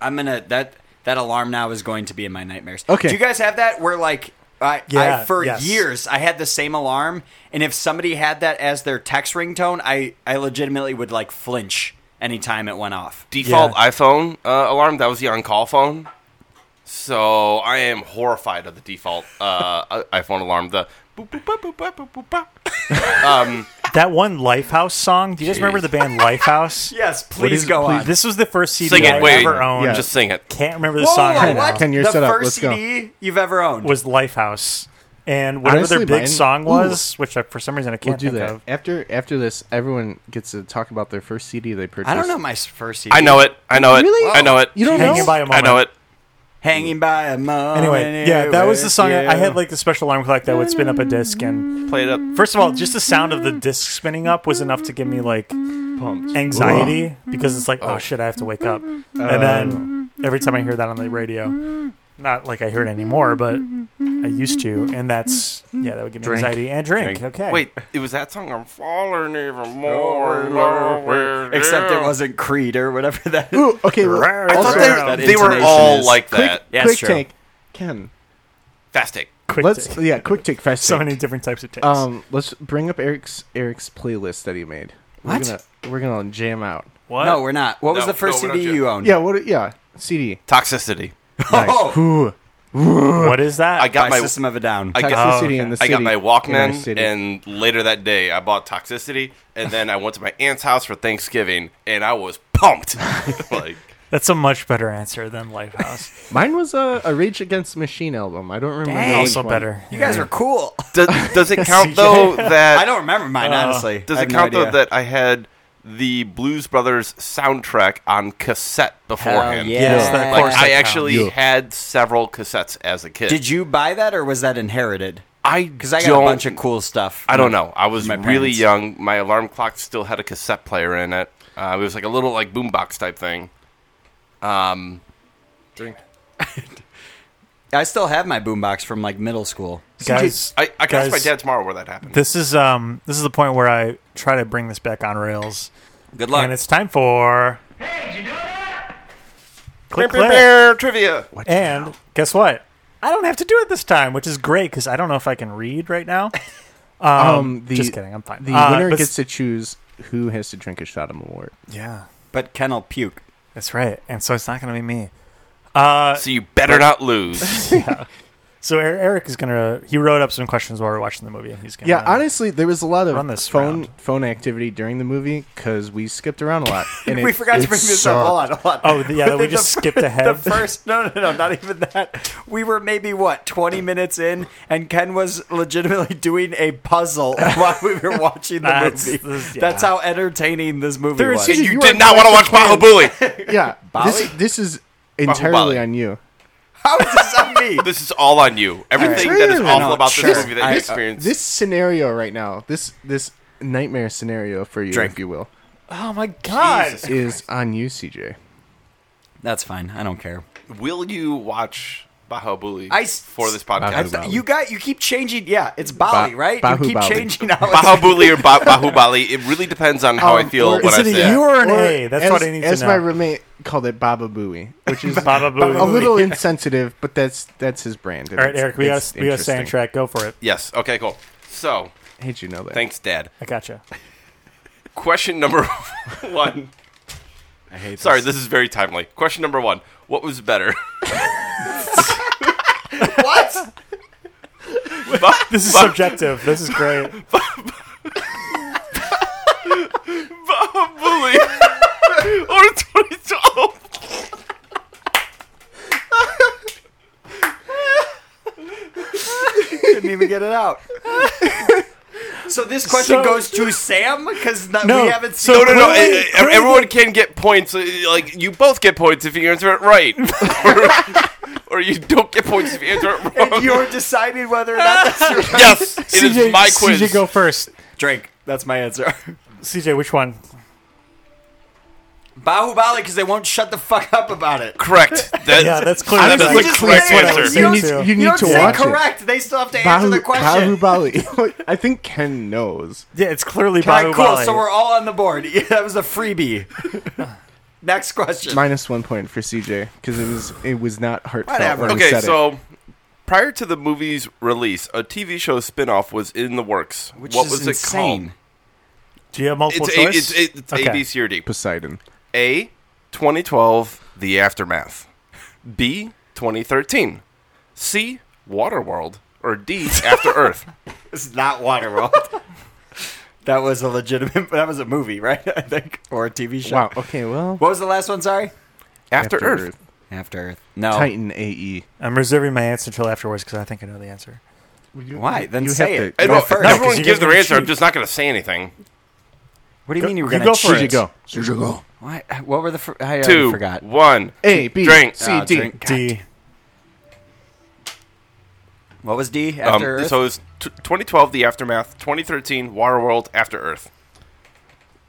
Speaker 2: I'm gonna that that alarm now is going to be in my nightmares.
Speaker 3: Okay.
Speaker 2: Do you guys have that? Where like I, I
Speaker 1: Yeah,
Speaker 2: for
Speaker 1: yes.
Speaker 2: years I had the same alarm, and if somebody had that as their text ringtone, I I legitimately would like flinch anytime it went off.
Speaker 4: Default
Speaker 1: Yeah.
Speaker 4: iPhone uh, alarm. That was the on-call phone. So I am horrified of the default uh, i- iPhone alarm. The boop boop boop boop boop boop boop. boop.
Speaker 1: That one Lifehouse song. Do you guys remember the band Lifehouse?
Speaker 2: Yes,
Speaker 1: What
Speaker 2: please
Speaker 1: is-
Speaker 2: go on.
Speaker 1: This was the first CD
Speaker 4: Sing
Speaker 1: I
Speaker 4: it. Wait,
Speaker 1: ever owned.
Speaker 3: Yeah.
Speaker 4: just sing it.
Speaker 1: Can't remember the
Speaker 2: Whoa,
Speaker 1: song right
Speaker 2: what?
Speaker 1: now.
Speaker 3: Ten years
Speaker 2: the
Speaker 3: set up,
Speaker 2: first
Speaker 3: let's go.
Speaker 2: CD you've ever owned.
Speaker 1: Was Lifehouse. And whatever
Speaker 3: Honestly,
Speaker 1: their big
Speaker 3: mine-
Speaker 1: song
Speaker 3: Ooh.
Speaker 1: was, which I, for some reason I
Speaker 3: We'll
Speaker 1: can't
Speaker 3: do
Speaker 1: think
Speaker 3: that
Speaker 1: of.
Speaker 3: after after this. Everyone gets to talk about their first CD they purchased.
Speaker 2: I don't know my s- first CD.
Speaker 4: I know it. I know it.
Speaker 3: Really?
Speaker 4: I know it.
Speaker 3: You don't
Speaker 1: Hanging
Speaker 3: know?
Speaker 1: by a
Speaker 4: I
Speaker 1: moment.
Speaker 4: know it.
Speaker 2: Hanging by a moment.
Speaker 1: Anyway, yeah,
Speaker 2: here
Speaker 1: that was the
Speaker 2: with
Speaker 1: song I- I
Speaker 2: you.
Speaker 1: had like the special alarm clock that would spin up a disc and
Speaker 4: Play it up.
Speaker 1: first of all, just the sound of the disc spinning up was enough to give me like
Speaker 3: Pumped.
Speaker 1: anxiety because it's like, oh shit, I have to wake up. And
Speaker 3: Uh.
Speaker 1: then every time I hear that on the radio, not like I hear it anymore, but I used to, and that's yeah, that would give me
Speaker 2: Drink.
Speaker 1: anxiety and drink. Okay,
Speaker 4: Wait, it was that song. I'm falling even more. in love with
Speaker 2: Except
Speaker 4: you."
Speaker 2: it wasn't Creed or whatever that.
Speaker 3: Ooh, okay. Well,
Speaker 1: I
Speaker 4: I
Speaker 1: Also,
Speaker 4: thought
Speaker 2: that
Speaker 4: they, they were
Speaker 2: intonation
Speaker 4: all
Speaker 2: is-
Speaker 4: like
Speaker 3: quick,
Speaker 4: that.
Speaker 2: Yeah, it's
Speaker 3: quick
Speaker 2: true.
Speaker 3: take, Ken.
Speaker 4: Fast take.
Speaker 1: quick
Speaker 3: Let's
Speaker 1: take.
Speaker 3: yeah, quick take, fast
Speaker 1: so
Speaker 3: take.
Speaker 1: many different types of takes.
Speaker 3: Um, let's bring up Eric's Eric's playlist that he made. We're
Speaker 2: What?
Speaker 3: Gonna, we're gonna jam out.
Speaker 1: what?
Speaker 2: No, we're not. What was
Speaker 4: No,
Speaker 2: the first
Speaker 4: no, we're
Speaker 2: CD
Speaker 4: not
Speaker 2: you owned?
Speaker 3: Yeah. What? Yeah. CD.
Speaker 4: Toxicity.
Speaker 2: Oh,
Speaker 1: what is that?
Speaker 4: I
Speaker 2: by
Speaker 4: got my
Speaker 2: System of a Down.
Speaker 4: I got,
Speaker 3: Toxicity
Speaker 1: okay.
Speaker 3: in the
Speaker 4: I
Speaker 3: city.
Speaker 4: got my
Speaker 3: in our
Speaker 4: Walkman,
Speaker 3: city.
Speaker 4: and later that day, I bought Toxicity, and then I went to my aunt's house for Thanksgiving, and I was pumped. like,
Speaker 1: That's a much better answer than Lifehouse.
Speaker 3: mine was a, a Rage Against the Machine album. I don't remember.
Speaker 2: Dang.
Speaker 3: which
Speaker 1: also
Speaker 3: one.
Speaker 1: better.
Speaker 2: you guys are cool.
Speaker 4: does, does it count though that Uh,
Speaker 2: I don't remember mine honestly.
Speaker 4: Does
Speaker 2: I
Speaker 4: it
Speaker 2: have no
Speaker 4: count though
Speaker 2: idea.
Speaker 4: that I had the Blues Brothers soundtrack on cassette beforehand?
Speaker 2: Hell yeah.
Speaker 1: Yes, that- of
Speaker 4: Like,
Speaker 1: course that
Speaker 4: I
Speaker 1: counts.
Speaker 4: actually
Speaker 3: Yeah.
Speaker 4: had several cassettes as a kid.
Speaker 2: Did you buy that or was that inherited?
Speaker 4: I
Speaker 2: Because I got
Speaker 4: don't,
Speaker 2: a bunch of cool stuff.
Speaker 4: I don't know. I was
Speaker 2: My
Speaker 4: really
Speaker 2: parents.
Speaker 4: young. My alarm clock still had a cassette player in it. Uh, it was like a little like boombox type thing. Um,
Speaker 2: I still have my boombox from like middle school.
Speaker 1: guys.
Speaker 4: I, I can ask
Speaker 1: guys,
Speaker 4: my dad tomorrow where that happened.
Speaker 1: This is um this is the point where I try to bring this back on rails,
Speaker 4: Good luck.
Speaker 1: and it's time for
Speaker 4: Bear,
Speaker 1: click
Speaker 4: bear,
Speaker 1: click.
Speaker 4: bear, trivia.
Speaker 1: And guess what? I don't have to do it this time, which is great because I don't know if I can read right now. Um,
Speaker 3: Um, the,
Speaker 1: just kidding, I'm fine.
Speaker 3: The
Speaker 1: Uh,
Speaker 3: winner
Speaker 1: but-
Speaker 3: gets to choose who has to drink a shot of Malort.
Speaker 1: Yeah,
Speaker 2: But Kennel puke.
Speaker 1: that's right. And so it's not going to be me. Uh,
Speaker 4: So you better not lose.
Speaker 1: so Er- Eric is going to. He wrote up some questions while we are watching the movie, and he's going.
Speaker 3: Yeah, honestly, there was a lot
Speaker 1: Run
Speaker 3: of
Speaker 1: this
Speaker 3: phone
Speaker 1: round.
Speaker 3: phone activity during the movie because we skipped around a lot. And
Speaker 2: we
Speaker 3: it-
Speaker 2: forgot
Speaker 3: it
Speaker 2: to bring this up. Hold on,
Speaker 3: sucked.
Speaker 2: hold on.
Speaker 1: Oh, the- yeah, that we
Speaker 2: The
Speaker 1: just
Speaker 2: fir-
Speaker 1: skipped ahead.
Speaker 2: The first, no, no, no, not even that. We were maybe what twenty minutes in, and Ken was legitimately doing a puzzle while we were watching the
Speaker 1: That's-
Speaker 2: movie.
Speaker 1: this- yeah.
Speaker 2: That's how entertaining this movie
Speaker 1: There is-
Speaker 2: was.
Speaker 4: And you,
Speaker 3: You
Speaker 4: did
Speaker 3: are
Speaker 4: not want to watch Bahubuli.
Speaker 3: Yeah,
Speaker 2: Bali?
Speaker 3: this this is entirely
Speaker 4: Bali.
Speaker 3: on you.
Speaker 2: How is this on me?
Speaker 4: this is all on you. Everything that is
Speaker 3: Sure.
Speaker 4: awful
Speaker 2: No,
Speaker 4: about
Speaker 2: sure.
Speaker 4: this movie that
Speaker 2: I- uh,
Speaker 4: you experienced.
Speaker 3: This scenario right now, this this nightmare scenario for you,
Speaker 2: Drink.
Speaker 3: if you will,
Speaker 1: Oh my god!
Speaker 4: Jesus.
Speaker 3: is on you, CJ.
Speaker 2: That's fine. I don't care.
Speaker 4: Will you watch Bahubuli
Speaker 2: I s-
Speaker 4: for this podcast?
Speaker 2: I th- you got. You keep changing. Yeah, it's Bali,
Speaker 3: Ba-
Speaker 2: right?
Speaker 3: Bahu
Speaker 2: you keep
Speaker 3: Bali.
Speaker 2: changing how it's-
Speaker 4: Bahubuli or ba- Bahubali. It really depends on how I
Speaker 3: Um,
Speaker 4: feel
Speaker 3: or
Speaker 4: when
Speaker 1: is
Speaker 4: I
Speaker 1: it a
Speaker 4: say
Speaker 1: you
Speaker 4: it.
Speaker 1: or an
Speaker 3: Or
Speaker 1: A? That's
Speaker 3: as,
Speaker 1: what I need
Speaker 3: as
Speaker 1: to
Speaker 3: my
Speaker 1: know.
Speaker 3: roommate called it, Baba Booey, which is
Speaker 1: Baba Booey.
Speaker 3: a little insensitive, but that's that's his brand.
Speaker 1: All right, Eric, we got we got a soundtrack. Go for it.
Speaker 4: Yes. Okay. Cool. So,
Speaker 3: Hate you know that.
Speaker 4: thanks, Dad.
Speaker 1: I gotcha.
Speaker 4: Question number one.
Speaker 2: I hate. This.
Speaker 4: Sorry, this is very timely. Question number one: What was better?
Speaker 2: What?
Speaker 1: This is subjective. This is great.
Speaker 4: Bahubuli
Speaker 2: couldn't even get it out. so this question
Speaker 1: So-
Speaker 2: goes to Sam because
Speaker 1: No,
Speaker 2: we haven't
Speaker 1: so
Speaker 2: seen.
Speaker 4: No, no, no.
Speaker 1: Clearly-
Speaker 4: eh, eh,
Speaker 1: clearly-
Speaker 4: everyone can get points. eh, Like, you both get points if you answer it right. or, you don't get points if you answer it wrong.
Speaker 2: And you're deciding whether or not that's your
Speaker 4: yes, it is
Speaker 1: CJ,
Speaker 4: my quiz.
Speaker 1: CJ, go first.
Speaker 2: drink. That's my answer.
Speaker 1: CJ, which one?
Speaker 2: Bahubali because they won't shut the fuck up about it.
Speaker 4: Correct. That,
Speaker 1: Yeah, that's clear.
Speaker 4: That
Speaker 1: That's
Speaker 2: You
Speaker 4: is
Speaker 1: like
Speaker 4: the
Speaker 2: just
Speaker 4: correct
Speaker 1: what
Speaker 2: literally-
Speaker 1: I
Speaker 4: answer.
Speaker 1: was
Speaker 2: You,
Speaker 1: saying.
Speaker 2: don't-
Speaker 1: too.
Speaker 3: You
Speaker 2: you
Speaker 3: need
Speaker 2: don't
Speaker 3: to
Speaker 2: say
Speaker 3: watch it.
Speaker 2: correct. They still have to answer
Speaker 3: Bahu,
Speaker 2: the question.
Speaker 3: Bahubali. I think Ken knows.
Speaker 1: Yeah, it's clearly
Speaker 2: All right,
Speaker 1: Bahu
Speaker 2: cool.
Speaker 1: Bali.
Speaker 2: So we're all on the board. Yeah, that was a freebie. Next question.
Speaker 3: Minus one point for CJ because it was it was not heartfelt.
Speaker 2: Whatever.
Speaker 3: when he
Speaker 4: Okay,
Speaker 3: said it.
Speaker 4: so prior to the movie's release, a TV show spinoff was in the works.
Speaker 2: Which
Speaker 4: what
Speaker 2: is
Speaker 4: was
Speaker 2: insane.
Speaker 4: it
Speaker 1: Do you have
Speaker 4: called?
Speaker 1: multiple
Speaker 4: It's, a,
Speaker 1: choice?
Speaker 4: it's, a, it's
Speaker 1: Okay.
Speaker 4: A, B, C, or D.
Speaker 3: Poseidon.
Speaker 4: A, 2012, The Aftermath. B, 2013. C, Waterworld. Or D, After Earth.
Speaker 2: It's not Waterworld. that was a legitimate. That was a movie, right? I think, or a TV show.
Speaker 3: Wow. Okay. Well,
Speaker 2: What was the last one? Sorry.
Speaker 4: After, Earth.
Speaker 2: After Earth. No.
Speaker 3: Titan E. AE.
Speaker 1: I'm reserving my answer until afterwards because I think I know the answer.
Speaker 2: Why? Then
Speaker 3: you
Speaker 2: say
Speaker 3: have
Speaker 2: it.
Speaker 3: to-
Speaker 4: I
Speaker 2: Go
Speaker 4: know,
Speaker 2: first.
Speaker 1: No, 'cause
Speaker 4: everyone
Speaker 1: you
Speaker 4: gives
Speaker 1: guys are
Speaker 4: their answer. I'm
Speaker 1: cheap.
Speaker 4: just not going to say anything.
Speaker 2: What do you mean you were
Speaker 1: you
Speaker 2: gonna
Speaker 1: go for
Speaker 2: cheat?
Speaker 1: it.
Speaker 3: CJ go.
Speaker 2: What? What were the? Fr- I already
Speaker 4: Two,
Speaker 2: forgot.
Speaker 4: one,
Speaker 3: A B
Speaker 4: Drink.
Speaker 3: C
Speaker 2: Ah,
Speaker 3: D.
Speaker 2: drink.
Speaker 1: D.
Speaker 2: What was D?
Speaker 4: Um,
Speaker 2: After Earth.
Speaker 4: so it's t- 2012, The Aftermath. 2013, Waterworld. After Earth.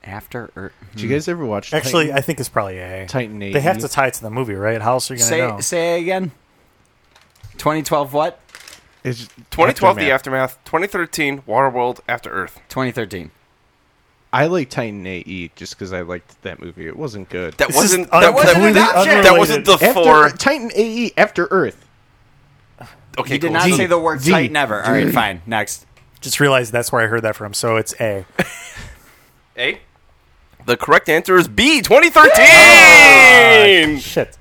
Speaker 2: After Earth.
Speaker 3: Did you guys ever watch?
Speaker 1: Actually,
Speaker 3: Titan?
Speaker 1: I think it's probably A.
Speaker 3: Titan AE.
Speaker 1: They have to tie it to the movie, right? How else are you gonna
Speaker 2: Say
Speaker 1: know?
Speaker 2: say again. 2012. What?
Speaker 3: It's just-
Speaker 4: 2012, The
Speaker 3: Aftermath.
Speaker 4: Aftermath. 2013, Waterworld. After Earth.
Speaker 2: 2013.
Speaker 3: I like Titan AE just because I liked that movie. It wasn't good.
Speaker 4: That
Speaker 1: This is
Speaker 4: wasn't that,
Speaker 2: completely
Speaker 4: wasn't that,
Speaker 2: unrelated.
Speaker 4: that wasn't the
Speaker 3: after
Speaker 4: four.
Speaker 3: Titan AE After Earth.
Speaker 4: Okay,
Speaker 2: You did
Speaker 4: cool.
Speaker 2: not
Speaker 4: So-
Speaker 2: say the word
Speaker 3: D.
Speaker 2: Titan ever. All right, fine. Next.
Speaker 1: Just realized that's where I heard that from. So it's A.
Speaker 4: A. The correct answer is B. 2013.
Speaker 1: Shit.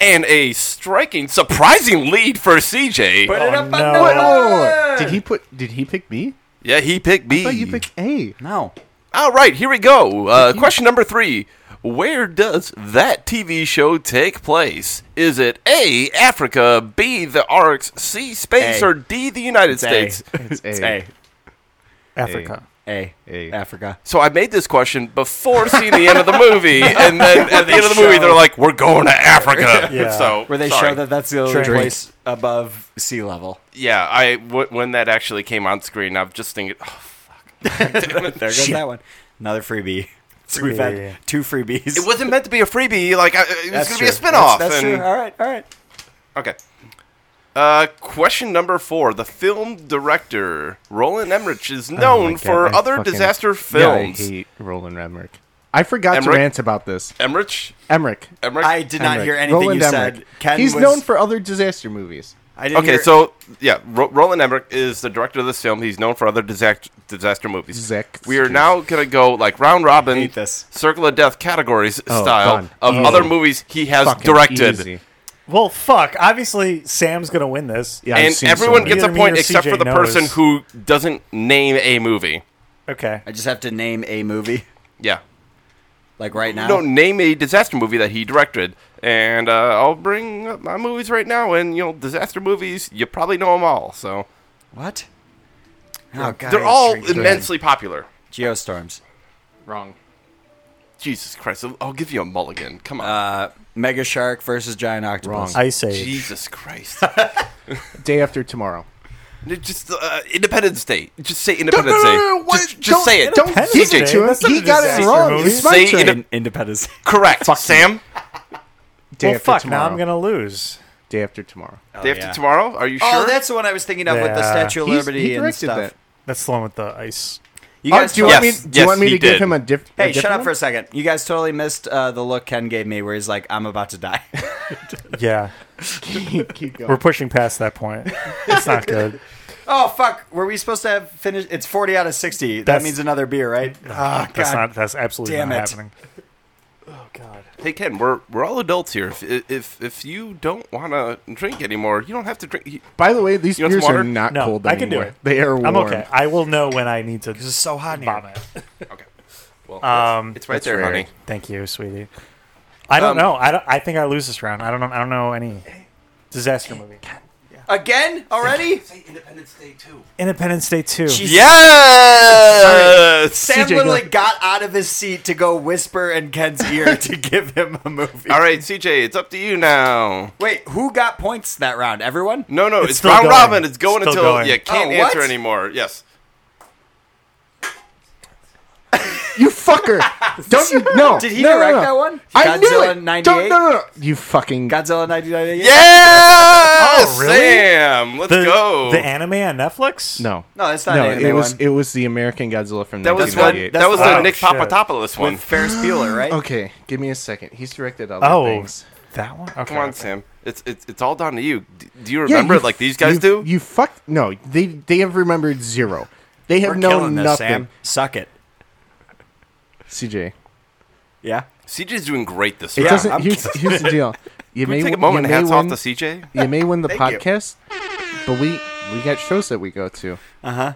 Speaker 4: and a striking, surprising lead for CJ.
Speaker 3: Oh,
Speaker 2: Put it up
Speaker 1: no.
Speaker 2: another.
Speaker 3: Did he put? Did he pick B?
Speaker 4: yeah, he picked B.
Speaker 3: I thought you picked E. A.
Speaker 2: No.
Speaker 4: All right, here we go. Uh, question number three. Where does that TV show take place? Is it A, Africa, B, the Arcs, C, space,
Speaker 2: A.
Speaker 4: or D, the United States?
Speaker 3: It's A.
Speaker 2: It's A.
Speaker 1: Africa.
Speaker 2: A.
Speaker 3: A.
Speaker 2: Africa.
Speaker 4: So I made this question before seeing the end of the movie, and then at the end of the movie, they're like, "We're going to Africa."
Speaker 1: Yeah.
Speaker 4: So
Speaker 2: Where they
Speaker 4: sorry.
Speaker 2: show that that's the only
Speaker 1: Drink.
Speaker 2: place above sea level.
Speaker 4: Yeah, I w- when that actually came on screen, I'm just thinking, oh,
Speaker 2: There goes that one. Another freebie. So we've
Speaker 1: Yeah.
Speaker 2: had two freebies.
Speaker 4: it wasn't meant to be a freebie. Like I, it was
Speaker 2: That's
Speaker 4: going to be a
Speaker 2: true.
Speaker 4: spinoff.
Speaker 2: That's, that's
Speaker 4: and-
Speaker 2: true. All right, all right.
Speaker 4: Okay. Uh, question number four. The film director Roland Emmerich is
Speaker 3: Oh
Speaker 4: known for other disaster films.
Speaker 3: I hate Roland Emmerich. I forgot
Speaker 4: Emmerich?
Speaker 3: to rant about this.
Speaker 4: Emmerich.
Speaker 3: Emmerich.
Speaker 4: Emmerich.
Speaker 2: I did not
Speaker 3: Emmerich.
Speaker 2: hear anything
Speaker 3: Roland
Speaker 2: you
Speaker 3: Emmerich.
Speaker 2: said. Ken
Speaker 3: He's
Speaker 2: was-
Speaker 3: known for other disaster movies.
Speaker 2: I didn't
Speaker 4: Okay,
Speaker 2: hear-
Speaker 4: so yeah, Ro- Roland Emmerich is the director of this film. He's known for other disaster disaster movies.
Speaker 3: Zac-
Speaker 4: We are now gonna go like round robin,
Speaker 2: hate this.
Speaker 4: circle of death categories
Speaker 3: Oh,
Speaker 4: style
Speaker 3: done.
Speaker 4: of
Speaker 3: Easy.
Speaker 4: other movies he has
Speaker 3: Fucking
Speaker 4: directed.
Speaker 3: easy.
Speaker 1: Well, fuck. Obviously, Sam's gonna win this.
Speaker 3: Yeah, I've
Speaker 4: And
Speaker 3: seen so
Speaker 4: everyone
Speaker 3: many.
Speaker 4: gets a
Speaker 1: Either me
Speaker 4: point
Speaker 1: or
Speaker 4: except
Speaker 1: CJ
Speaker 4: for the
Speaker 1: knows.
Speaker 4: person who doesn't name a movie.
Speaker 1: Okay.
Speaker 2: I just have to name a movie
Speaker 4: Yeah.
Speaker 2: like right now.
Speaker 4: No, name a disaster movie that he directed, and uh, I'll bring up my movies right now. And you know, disaster movies, you probably know them all. So
Speaker 2: What? Oh god.
Speaker 4: they're all
Speaker 2: it's drinking.
Speaker 4: immensely popular.
Speaker 2: geostorms.
Speaker 3: Wrong.
Speaker 4: Jesus Christ! I'll, I'll give you a mulligan. Come on,
Speaker 2: Uh, Mega Shark versus Giant Octopus.
Speaker 3: Wrong.
Speaker 1: Ice Age.
Speaker 4: Jesus Christ!
Speaker 3: Day after tomorrow.
Speaker 4: just uh, Independence Day. Just say Independence
Speaker 3: no,
Speaker 4: Day.
Speaker 3: no, what?
Speaker 4: Just, just
Speaker 3: Don't-
Speaker 4: say it.
Speaker 3: don't-
Speaker 1: Independence
Speaker 3: He did
Speaker 1: Day?
Speaker 3: to him.
Speaker 1: That's not
Speaker 3: He
Speaker 1: a
Speaker 3: got it
Speaker 1: disaster
Speaker 3: wrong.
Speaker 1: movie.
Speaker 3: It's my
Speaker 4: Say
Speaker 3: turn.
Speaker 4: Inde-
Speaker 2: Independence.
Speaker 4: correct, Sam.
Speaker 3: Day
Speaker 1: well,
Speaker 3: after
Speaker 1: fuck.
Speaker 3: tomorrow.
Speaker 1: Now I'm gonna lose.
Speaker 3: Day after tomorrow.
Speaker 4: Day after
Speaker 2: Oh, yeah.
Speaker 4: tomorrow. Are you sure?
Speaker 2: Oh, that's the one I was thinking of with the
Speaker 1: Yeah.
Speaker 2: Statue of
Speaker 3: He's-
Speaker 2: Liberty
Speaker 3: he
Speaker 2: and
Speaker 3: directed
Speaker 2: stuff.
Speaker 3: that.
Speaker 1: That's the one with the ice.
Speaker 2: You
Speaker 3: Oh,
Speaker 2: guys,
Speaker 3: do you
Speaker 2: totally-
Speaker 3: want me?
Speaker 4: Yes,
Speaker 3: Do you want
Speaker 4: yes,
Speaker 3: me
Speaker 4: he
Speaker 3: to give
Speaker 4: did.
Speaker 3: him a diff- a
Speaker 2: Hey, shut
Speaker 3: different
Speaker 2: up for a
Speaker 3: one?
Speaker 2: second. You guys totally missed uh, the look Ken gave me, where he's like, "I'm about to die."
Speaker 1: Yeah,
Speaker 3: keep, keep going.
Speaker 1: we're pushing past that point. It's not good.
Speaker 2: oh fuck! Were we supposed to have finished? It's 40 out of 60.
Speaker 1: That's-
Speaker 2: that means another beer, right? Ah,
Speaker 1: That's
Speaker 2: God.
Speaker 1: not. That's absolutely
Speaker 2: damn
Speaker 1: not
Speaker 2: it.
Speaker 1: happening. Oh God.
Speaker 4: hey Ken, we're we're all adults here. If if if you don't want to drink anymore, you don't have to drink.
Speaker 3: By the way, these
Speaker 4: You want
Speaker 3: beers
Speaker 4: some
Speaker 3: are
Speaker 4: water?
Speaker 3: not
Speaker 1: No,
Speaker 3: cold
Speaker 1: I can do
Speaker 3: anymore.
Speaker 1: it.
Speaker 3: They are warm.
Speaker 1: I'm okay. I will know when I need to.
Speaker 2: It's so hot in here.
Speaker 1: vomit.
Speaker 4: Okay. Well,
Speaker 1: Um,
Speaker 4: it's right
Speaker 3: that's
Speaker 4: there,
Speaker 3: rare.
Speaker 4: honey.
Speaker 1: Thank you, sweetie. I don't
Speaker 4: Um,
Speaker 1: know. I don't. I think I lose this round. I don't know. I don't know any disaster movie. Yeah.
Speaker 2: Again? Already?
Speaker 5: Say Independence Day too.
Speaker 1: Independence Day 2.
Speaker 2: Jeez.
Speaker 4: Yes.
Speaker 2: Sam
Speaker 1: CJ,
Speaker 2: literally
Speaker 1: go.
Speaker 2: got out of his seat to go whisper in Ken's ear to give him a movie.
Speaker 4: All right, CJ, it's up to you now.
Speaker 2: Wait, who got points that round? Everyone?
Speaker 4: No, no,
Speaker 1: It's
Speaker 4: it's,
Speaker 1: still
Speaker 4: round
Speaker 1: going.
Speaker 4: robin. It's going
Speaker 1: Still
Speaker 4: until
Speaker 1: going.
Speaker 4: you can't
Speaker 2: Oh, what?
Speaker 4: answer anymore. Yes.
Speaker 3: You fucker! Don't you? No.
Speaker 2: Did he
Speaker 3: no, no,
Speaker 2: direct
Speaker 3: no.
Speaker 2: that one?
Speaker 3: I knew
Speaker 2: Godzilla
Speaker 3: it.
Speaker 2: 98?
Speaker 3: Don't, no, no, no. You fucking.
Speaker 2: Godzilla 1998?
Speaker 4: Yes,
Speaker 1: really?
Speaker 4: Sam. Let's
Speaker 1: the,
Speaker 4: go.
Speaker 1: the anime on Netflix?
Speaker 3: No.
Speaker 2: No, it's not
Speaker 3: No,
Speaker 2: an anime
Speaker 3: it was
Speaker 2: one.
Speaker 3: it was the American Godzilla from
Speaker 4: that was what,
Speaker 3: 1998.
Speaker 4: that was
Speaker 1: That's-
Speaker 4: the
Speaker 1: oh,
Speaker 4: Nick
Speaker 1: shit.
Speaker 4: Papadopoulos one.
Speaker 2: With Ferris Bueller, right?
Speaker 3: okay, give me a second. He's directed other
Speaker 1: Oh,
Speaker 3: things.
Speaker 1: that one? Okay.
Speaker 4: Come on, Sam. It's it's it's all down to you. D- Do you
Speaker 3: Yeah,
Speaker 4: remember
Speaker 3: you
Speaker 4: it like these
Speaker 3: f-
Speaker 4: guys
Speaker 3: you-
Speaker 4: do?
Speaker 3: You fuck no. They they have remembered zero. They have
Speaker 2: We're
Speaker 3: known
Speaker 2: killing this,
Speaker 3: nothing.
Speaker 2: Sam. Suck it.
Speaker 3: CJ, it
Speaker 2: Yeah.
Speaker 4: CJ's doing great this round.
Speaker 3: doesn't.
Speaker 2: I'm
Speaker 3: Here's, here's the deal. You
Speaker 4: Can we
Speaker 3: may
Speaker 4: take a
Speaker 3: win-
Speaker 4: moment
Speaker 3: you
Speaker 4: and hats
Speaker 3: may
Speaker 4: off to
Speaker 3: win-
Speaker 4: CJ.
Speaker 3: You may win the
Speaker 2: Thank you.
Speaker 3: podcast, but we we got shows that we go to.
Speaker 2: Uh-huh.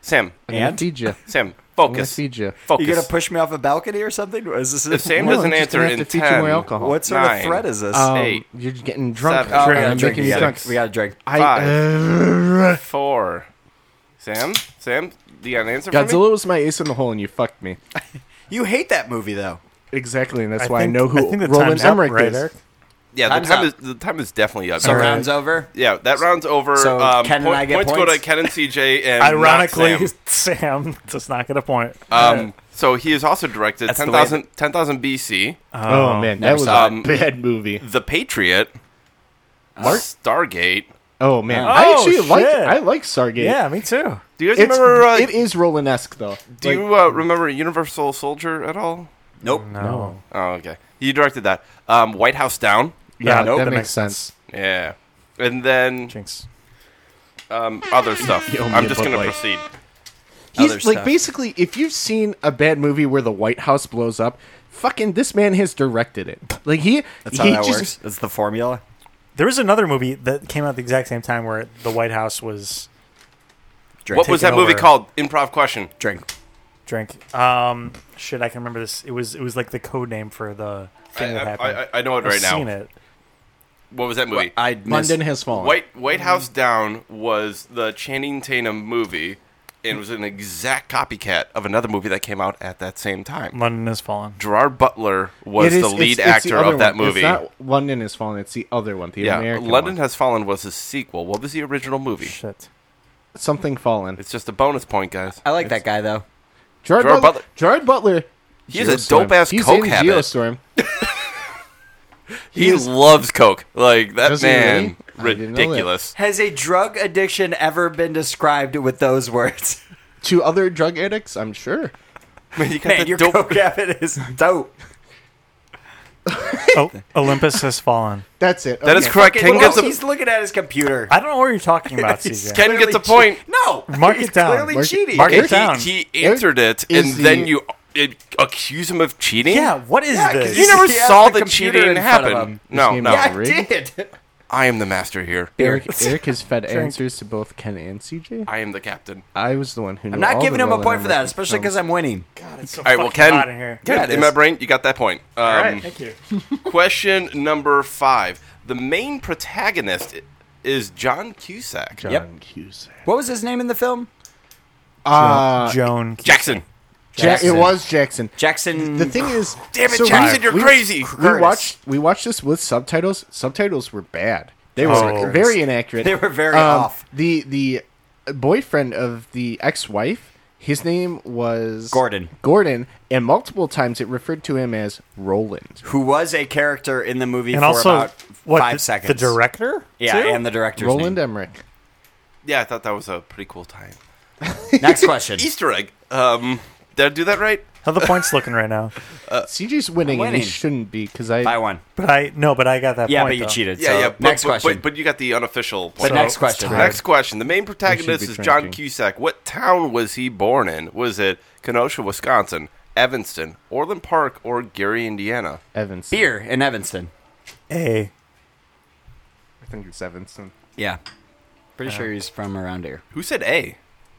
Speaker 4: Sam,
Speaker 3: I'm gonna
Speaker 2: And?
Speaker 3: feed you.
Speaker 4: Sam,
Speaker 3: I'm gonna
Speaker 4: focus,
Speaker 3: feed you.
Speaker 4: focus.
Speaker 2: You gonna push me off a balcony or something? Is this
Speaker 4: if Sam
Speaker 3: No,
Speaker 4: doesn't
Speaker 3: I'm just
Speaker 4: answer
Speaker 3: gonna have
Speaker 4: in
Speaker 3: to feed you more
Speaker 4: ten,
Speaker 3: alcohol.
Speaker 2: what sort of
Speaker 4: nine,
Speaker 2: threat is this?
Speaker 3: Um,
Speaker 4: Eight,
Speaker 3: You're getting drunk.
Speaker 4: seven, Oh,
Speaker 2: we
Speaker 1: yeah,
Speaker 2: gotta
Speaker 1: I'm
Speaker 2: drink
Speaker 1: making
Speaker 2: it.
Speaker 1: you
Speaker 2: We
Speaker 1: drunk.
Speaker 2: gotta- We gotta drink.
Speaker 3: I,
Speaker 4: five.
Speaker 3: uh,
Speaker 4: four. Sam, Sam, do you got an answer for me?
Speaker 3: Godzilla was my ace in the hole, and you fucked me.
Speaker 2: You hate that movie though.
Speaker 3: Exactly, and that's
Speaker 1: I
Speaker 3: why
Speaker 1: think,
Speaker 3: I know who
Speaker 1: I think the
Speaker 3: Roland
Speaker 1: time's up,
Speaker 3: Emmerich
Speaker 1: right,
Speaker 3: is.
Speaker 1: Eric?
Speaker 4: Yeah, the
Speaker 2: Time's
Speaker 4: time
Speaker 2: up.
Speaker 4: is the time is definitely up.
Speaker 2: So
Speaker 4: All right.
Speaker 2: round's over.
Speaker 4: Yeah, that round's over.
Speaker 2: So
Speaker 4: um,
Speaker 2: Ken and
Speaker 4: point-
Speaker 2: I get
Speaker 4: points, go
Speaker 2: points?
Speaker 4: to Ken and CJ, and not
Speaker 1: Ironically,
Speaker 4: Sam.
Speaker 1: Sam. does not get a point.
Speaker 4: Um, so he has also directed
Speaker 2: That's the
Speaker 4: 10,000 10,000 BC,
Speaker 3: Oh, man, that was
Speaker 4: saw it.
Speaker 3: a bad movie.
Speaker 4: The Patriot, Stargate.
Speaker 3: Oh man,
Speaker 1: Oh,
Speaker 3: I actually like
Speaker 1: shit.
Speaker 3: I like Stargate.
Speaker 1: yeah, me too.
Speaker 4: Do you guys
Speaker 3: It's,
Speaker 4: remember? Uh,
Speaker 3: it is Roland esque though.
Speaker 4: do you uh, remember Universal Soldier at all?
Speaker 2: Nope.
Speaker 1: No.
Speaker 4: Oh, okay. He directed that. Um, White House Down.
Speaker 1: Yeah,
Speaker 3: yeah,
Speaker 1: nope,
Speaker 3: that,
Speaker 1: that
Speaker 3: makes,
Speaker 1: makes
Speaker 3: sense.
Speaker 4: Yeah. And then
Speaker 1: Jinx.
Speaker 4: um, other stuff.
Speaker 3: You owe me
Speaker 4: I'm
Speaker 3: a
Speaker 4: just
Speaker 3: Bud
Speaker 4: going to
Speaker 3: Light.
Speaker 4: proceed.
Speaker 3: He's
Speaker 2: Other
Speaker 3: like
Speaker 2: stuff.
Speaker 3: basically if you've seen a bad movie where the White House blows up, fucking this man has directed it. Like he
Speaker 2: That's
Speaker 3: he
Speaker 2: how that
Speaker 3: just
Speaker 2: works. That's the formula.
Speaker 1: There was another movie that came out at the exact same time where the White House was
Speaker 2: Drink.
Speaker 4: What was that
Speaker 1: Taking
Speaker 4: movie
Speaker 1: over.
Speaker 4: called? Improv question.
Speaker 2: drink?
Speaker 1: drink. Um, shit, I can remember this. It was it was like the code name for the
Speaker 4: I,
Speaker 1: thing that
Speaker 4: I,
Speaker 1: happened.
Speaker 4: I, I know it
Speaker 1: I've
Speaker 4: right now.
Speaker 1: seen it.
Speaker 4: What was that movie?
Speaker 2: I
Speaker 3: London
Speaker 2: missed-
Speaker 3: has fallen.
Speaker 4: White White House Down was the Channing Tatum movie, and was an exact copycat of another movie that came out at that same time.
Speaker 1: London has fallen.
Speaker 4: Gerard Butler was
Speaker 3: It is-
Speaker 4: the
Speaker 3: it's-
Speaker 4: lead
Speaker 3: it's the
Speaker 4: actor
Speaker 3: other
Speaker 4: of that
Speaker 3: one.
Speaker 4: movie.
Speaker 3: It's not London has fallen, it's the other one, the
Speaker 4: yeah,
Speaker 3: American
Speaker 4: London
Speaker 3: one.
Speaker 4: Has Fallen was his sequel. What was the original movie?
Speaker 1: Shit.
Speaker 3: something fallen.
Speaker 4: It's just a bonus point, guys.
Speaker 2: I like that guy though.
Speaker 3: Gerard,
Speaker 4: Gerard
Speaker 3: Butler,
Speaker 4: Butler-
Speaker 3: Gerard Butler
Speaker 4: He's a
Speaker 3: Geostorm.
Speaker 4: dope ass
Speaker 3: He's
Speaker 4: coke
Speaker 3: in
Speaker 4: habit.
Speaker 3: Geostorm.
Speaker 4: He loves coke. Like that
Speaker 3: Does he
Speaker 4: man,
Speaker 3: really? I didn't know that.
Speaker 4: ridiculous.
Speaker 2: Has a drug addiction ever been described with those words?
Speaker 3: To other drug addicts, I'm sure.
Speaker 4: Man, you got
Speaker 2: Man,
Speaker 4: that
Speaker 2: your
Speaker 4: dope-
Speaker 2: coke habit is dope.
Speaker 1: Oh, Olympus has fallen.
Speaker 3: That's it.
Speaker 4: That is
Speaker 3: Okay.
Speaker 4: correct. Ken
Speaker 2: Well,
Speaker 4: gets
Speaker 2: he's
Speaker 4: a
Speaker 2: looking at his computer.
Speaker 1: I don't know what you're talking about,
Speaker 2: He's
Speaker 1: CJ.
Speaker 4: Ken gets a
Speaker 2: clearly
Speaker 4: point.
Speaker 2: che- No,
Speaker 1: Mark
Speaker 2: he's
Speaker 1: it down.
Speaker 2: Clearly
Speaker 3: Mark it-
Speaker 2: cheating.
Speaker 1: mark it
Speaker 4: He-
Speaker 1: down.
Speaker 4: He, answered it, and
Speaker 3: is the-
Speaker 4: then you it, accuse him of cheating.
Speaker 1: Yeah, what is
Speaker 2: Yeah, 'cause
Speaker 1: this?
Speaker 4: you never
Speaker 2: He has
Speaker 4: saw
Speaker 2: the
Speaker 4: the,
Speaker 2: computer
Speaker 4: cheating
Speaker 2: in front of
Speaker 4: happen.
Speaker 2: him.
Speaker 4: No,
Speaker 3: His
Speaker 4: no,
Speaker 3: name is-
Speaker 2: yeah, I did.
Speaker 4: I am the master here.
Speaker 3: Eric, Eric has fed answers to both Ken and CJ.
Speaker 4: I am the captain.
Speaker 3: I was the one who.
Speaker 2: I'm not giving him a point for that, especially because I'm winning.
Speaker 1: It's so
Speaker 4: All right, well,
Speaker 1: fucking
Speaker 4: Ken,
Speaker 1: hot in here.
Speaker 4: Ken,
Speaker 2: Yeah, it
Speaker 4: in my
Speaker 2: is.
Speaker 4: brain, you got that point. Um,
Speaker 1: Thank you.
Speaker 4: Question number five: The main protagonist i- is John Cusack.
Speaker 3: John
Speaker 2: Yep.
Speaker 3: Cusack.
Speaker 2: What was his name in the film?
Speaker 3: Uh,
Speaker 1: Joan.
Speaker 4: Jackson.
Speaker 3: Ja- it
Speaker 2: Jackson.
Speaker 3: was Jackson.
Speaker 2: Jackson.
Speaker 3: The thing is,
Speaker 4: Damn it,
Speaker 3: so
Speaker 4: Jackson,
Speaker 3: we-
Speaker 4: you're
Speaker 3: we-
Speaker 4: crazy.
Speaker 3: We watched we watched this with subtitles. Subtitles were bad. They were
Speaker 1: Oh.
Speaker 3: very inaccurate. Um,
Speaker 2: They were very off.
Speaker 3: The the boyfriend of the ex-wife, his name was
Speaker 2: Gordon.
Speaker 3: Gordon, and multiple times it referred to him as Roland.
Speaker 2: who was a character in the movie
Speaker 1: And
Speaker 2: for
Speaker 1: also,
Speaker 2: about
Speaker 1: what
Speaker 2: five
Speaker 1: the,
Speaker 2: seconds.
Speaker 1: the director?
Speaker 2: Yeah,
Speaker 1: too?
Speaker 2: and the director's
Speaker 3: Roland
Speaker 2: name.
Speaker 3: Emmerich.
Speaker 4: Yeah, I thought that was a pretty cool time.
Speaker 2: Next question.
Speaker 4: Easter egg. Um, did I do that right?
Speaker 1: How the points looking right now?
Speaker 3: CJ's winning, and
Speaker 2: Uh, winning.
Speaker 3: he shouldn't be because I
Speaker 2: Buy one.
Speaker 1: But I no, but I got that.
Speaker 2: Yeah,
Speaker 1: point,
Speaker 2: but you
Speaker 1: though.
Speaker 2: cheated.
Speaker 4: Yeah,
Speaker 2: so
Speaker 4: yeah. But,
Speaker 2: next
Speaker 4: but-
Speaker 2: question.
Speaker 4: But, but you got the unofficial
Speaker 2: But
Speaker 4: point.
Speaker 2: next question.
Speaker 1: time.
Speaker 4: Next question. The main protagonist
Speaker 3: We
Speaker 4: is
Speaker 3: should be
Speaker 4: John
Speaker 3: drinking.
Speaker 4: Cusack. What town was he born in? Was it Kenosha, Wisconsin, Evanston, Orland Park, or Gary, Indiana?
Speaker 3: Evans.
Speaker 2: Beer in Evanston.
Speaker 1: A.
Speaker 3: I think it's Evanston.
Speaker 2: Yeah. Pretty sure he's from around here.
Speaker 4: Who said A?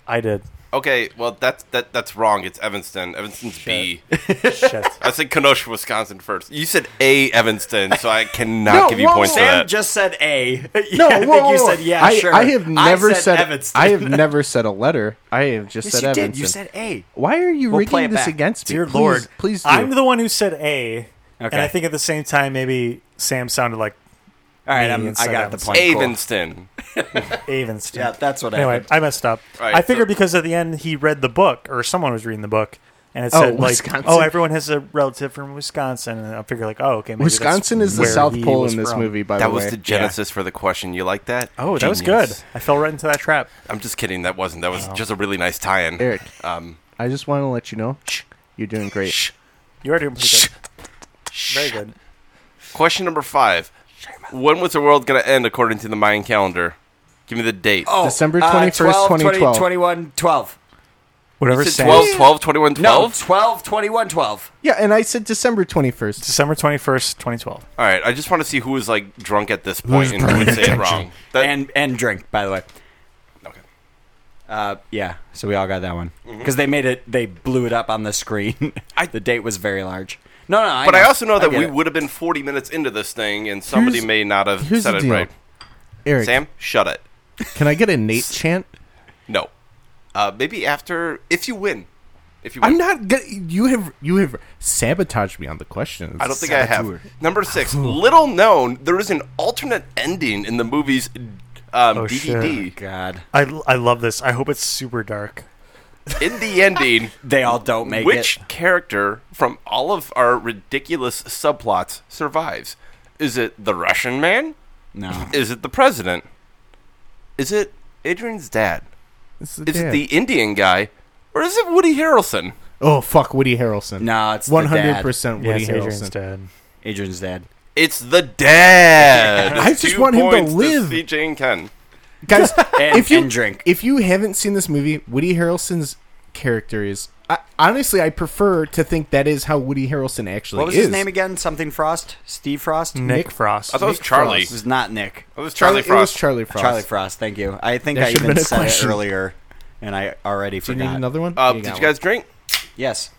Speaker 1: I did.
Speaker 4: Okay, well that's that that's wrong. It's Evanston. Evanston's B.
Speaker 1: Shit.
Speaker 4: I said Kenosha, Wisconsin first. You said A Evanston, so I cannot give you
Speaker 3: whoa,
Speaker 4: points for
Speaker 3: Sam
Speaker 2: Sam
Speaker 4: that.
Speaker 2: just said A.
Speaker 3: No,
Speaker 2: I think
Speaker 3: whoa,
Speaker 2: you
Speaker 3: whoa,
Speaker 2: said
Speaker 3: whoa.
Speaker 2: yeah,
Speaker 3: I,
Speaker 2: sure.
Speaker 3: I have never
Speaker 2: I
Speaker 3: said,
Speaker 2: Evanston.
Speaker 3: I have never said a letter. I have just
Speaker 2: yes,
Speaker 3: said
Speaker 2: you
Speaker 3: Evanston.
Speaker 2: did. You said A.
Speaker 3: Why are you
Speaker 2: We'll play it
Speaker 3: rigging this
Speaker 2: back.
Speaker 3: against me?
Speaker 1: Dear
Speaker 3: please,
Speaker 1: Lord,
Speaker 3: please do.
Speaker 1: I'm the one who said A.
Speaker 2: Okay.
Speaker 1: And I think at the same time, maybe Sam sounded like
Speaker 2: All right,
Speaker 1: Me
Speaker 2: I'm,
Speaker 1: and
Speaker 2: I
Speaker 1: said
Speaker 2: got the
Speaker 1: Evanston.
Speaker 2: point. Cool.
Speaker 4: Evanston.
Speaker 1: Avenston.
Speaker 2: Yeah, that's what
Speaker 1: anyway,
Speaker 2: happened.
Speaker 1: I messed up.
Speaker 4: All right,
Speaker 1: I figured
Speaker 4: so-
Speaker 1: because at the end he read the book, or someone was reading the book, and it
Speaker 3: Oh,
Speaker 1: said like,
Speaker 3: Wisconsin.
Speaker 1: "Oh, everyone has a relative from Wisconsin," and I figured like, "Oh, okay." Maybe that's
Speaker 3: Wisconsin is the
Speaker 1: where
Speaker 3: South
Speaker 1: he
Speaker 3: Pole
Speaker 1: was
Speaker 3: in this
Speaker 1: from.
Speaker 3: movie, by
Speaker 4: That
Speaker 3: the way.
Speaker 4: was the genesis for the question. You like that?
Speaker 1: Oh, that was
Speaker 4: Genius.
Speaker 1: good. I fell right into that trap.
Speaker 4: I'm just kidding. That wasn't. That was just a really nice tie-in.
Speaker 3: Eric,
Speaker 4: Um,
Speaker 3: I just want to let you know you're doing great.
Speaker 4: shh.
Speaker 1: You are doing pretty good. Very good.
Speaker 4: Question number five. When was the world going to end according to the Mayan calendar? Give me the date.
Speaker 2: Oh,
Speaker 3: December
Speaker 2: uh,
Speaker 3: 21st,
Speaker 2: 12,
Speaker 3: 2012.
Speaker 2: 21, 12.
Speaker 1: Whatever.
Speaker 4: Is it
Speaker 1: Sam-
Speaker 4: 12, 12, 21,
Speaker 2: No,
Speaker 4: 12?
Speaker 2: 12, 21, 12.
Speaker 3: Yeah, and I said December 21st.
Speaker 1: December twenty first, twenty twelve.
Speaker 4: All right. I just want to see who was like drunk at this point and who would say it wrong. That,
Speaker 2: and and drink, by the way.
Speaker 4: okay. Mm-hmm.
Speaker 2: Uh, yeah, so we all got that one because they made it. They blew it up on the screen. the date was very large. No, no. I
Speaker 4: But I also know that
Speaker 2: get
Speaker 4: we
Speaker 2: it.
Speaker 4: would have been 40 minutes into this thing and somebody
Speaker 3: Here's-
Speaker 4: may not have
Speaker 3: here's
Speaker 4: said
Speaker 3: the
Speaker 4: it
Speaker 3: deal.
Speaker 4: right.
Speaker 3: Eric,
Speaker 4: Sam, shut it.
Speaker 3: can I get a Nate chant?
Speaker 4: No. Uh, maybe after, if you win. If you win.
Speaker 3: I'm not. Get, you have you have sabotaged me on the question.
Speaker 4: I don't think I have.
Speaker 3: Saboteur.
Speaker 4: Number six.
Speaker 3: Oh.
Speaker 4: little known, there is an alternate ending in the movie's um,
Speaker 3: Oh,
Speaker 4: DVD.
Speaker 2: God,
Speaker 1: I, I love this. I hope it's super dark.
Speaker 4: In the ending,
Speaker 2: they all don't make
Speaker 4: which
Speaker 2: it.
Speaker 4: character from all of our ridiculous subplots survives? Is it the Russian man?
Speaker 2: No,
Speaker 4: Is it the president? Is it Adrian's dad?
Speaker 3: It's
Speaker 4: Is
Speaker 3: dad.
Speaker 4: it the Indian guy? Or is it Woody Harrelson?
Speaker 3: Oh fuck, Woody Harrelson.
Speaker 2: No, it's the
Speaker 3: one hundred percent
Speaker 1: Yeah,
Speaker 3: Woody
Speaker 1: it's Adrian's
Speaker 3: Harrelson.
Speaker 1: dad.
Speaker 2: Adrian's dad.
Speaker 4: It's the dad.
Speaker 3: I just
Speaker 4: Two
Speaker 3: want him to
Speaker 4: points
Speaker 3: live.
Speaker 4: CJ and Ken.
Speaker 3: Guys,
Speaker 2: And-
Speaker 3: if you
Speaker 2: and drink.
Speaker 3: if you haven't seen this movie, Woody Harrelson's character is. I, honestly, I prefer to think that is how Woody Harrelson actually
Speaker 2: What was
Speaker 3: is.
Speaker 2: his name again? Something Frost? Steve Frost?
Speaker 1: Nick, Frost.
Speaker 4: I thought it was Charlie.
Speaker 2: This is not Nick.
Speaker 4: It was Charlie
Speaker 3: Uh, It was
Speaker 4: Frost.
Speaker 3: Charlie Frost.
Speaker 2: Charlie Frost. Thank you. I think
Speaker 3: That
Speaker 2: I
Speaker 3: should've
Speaker 2: even
Speaker 3: been a
Speaker 2: said
Speaker 3: question.
Speaker 2: it earlier, and I already
Speaker 3: Do you
Speaker 2: forgot.
Speaker 3: need another one?
Speaker 4: Uh,
Speaker 3: You
Speaker 4: did
Speaker 3: got
Speaker 4: you guys
Speaker 3: one.
Speaker 4: drink?
Speaker 2: Yes.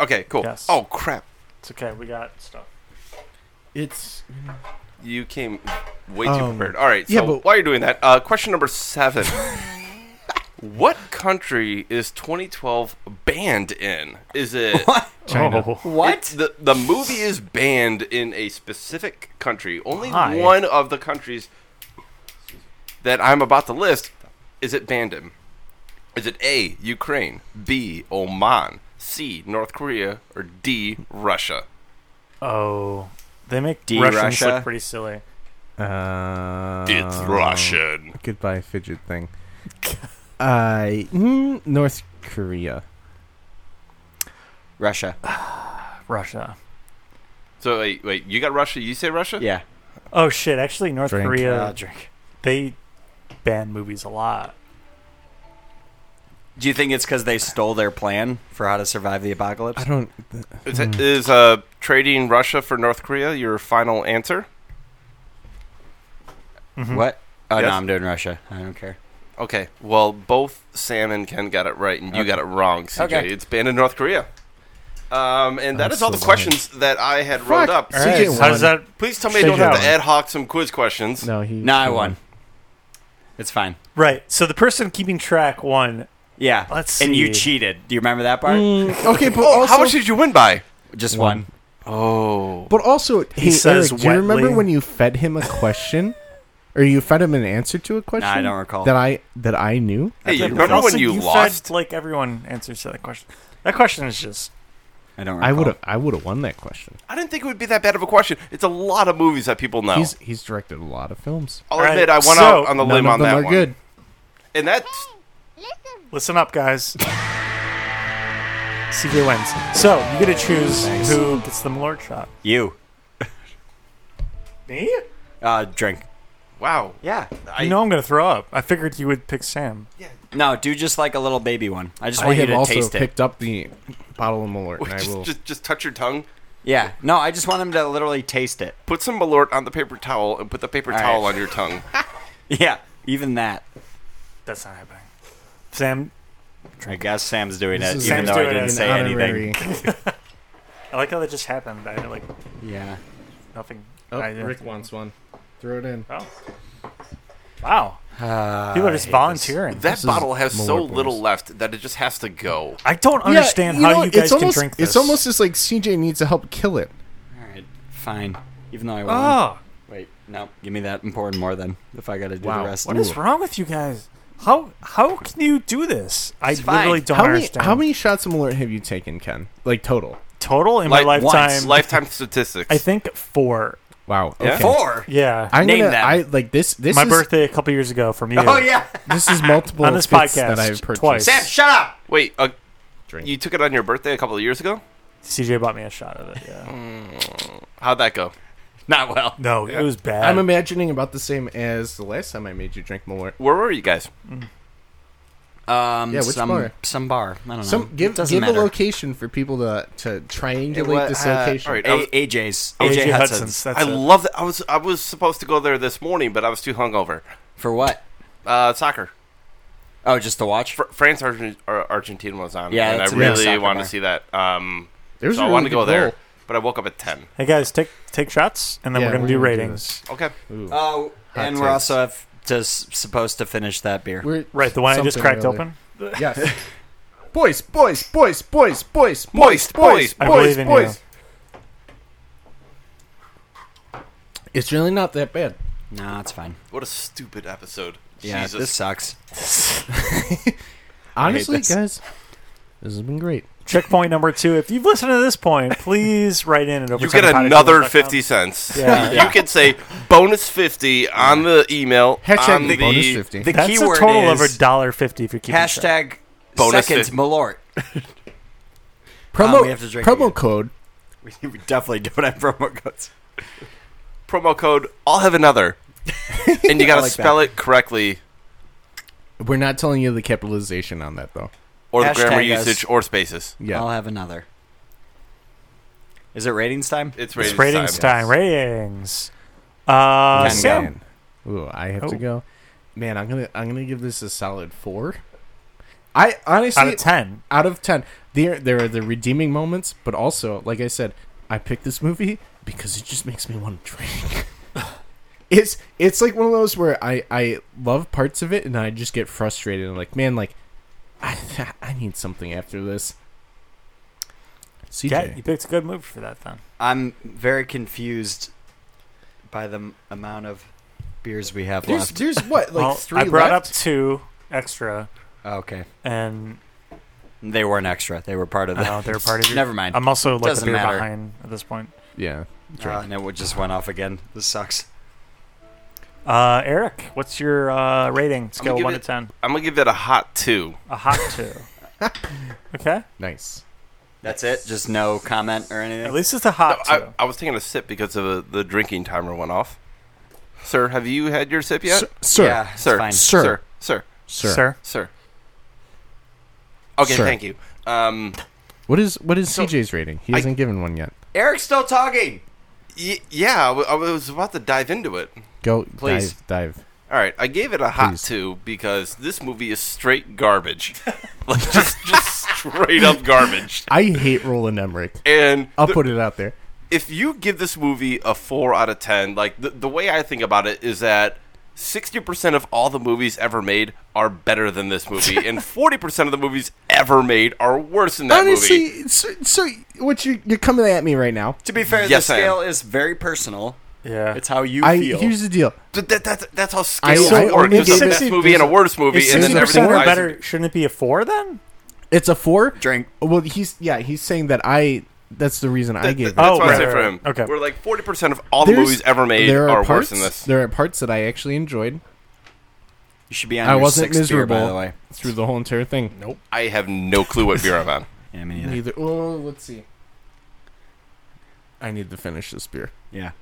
Speaker 4: Okay, cool.
Speaker 1: Yes.
Speaker 4: Oh crap!
Speaker 1: It's okay. We got stuff.
Speaker 3: It's
Speaker 4: You came way too
Speaker 3: Um,
Speaker 4: prepared. All right. So
Speaker 3: yeah, but-
Speaker 4: while you're doing that, uh, question number seven: What country is 2012 banned in? Is it
Speaker 3: China.
Speaker 1: Oh.
Speaker 2: What?
Speaker 4: it- the the movie is banned in a specific country. Only
Speaker 1: Why?
Speaker 4: one of the countries that I'm about to list is it banned in. Is it A. Ukraine, B. Oman, C. North Korea, or D. Russia?
Speaker 1: Oh. They make
Speaker 2: D,
Speaker 1: Russians
Speaker 2: Russia.
Speaker 1: look pretty silly.
Speaker 3: Uh,
Speaker 4: It's
Speaker 2: Oh.
Speaker 4: Russian.
Speaker 3: Goodbye fidget thing. uh, mm, North Korea.
Speaker 2: Russia.
Speaker 1: Russia.
Speaker 4: So wait, wait, you got Russia? You say Russia?
Speaker 2: Yeah.
Speaker 1: Oh shit! Actually, North
Speaker 3: Drink.
Speaker 1: Korea
Speaker 2: Uh, drink.
Speaker 1: they ban movies a lot.
Speaker 2: Do you think it's because they stole their plan for how to survive the apocalypse?
Speaker 3: I don't.
Speaker 4: Is,
Speaker 2: Mm-hmm.
Speaker 4: it, is uh, trading Russia for North Korea your final answer?
Speaker 2: What? Oh
Speaker 4: Yes.
Speaker 2: no, I'm doing Russia. I don't care.
Speaker 4: Okay. Well, both Sam and Ken got it right, and you got it wrong, CJ.
Speaker 2: Okay.
Speaker 4: It's banned in North Korea. Um, and that
Speaker 3: I'm
Speaker 4: is all
Speaker 3: so
Speaker 4: the questions that I had wrote up.
Speaker 3: All right. CJ
Speaker 1: How does
Speaker 3: won.
Speaker 1: that?
Speaker 4: Please tell me I
Speaker 1: Shake
Speaker 4: don't have
Speaker 1: it
Speaker 4: to
Speaker 1: out.
Speaker 4: ad hoc some quiz questions.
Speaker 3: No, he.
Speaker 2: No, I
Speaker 3: he
Speaker 2: won. It's fine.
Speaker 1: Right. So the person keeping track won.
Speaker 2: Yeah.
Speaker 1: Let's
Speaker 2: And you
Speaker 1: see.
Speaker 2: cheated. Do you remember that part?
Speaker 3: Mm, okay, but
Speaker 4: Oh,
Speaker 3: also,
Speaker 4: how much did you win by?
Speaker 2: Just
Speaker 3: One.
Speaker 2: one.
Speaker 4: Oh.
Speaker 3: but also, hey,
Speaker 1: says
Speaker 3: Eric, do you remember
Speaker 1: wetly.
Speaker 3: when you fed him a question, or you fed him an answer to a question?
Speaker 2: I don't recall.
Speaker 3: that I that I knew.
Speaker 4: Hey, you
Speaker 1: But
Speaker 4: remember
Speaker 1: also
Speaker 4: when you,
Speaker 1: you
Speaker 4: lost?
Speaker 1: Said, like everyone answers to that question. That question is just
Speaker 2: I don't. Recall.
Speaker 3: I would have I would have won that question.
Speaker 4: I didn't think it would be that bad of a question. It's a lot of movies that people know.
Speaker 3: He's he's directed a lot of films.
Speaker 4: I'll
Speaker 1: All right,
Speaker 4: admit, I went
Speaker 1: so-
Speaker 4: out on the
Speaker 3: None
Speaker 4: limb
Speaker 3: of
Speaker 4: on
Speaker 3: them
Speaker 4: that
Speaker 3: are
Speaker 4: one.
Speaker 3: good.
Speaker 4: And that's
Speaker 1: listen up, guys. CJ wins. So you get to choose who gets the Malort shot.
Speaker 2: You.
Speaker 1: Me?
Speaker 2: Uh, drink.
Speaker 4: wow.
Speaker 2: Yeah.
Speaker 1: I know I'm gonna throw up. I figured you would pick Sam.
Speaker 2: No, do just like a little baby one. I just
Speaker 3: I
Speaker 2: want you
Speaker 3: have
Speaker 2: to
Speaker 3: also
Speaker 2: taste it.
Speaker 3: picked up the bottle of Malort, and I
Speaker 4: Just,
Speaker 3: will.
Speaker 4: just just touch your tongue.
Speaker 2: Yeah. No, I just want him to literally taste it.
Speaker 4: Put some Malort on the paper towel and put the paper
Speaker 2: All
Speaker 4: towel
Speaker 2: right.
Speaker 4: on your tongue.
Speaker 2: Yeah. Even that.
Speaker 1: That's not happening. Sam,
Speaker 2: I guess Sam's doing it, even
Speaker 1: is- Sam's
Speaker 2: though I
Speaker 1: doing
Speaker 2: didn't
Speaker 1: it.
Speaker 2: say anything.
Speaker 1: I like how that just happened. I like
Speaker 2: Yeah.
Speaker 1: nothing.
Speaker 3: Oh,
Speaker 1: I didn't-
Speaker 3: Rick wants one. Throw it in.
Speaker 1: Oh. Wow. People are just volunteering.
Speaker 4: That
Speaker 3: is
Speaker 4: bottle has so
Speaker 3: Miller Boys.
Speaker 4: little left that it just has to go.
Speaker 1: I don't understand how you guys
Speaker 3: it's almost,
Speaker 1: can drink this.
Speaker 3: It's almost just like CJ needs to help kill it.
Speaker 2: All right. Fine. Even though I won.
Speaker 3: uh,
Speaker 1: Oh,
Speaker 2: Wait, no. Give me that important more than if I got to do
Speaker 3: Wow,
Speaker 2: the rest.
Speaker 1: what is wrong with you guys? How how can you do this? I
Speaker 2: fine.
Speaker 1: literally don't
Speaker 3: How many,
Speaker 1: understand.
Speaker 3: how many shots of Malort have you taken, Ken? Like total?
Speaker 1: total in my
Speaker 4: Like, once.
Speaker 1: lifetime?
Speaker 4: lifetime statistics.
Speaker 1: I think four.
Speaker 3: Wow.
Speaker 4: Yeah.
Speaker 3: Okay.
Speaker 2: Four.
Speaker 1: Yeah,
Speaker 3: I'm
Speaker 2: Name
Speaker 3: gonna,
Speaker 2: them.
Speaker 3: I like this. This
Speaker 1: my
Speaker 3: is,
Speaker 1: birthday a couple years ago from you.
Speaker 2: Oh yeah.
Speaker 3: This is multiple
Speaker 1: On this
Speaker 3: fits
Speaker 1: podcast,
Speaker 3: that I've purchased.
Speaker 1: twice.
Speaker 2: Sam, shut up.
Speaker 4: Wait, uh,
Speaker 3: Drink.
Speaker 4: you took it on your birthday a couple of years ago?
Speaker 1: CJ bought me a shot of it. Yeah.
Speaker 4: How'd that go?
Speaker 2: Not well.
Speaker 1: No, it was bad.
Speaker 3: I'm imagining about the same as the last time I made you drink Malort.
Speaker 4: Where were you guys?
Speaker 2: Um,
Speaker 3: Yeah, which
Speaker 2: some
Speaker 3: bar?
Speaker 2: some bar. I don't know.
Speaker 3: Some give
Speaker 2: it doesn't
Speaker 3: give
Speaker 2: matter.
Speaker 3: a location for people to to triangulate
Speaker 2: wa-
Speaker 3: this
Speaker 2: uh,
Speaker 3: location.
Speaker 4: all right.
Speaker 2: A- AJ's.
Speaker 1: AJ,
Speaker 2: AJ,
Speaker 1: Oh, Hudson's.
Speaker 2: Hudson's.
Speaker 1: That's
Speaker 4: I
Speaker 1: it.
Speaker 4: love that. I was I was supposed to go there this morning, but I was too hungover.
Speaker 2: For what?
Speaker 4: Uh, soccer.
Speaker 2: Oh, just to watch.
Speaker 4: Fr- France Argent- Ar- Argentina was on,
Speaker 2: Yeah,
Speaker 4: and I
Speaker 2: that's a big
Speaker 4: really
Speaker 2: soccer
Speaker 4: wanted
Speaker 2: bar.
Speaker 4: to see that. Um,
Speaker 3: There was
Speaker 4: so
Speaker 3: a
Speaker 4: I wanted to
Speaker 3: really
Speaker 4: go
Speaker 3: good
Speaker 4: there,
Speaker 3: goal.
Speaker 4: but I woke up at ten.
Speaker 1: Hey guys, take take shots, and then
Speaker 3: Yeah,
Speaker 1: we're gonna
Speaker 3: we're
Speaker 1: do
Speaker 3: gonna do
Speaker 1: ratings.
Speaker 4: Okay,
Speaker 3: Ooh.
Speaker 2: Oh,
Speaker 3: Hot
Speaker 2: and we're
Speaker 3: takes.
Speaker 2: also have just supposed to finish that beer.
Speaker 3: We're-
Speaker 1: Right, the one I just
Speaker 3: something
Speaker 1: cracked
Speaker 3: really-
Speaker 1: open.
Speaker 3: Yes. boys, boys, boys, boys, boys,
Speaker 4: Moist, boys,
Speaker 1: I
Speaker 3: boys,
Speaker 1: believe in
Speaker 3: boys. It's really not that bad.
Speaker 2: No, it's fine.
Speaker 4: what a stupid episode.
Speaker 2: Yeah,
Speaker 4: Jesus.
Speaker 2: this sucks.
Speaker 3: Honestly,
Speaker 2: this.
Speaker 3: guys, this has been great.
Speaker 1: Checkpoint number two. If you've listened to this point, please write in at over.
Speaker 4: you get another fifty cents.
Speaker 1: Yeah.
Speaker 4: you could say bonus fifty on the email.
Speaker 3: Hashtag
Speaker 4: on the,
Speaker 3: bonus fifty.
Speaker 2: The
Speaker 1: That's a
Speaker 2: keyword
Speaker 1: total
Speaker 2: is
Speaker 1: of a dollar fifty if you're keeping track.
Speaker 2: hashtag
Speaker 4: Bonus
Speaker 2: seconds
Speaker 4: it.
Speaker 2: Malort.
Speaker 3: promo
Speaker 2: Uh, we have to drink
Speaker 3: promo
Speaker 2: again.
Speaker 3: code.
Speaker 2: We definitely don't have promo codes.
Speaker 4: promo code. I'll have another, and you got to
Speaker 2: like that.
Speaker 4: spell it correctly.
Speaker 3: We're not telling you the capitalization on that though.
Speaker 4: Or the
Speaker 2: Hashtag
Speaker 4: grammar
Speaker 2: us.
Speaker 4: usage, or spaces.
Speaker 3: Yeah.
Speaker 2: I'll have another. Is it ratings time?
Speaker 4: It's ratings,
Speaker 1: It's ratings
Speaker 4: time.
Speaker 1: time. Ratings. Uh,
Speaker 2: Ten
Speaker 1: Sam,
Speaker 2: grand.
Speaker 3: Ooh, I have
Speaker 1: Oh.
Speaker 3: to go. Man, I'm gonna I'm gonna give this a solid four. I honestly
Speaker 1: out of ten.
Speaker 3: out of 10 there there are the redeeming moments but also like i said i picked this movie because it just makes me want to drink it's it's like one of those where i i love parts of it and i just get frustrated and like man like i i need something after this cj
Speaker 1: Yeah, you picked a good movie for that then.
Speaker 2: I'm very confused by the m- amount of beers we have
Speaker 3: there's
Speaker 2: left.
Speaker 3: there's what like
Speaker 1: well,
Speaker 3: three
Speaker 1: I brought
Speaker 3: left?
Speaker 1: up two extra,
Speaker 2: Oh, Okay,
Speaker 1: and
Speaker 2: they weren't extra. They were part of
Speaker 1: I
Speaker 2: the.
Speaker 1: know they're part of your.
Speaker 2: Never mind.
Speaker 1: I'm also like a
Speaker 2: Doesn't
Speaker 1: beer
Speaker 2: matter.
Speaker 1: behind at this point.
Speaker 3: yeah
Speaker 2: Uh, and it just went off again. This sucks.
Speaker 1: Uh, Eric, what's your uh, rating? Scale
Speaker 4: give
Speaker 1: one
Speaker 4: it-
Speaker 1: to ten.
Speaker 4: I'm gonna give that a hot two.
Speaker 1: A hot two. okay.
Speaker 3: nice
Speaker 2: That's it. Just no comment or anything.
Speaker 1: At least it's a hot
Speaker 4: I,
Speaker 1: two.
Speaker 4: I was taking a sip because the, the drinking timer went off. Sir, have you had your sip yet?
Speaker 3: S- sir,
Speaker 2: yeah, it's
Speaker 4: sir,
Speaker 2: fine.
Speaker 3: sir,
Speaker 4: sir, sir,
Speaker 3: sir
Speaker 1: Sir.
Speaker 4: sir. Okay,
Speaker 3: Sir.
Speaker 4: thank you. Um,
Speaker 3: what is what is cj's rating he hasn't given one yet
Speaker 2: Eric's still talking.
Speaker 4: y- yeah, I w- I was about to dive into it.
Speaker 3: go
Speaker 4: Please.
Speaker 3: dive dive
Speaker 4: All right, I gave it a hot
Speaker 3: Please.
Speaker 4: two because this movie is straight garbage, like just just straight up garbage.
Speaker 3: i hate roland emmerich
Speaker 4: And
Speaker 3: i'll
Speaker 4: the-
Speaker 3: put it out there
Speaker 4: if you give this movie a four out of ten, like the, the way I think about it is that sixty percent of all the movies ever made are better than this movie, and forty percent of the movies ever made are worse than that
Speaker 3: Honestly,
Speaker 4: movie.
Speaker 3: so, so what you you're coming at me right now?
Speaker 2: To be fair,
Speaker 4: Yes,
Speaker 2: the
Speaker 4: I am.
Speaker 2: scale is very personal.
Speaker 1: Yeah.
Speaker 2: It's how you
Speaker 3: I
Speaker 2: feel.
Speaker 3: here's the deal.
Speaker 4: But that, that's that's how
Speaker 3: I-
Speaker 4: scales
Speaker 3: I
Speaker 4: work.
Speaker 3: only
Speaker 4: There's a
Speaker 3: gave it-
Speaker 4: best movie and a worst movie, and then
Speaker 1: Sixty
Speaker 4: everything
Speaker 1: percent or
Speaker 4: lies-
Speaker 1: better. Shouldn't it be a four then?
Speaker 3: It's a four.
Speaker 2: Drink.
Speaker 3: Well, he's yeah. He's saying that I. That's the reason I
Speaker 4: That-
Speaker 3: gave
Speaker 4: that-
Speaker 3: it.
Speaker 4: that's
Speaker 1: Oh,
Speaker 4: what I
Speaker 1: right,
Speaker 4: said for
Speaker 1: right,
Speaker 4: him.
Speaker 1: right. Okay.
Speaker 4: we're like forty percent of all the
Speaker 3: There's-
Speaker 4: movies ever made
Speaker 3: there
Speaker 4: are,
Speaker 3: are
Speaker 4: worse
Speaker 3: parts,
Speaker 4: than this.
Speaker 3: There are parts that I actually enjoyed.
Speaker 2: You should be on
Speaker 3: I
Speaker 2: your
Speaker 3: wasn't
Speaker 2: sixth beer,
Speaker 3: miserable
Speaker 2: by the way.
Speaker 3: through the whole entire thing. Nope.
Speaker 4: I have no clue what beer I'm on.
Speaker 2: Yeah, me neither.
Speaker 3: Neither. Oh, let's see. I need to finish this beer.
Speaker 2: Yeah.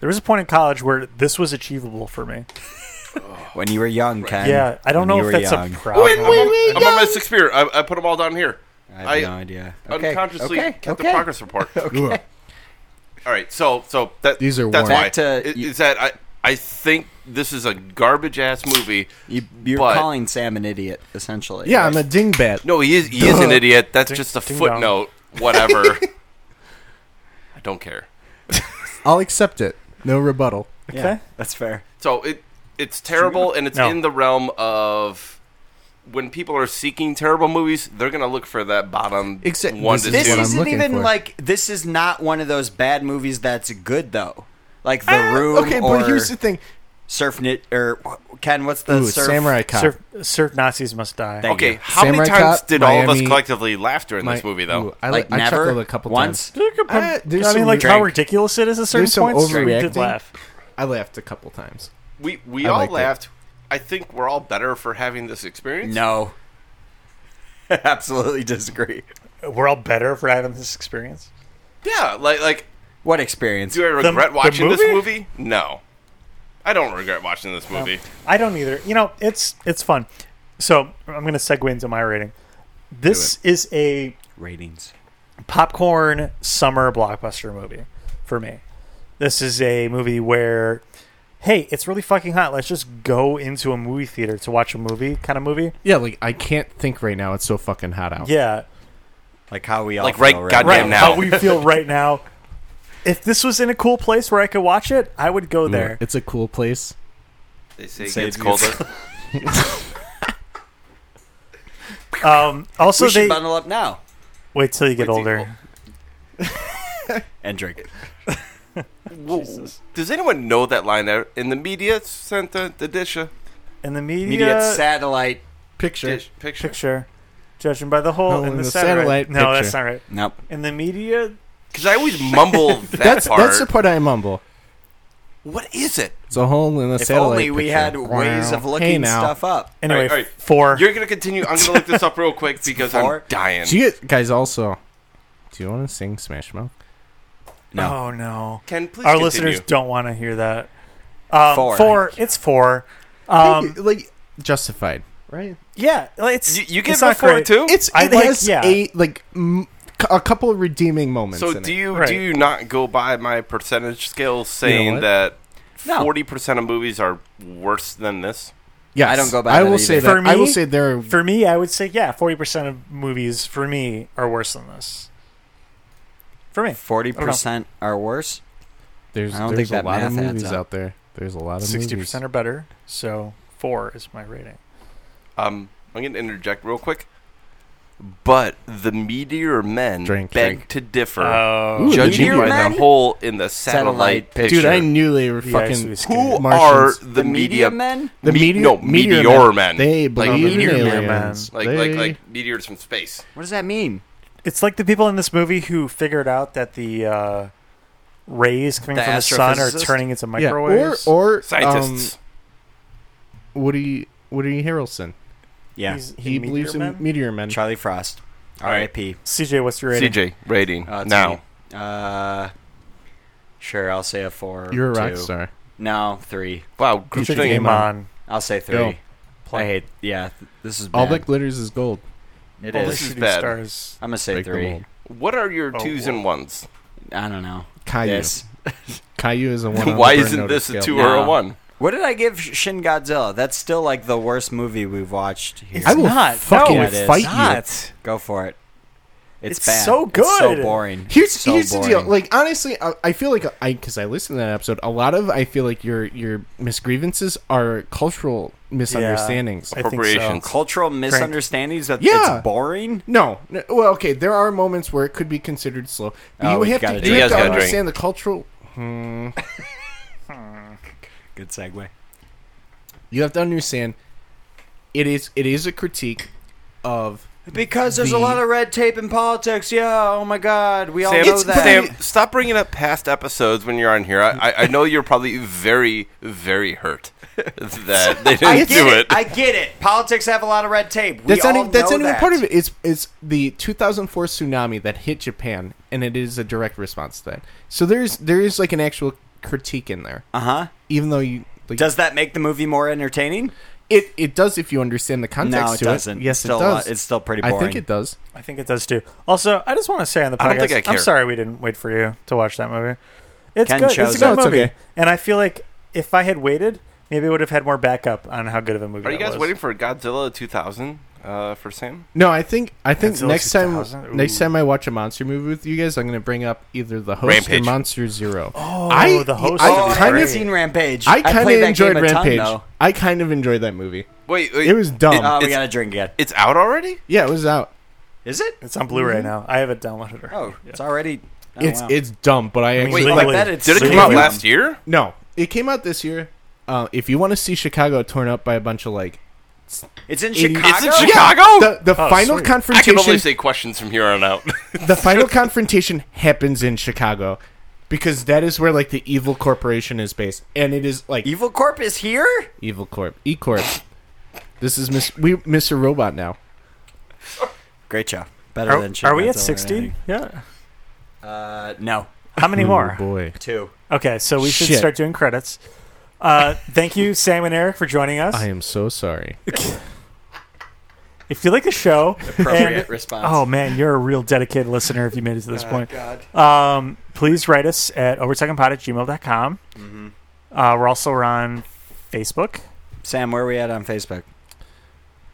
Speaker 1: There was a point in college where this was achievable for me.
Speaker 2: When you were young, Ken.
Speaker 1: yeah, I don't
Speaker 2: when
Speaker 1: know
Speaker 2: you
Speaker 1: if
Speaker 2: were
Speaker 1: that's
Speaker 2: young.
Speaker 1: a problem.
Speaker 4: I'm on my sixth beer. I, I put them all down here.
Speaker 2: I
Speaker 4: I-
Speaker 2: have no idea. Okay.
Speaker 4: Unconsciously
Speaker 2: okay,
Speaker 4: kept the
Speaker 2: okay.
Speaker 4: progress report.
Speaker 3: Okay.
Speaker 4: All right, so so that
Speaker 3: These are
Speaker 4: that's
Speaker 3: warm.
Speaker 4: why
Speaker 2: Back to-
Speaker 4: I- is that I I think this is a garbage ass movie.
Speaker 2: You, you're
Speaker 4: but-
Speaker 2: calling Sam an idiot, essentially.
Speaker 5: Yeah, I'm a dingbat.
Speaker 4: No, he is he is an idiot. That's just a
Speaker 1: ding
Speaker 4: footnote. Whatever. I don't care.
Speaker 5: I'll accept it. No rebuttal.
Speaker 2: Yeah,
Speaker 1: Okay.
Speaker 2: that's fair.
Speaker 4: So it it's terrible, and it's
Speaker 1: No.
Speaker 4: in the realm of when people are seeking terrible movies, they're gonna look for that bottom
Speaker 5: Except-
Speaker 4: one to
Speaker 2: This
Speaker 5: this what
Speaker 4: two.
Speaker 5: I'm
Speaker 2: isn't
Speaker 5: looking
Speaker 2: even
Speaker 5: for.
Speaker 2: like this is not one of those bad movies that's good though. Like The
Speaker 5: Ah,
Speaker 2: Room
Speaker 5: Okay,
Speaker 2: or
Speaker 5: but here's the thing.
Speaker 2: Surf Knit or Ken. What's the
Speaker 5: Ooh,
Speaker 2: surf?
Speaker 5: Samurai Cop.
Speaker 1: Surf, surf Nazis must die.
Speaker 2: Thank
Speaker 4: Okay,
Speaker 2: you.
Speaker 4: how many
Speaker 5: Samurai
Speaker 4: times
Speaker 5: Cop,
Speaker 4: did all of us
Speaker 5: Miami-
Speaker 4: collectively laugh during
Speaker 3: My-
Speaker 4: this movie, though?
Speaker 3: Ooh, I,
Speaker 2: Like
Speaker 3: I
Speaker 2: never
Speaker 3: chuckled a couple
Speaker 2: once.
Speaker 3: times. Uh, there's
Speaker 1: Oh, I mean,
Speaker 3: some
Speaker 1: like
Speaker 3: weird-
Speaker 1: how ridiculous it is at certain
Speaker 3: There's some
Speaker 1: points. We did
Speaker 3: overreacting.
Speaker 1: laugh.
Speaker 3: I laughed a couple times.
Speaker 4: We we
Speaker 3: I
Speaker 4: all
Speaker 3: liked it.
Speaker 4: laughed. I think we're all better for having this experience.
Speaker 2: No, absolutely disagree.
Speaker 1: We're all better for having this experience.
Speaker 4: Yeah, like like
Speaker 2: What experience?
Speaker 4: do I regret
Speaker 1: the
Speaker 4: watching this
Speaker 1: movie?
Speaker 4: movie? No. I don't regret watching this movie.
Speaker 1: I don't either. You know, it's it's fun. So I'm going to segue into my rating. This is a
Speaker 2: Ratings.
Speaker 1: popcorn summer blockbuster movie for me. This is a movie where, hey, it's really fucking hot. Let's just go into a movie theater to watch a movie kind of movie.
Speaker 3: Yeah, like I can't think right now. It's so fucking hot out.
Speaker 1: Yeah,
Speaker 2: Like how we all
Speaker 4: Like,
Speaker 2: feel
Speaker 4: right-
Speaker 2: right
Speaker 4: goddamn
Speaker 2: now.
Speaker 4: now.
Speaker 1: How we feel right now. If this was in a cool place where I could watch it, I would
Speaker 3: Mm.
Speaker 1: go there.
Speaker 3: It's a cool place.
Speaker 4: They say it
Speaker 2: Say
Speaker 4: gets
Speaker 2: it gets-
Speaker 4: colder.
Speaker 1: Um, also,
Speaker 2: we should
Speaker 1: they
Speaker 2: bundle up now
Speaker 1: wait till you get
Speaker 4: till you-
Speaker 1: older.
Speaker 2: and drink it.
Speaker 4: Whoa. Does anyone know that line out in the media center, the dish, uh,
Speaker 1: And the media,
Speaker 2: Media satellite.
Speaker 3: Picture.
Speaker 4: dish picture?
Speaker 1: picture, judging by the hole
Speaker 3: No,
Speaker 1: in
Speaker 3: in
Speaker 1: the,
Speaker 3: Oh, the
Speaker 1: satellite.
Speaker 3: satellite
Speaker 1: No, that's
Speaker 3: picture.
Speaker 1: not right.
Speaker 2: Nope.
Speaker 1: In the media,
Speaker 4: Because I always mumble that
Speaker 3: That's
Speaker 4: part.
Speaker 3: that's the part I mumble.
Speaker 4: what is it?
Speaker 3: It's a hole in a
Speaker 2: If
Speaker 3: satellite.
Speaker 2: only we
Speaker 3: picture.
Speaker 2: had ways
Speaker 3: Wow.
Speaker 2: of
Speaker 3: hey
Speaker 2: looking
Speaker 3: now.
Speaker 2: stuff up.
Speaker 1: anyway,
Speaker 4: All right, all right.
Speaker 1: four.
Speaker 4: You're gonna continue. I'm gonna look this up real quick because I'm
Speaker 2: four.
Speaker 4: dying.
Speaker 3: Do you get- guys also? Do you want to sing Smash Mouth?
Speaker 2: No.
Speaker 1: Oh no.
Speaker 4: Ken, please
Speaker 1: Our
Speaker 4: continue.
Speaker 1: listeners don't want to hear that. Um, four.
Speaker 2: Four.
Speaker 1: It's four. Um,
Speaker 3: Hey, like justified, right?
Speaker 1: yeah, like, it's
Speaker 4: You, you give
Speaker 1: it's
Speaker 4: a
Speaker 1: not
Speaker 4: four
Speaker 1: great.
Speaker 4: too.
Speaker 3: It's it
Speaker 1: I like-
Speaker 3: has
Speaker 1: yeah.
Speaker 3: a like m- c- a couple of redeeming moments.
Speaker 4: so
Speaker 3: in
Speaker 4: do
Speaker 3: it.
Speaker 4: you
Speaker 1: Right.
Speaker 4: do you not go by my percentage scale saying
Speaker 3: what?
Speaker 4: that
Speaker 2: No.
Speaker 4: forty percent of movies are worse than this?
Speaker 3: Yes,
Speaker 2: I don't go by
Speaker 3: I
Speaker 2: that
Speaker 3: will say
Speaker 1: either.
Speaker 3: that.
Speaker 1: For
Speaker 3: I will
Speaker 1: me-
Speaker 3: say there. Are,
Speaker 1: For me, I would say yeah, forty percent of movies for me are worse than this. For me,
Speaker 2: Forty percent are worse.
Speaker 3: there's
Speaker 2: I don't
Speaker 3: there's
Speaker 2: think that
Speaker 3: a lot of
Speaker 2: math adds
Speaker 3: movies
Speaker 2: up.
Speaker 3: out there. There's a lot of
Speaker 1: sixty
Speaker 3: movies.
Speaker 1: percent or better. So four is my rating.
Speaker 4: Um, I'm gonna interject real quick. But the meteor men
Speaker 3: Drink,
Speaker 4: beg
Speaker 3: drink.
Speaker 4: to differ,
Speaker 1: Oh,
Speaker 3: Ooh,
Speaker 4: judging
Speaker 3: Meteor
Speaker 4: by
Speaker 2: Men?
Speaker 4: the hole in the satellite,
Speaker 2: Satellite
Speaker 4: picture.
Speaker 3: Dude, I knew they were
Speaker 1: Yeah,
Speaker 3: fucking.
Speaker 1: it's really scary.
Speaker 4: Who are
Speaker 3: Martians.
Speaker 4: the,
Speaker 2: The media
Speaker 4: media?
Speaker 2: men.
Speaker 3: The
Speaker 4: Me-
Speaker 3: meteor,
Speaker 4: no,
Speaker 3: meteor,
Speaker 4: meteor men.
Speaker 3: men. They
Speaker 4: Like
Speaker 3: believe
Speaker 4: meteor
Speaker 3: in
Speaker 4: men.
Speaker 3: aliens.
Speaker 4: Like,
Speaker 3: they,
Speaker 4: like, like meteors from space.
Speaker 2: What does that mean?
Speaker 1: It's like the people in this movie who figured out that the uh, rays coming
Speaker 2: The
Speaker 1: from the sun are
Speaker 2: astrophysicist?
Speaker 1: turning into
Speaker 3: yeah. Or
Speaker 1: microwaves.
Speaker 3: or
Speaker 4: Scientists.
Speaker 3: Um, Woody Woody Harrelson.
Speaker 2: Yeah.
Speaker 1: He's-
Speaker 3: He
Speaker 1: Meteor
Speaker 3: believes
Speaker 1: Man?
Speaker 3: in meteor men.
Speaker 2: Charlie Frost. R.I.P.
Speaker 1: CJ, what's your rating?
Speaker 4: CJ rating
Speaker 2: Uh, it's
Speaker 4: now.
Speaker 2: me. Uh, sure, I'll say a four.
Speaker 3: You're a
Speaker 2: two.
Speaker 3: rock star.
Speaker 2: No, three.
Speaker 4: Wow, group
Speaker 3: Put your
Speaker 1: Game,
Speaker 4: thing.
Speaker 3: game
Speaker 1: on.
Speaker 2: I'll say
Speaker 3: Go.
Speaker 2: three. I hate. Yeah, th- this is bad.
Speaker 3: All that glitters is gold.
Speaker 2: it
Speaker 1: All the
Speaker 2: is.
Speaker 4: this is
Speaker 1: shooting
Speaker 4: bad.
Speaker 1: stars.
Speaker 2: I'm gonna say
Speaker 3: Break the
Speaker 2: three.
Speaker 3: mold.
Speaker 4: What are your
Speaker 1: Oh,
Speaker 4: twos
Speaker 1: whoa.
Speaker 4: and ones?
Speaker 2: I don't know.
Speaker 3: Caillou.
Speaker 2: This.
Speaker 3: Caillou is a one. on the
Speaker 4: Why
Speaker 3: burn
Speaker 4: isn't
Speaker 3: notice
Speaker 4: this a
Speaker 3: scale.
Speaker 4: two
Speaker 2: No.
Speaker 4: or a one?
Speaker 2: What did I give Sh- Shin Godzilla? That's still like the worst movie we've watched here.
Speaker 1: It's
Speaker 3: I will
Speaker 1: not.
Speaker 3: fucking
Speaker 2: No, it is
Speaker 3: fight you.
Speaker 1: Not.
Speaker 2: Go for it. It's,
Speaker 1: It's
Speaker 2: bad.
Speaker 1: so
Speaker 2: It's so
Speaker 1: good.
Speaker 2: boring.
Speaker 3: Here's
Speaker 2: so
Speaker 3: here's the
Speaker 2: boring.
Speaker 3: deal. Like honestly, I, I feel like I because I listened to that episode. A lot of I feel like your your misgrievances are cultural misunderstandings.
Speaker 1: I think so.
Speaker 4: Appropriations.
Speaker 2: Cultural misunderstandings that
Speaker 3: Yeah.
Speaker 2: it's boring.
Speaker 3: No, no, well, okay. There are moments where it could be considered slow. But
Speaker 2: Oh,
Speaker 3: you
Speaker 2: we've
Speaker 3: have to,
Speaker 2: gotta
Speaker 3: you
Speaker 2: drink.
Speaker 4: You
Speaker 3: have
Speaker 4: guys
Speaker 3: to
Speaker 4: gotta drink.
Speaker 3: understand the cultural.
Speaker 2: Good segue.
Speaker 3: You have to understand. It is it is a critique of
Speaker 2: Because there's
Speaker 3: The-
Speaker 2: a lot of red tape in politics. Yeah. Oh my God. We all
Speaker 4: Sam,
Speaker 2: know that.
Speaker 4: Sam, stop bringing up past episodes when you're on here. I, I, I know you're probably very, very hurt that they
Speaker 2: I
Speaker 4: didn't
Speaker 2: get
Speaker 4: do
Speaker 2: it.
Speaker 4: it.
Speaker 2: I get it. Politics have a lot of red tape. We
Speaker 3: that's
Speaker 2: all
Speaker 3: not even, that's
Speaker 2: know
Speaker 3: not even
Speaker 2: that.
Speaker 3: part of it. It's it's the 2004 tsunami that hit Japan, and it is a direct response to that. So there's there is like an actual critique in there,
Speaker 2: Uh huh.
Speaker 3: even though you like,
Speaker 2: Does that make the movie more entertaining?
Speaker 3: It it does if you understand the context.
Speaker 2: No, it
Speaker 3: to
Speaker 2: doesn't.
Speaker 3: Yes,
Speaker 2: Still
Speaker 3: it
Speaker 2: a lot-
Speaker 3: does.
Speaker 2: it's still pretty
Speaker 3: I think
Speaker 2: boring.
Speaker 3: it does.
Speaker 1: I think it does too. Also, I just want to say on the podcast,
Speaker 4: I don't think I care.
Speaker 1: am sorry we didn't wait for you to watch that movie. It's
Speaker 2: Ken
Speaker 1: good.
Speaker 2: chose
Speaker 1: It's a good
Speaker 3: it. No, it's
Speaker 1: movie,
Speaker 3: okay.
Speaker 1: and I feel like if I had waited, maybe I would have had more backup on how good of a movie.
Speaker 4: Are you
Speaker 1: that
Speaker 4: guys
Speaker 1: was.
Speaker 4: waiting for Godzilla 2000 uh, for Sam?
Speaker 3: No, I think I think
Speaker 1: Godzilla
Speaker 3: next time
Speaker 1: 2000?
Speaker 3: next time I watch a monster movie with you guys, I'm gonna bring up either the host
Speaker 4: Rampage.
Speaker 3: or Monster Zero. Oh,
Speaker 1: The Host
Speaker 3: I,
Speaker 1: would be
Speaker 3: kind
Speaker 1: great.
Speaker 3: of
Speaker 2: seen Rampage.
Speaker 3: I kind
Speaker 2: played
Speaker 3: of
Speaker 2: that
Speaker 3: enjoyed
Speaker 2: game a ton,
Speaker 3: Rampage.
Speaker 2: though.
Speaker 3: I kind of enjoyed that movie.
Speaker 4: Wait, wait
Speaker 3: It was dumb.
Speaker 4: It-
Speaker 2: Oh, we
Speaker 4: It's-
Speaker 2: got to drink again.
Speaker 4: it's out already?
Speaker 3: Yeah, it was out.
Speaker 2: Is it?
Speaker 1: It's on Blu-ray now. I haven't downloaded it.
Speaker 2: Oh, it's already. oh,
Speaker 3: it's
Speaker 2: wow.
Speaker 3: it's dumb, but I
Speaker 1: mean,
Speaker 3: actually
Speaker 4: Wait,
Speaker 1: literally-
Speaker 4: like,
Speaker 2: I bet it's
Speaker 4: did it
Speaker 1: so
Speaker 4: come out
Speaker 1: dumb.
Speaker 4: last year?
Speaker 3: no. It came out this year. Uh, if you want to see Chicago torn up by a bunch of like
Speaker 2: It's in
Speaker 3: It's in
Speaker 2: Chicago.
Speaker 4: It's in Chicago?
Speaker 3: the the
Speaker 1: Oh,
Speaker 3: final
Speaker 1: sweet.
Speaker 4: I can only
Speaker 3: confrontation,
Speaker 4: say questions from here on out.
Speaker 3: the final confrontation happens in Chicago because that is where like the evil corporation is based, and it is like
Speaker 2: Evil Corp is here.
Speaker 3: Evil Corp, E Corp. This is Miss we Mr. Robot now.
Speaker 2: Great job. Better
Speaker 1: Are,
Speaker 2: than.
Speaker 1: are we at
Speaker 2: Shinkansen or
Speaker 1: 60?
Speaker 2: anything.
Speaker 1: Yeah.
Speaker 2: Uh, no,
Speaker 1: How many more?
Speaker 3: Oh, boy.
Speaker 2: two.
Speaker 1: Okay, so we should
Speaker 3: Shit.
Speaker 1: start doing credits. Uh, thank you, Sam and Eric, for joining us.
Speaker 3: I am so sorry.
Speaker 1: If you like the show,
Speaker 2: Appropriate
Speaker 1: and-
Speaker 2: response.
Speaker 1: oh man, you're a real dedicated listener if you made it to this point.
Speaker 3: Oh,
Speaker 2: God.
Speaker 1: Um, please write us at overtechempod at gmail.com.
Speaker 2: Mm-hmm.
Speaker 1: Uh, we're also on Facebook.
Speaker 2: Sam, where are we at on Facebook?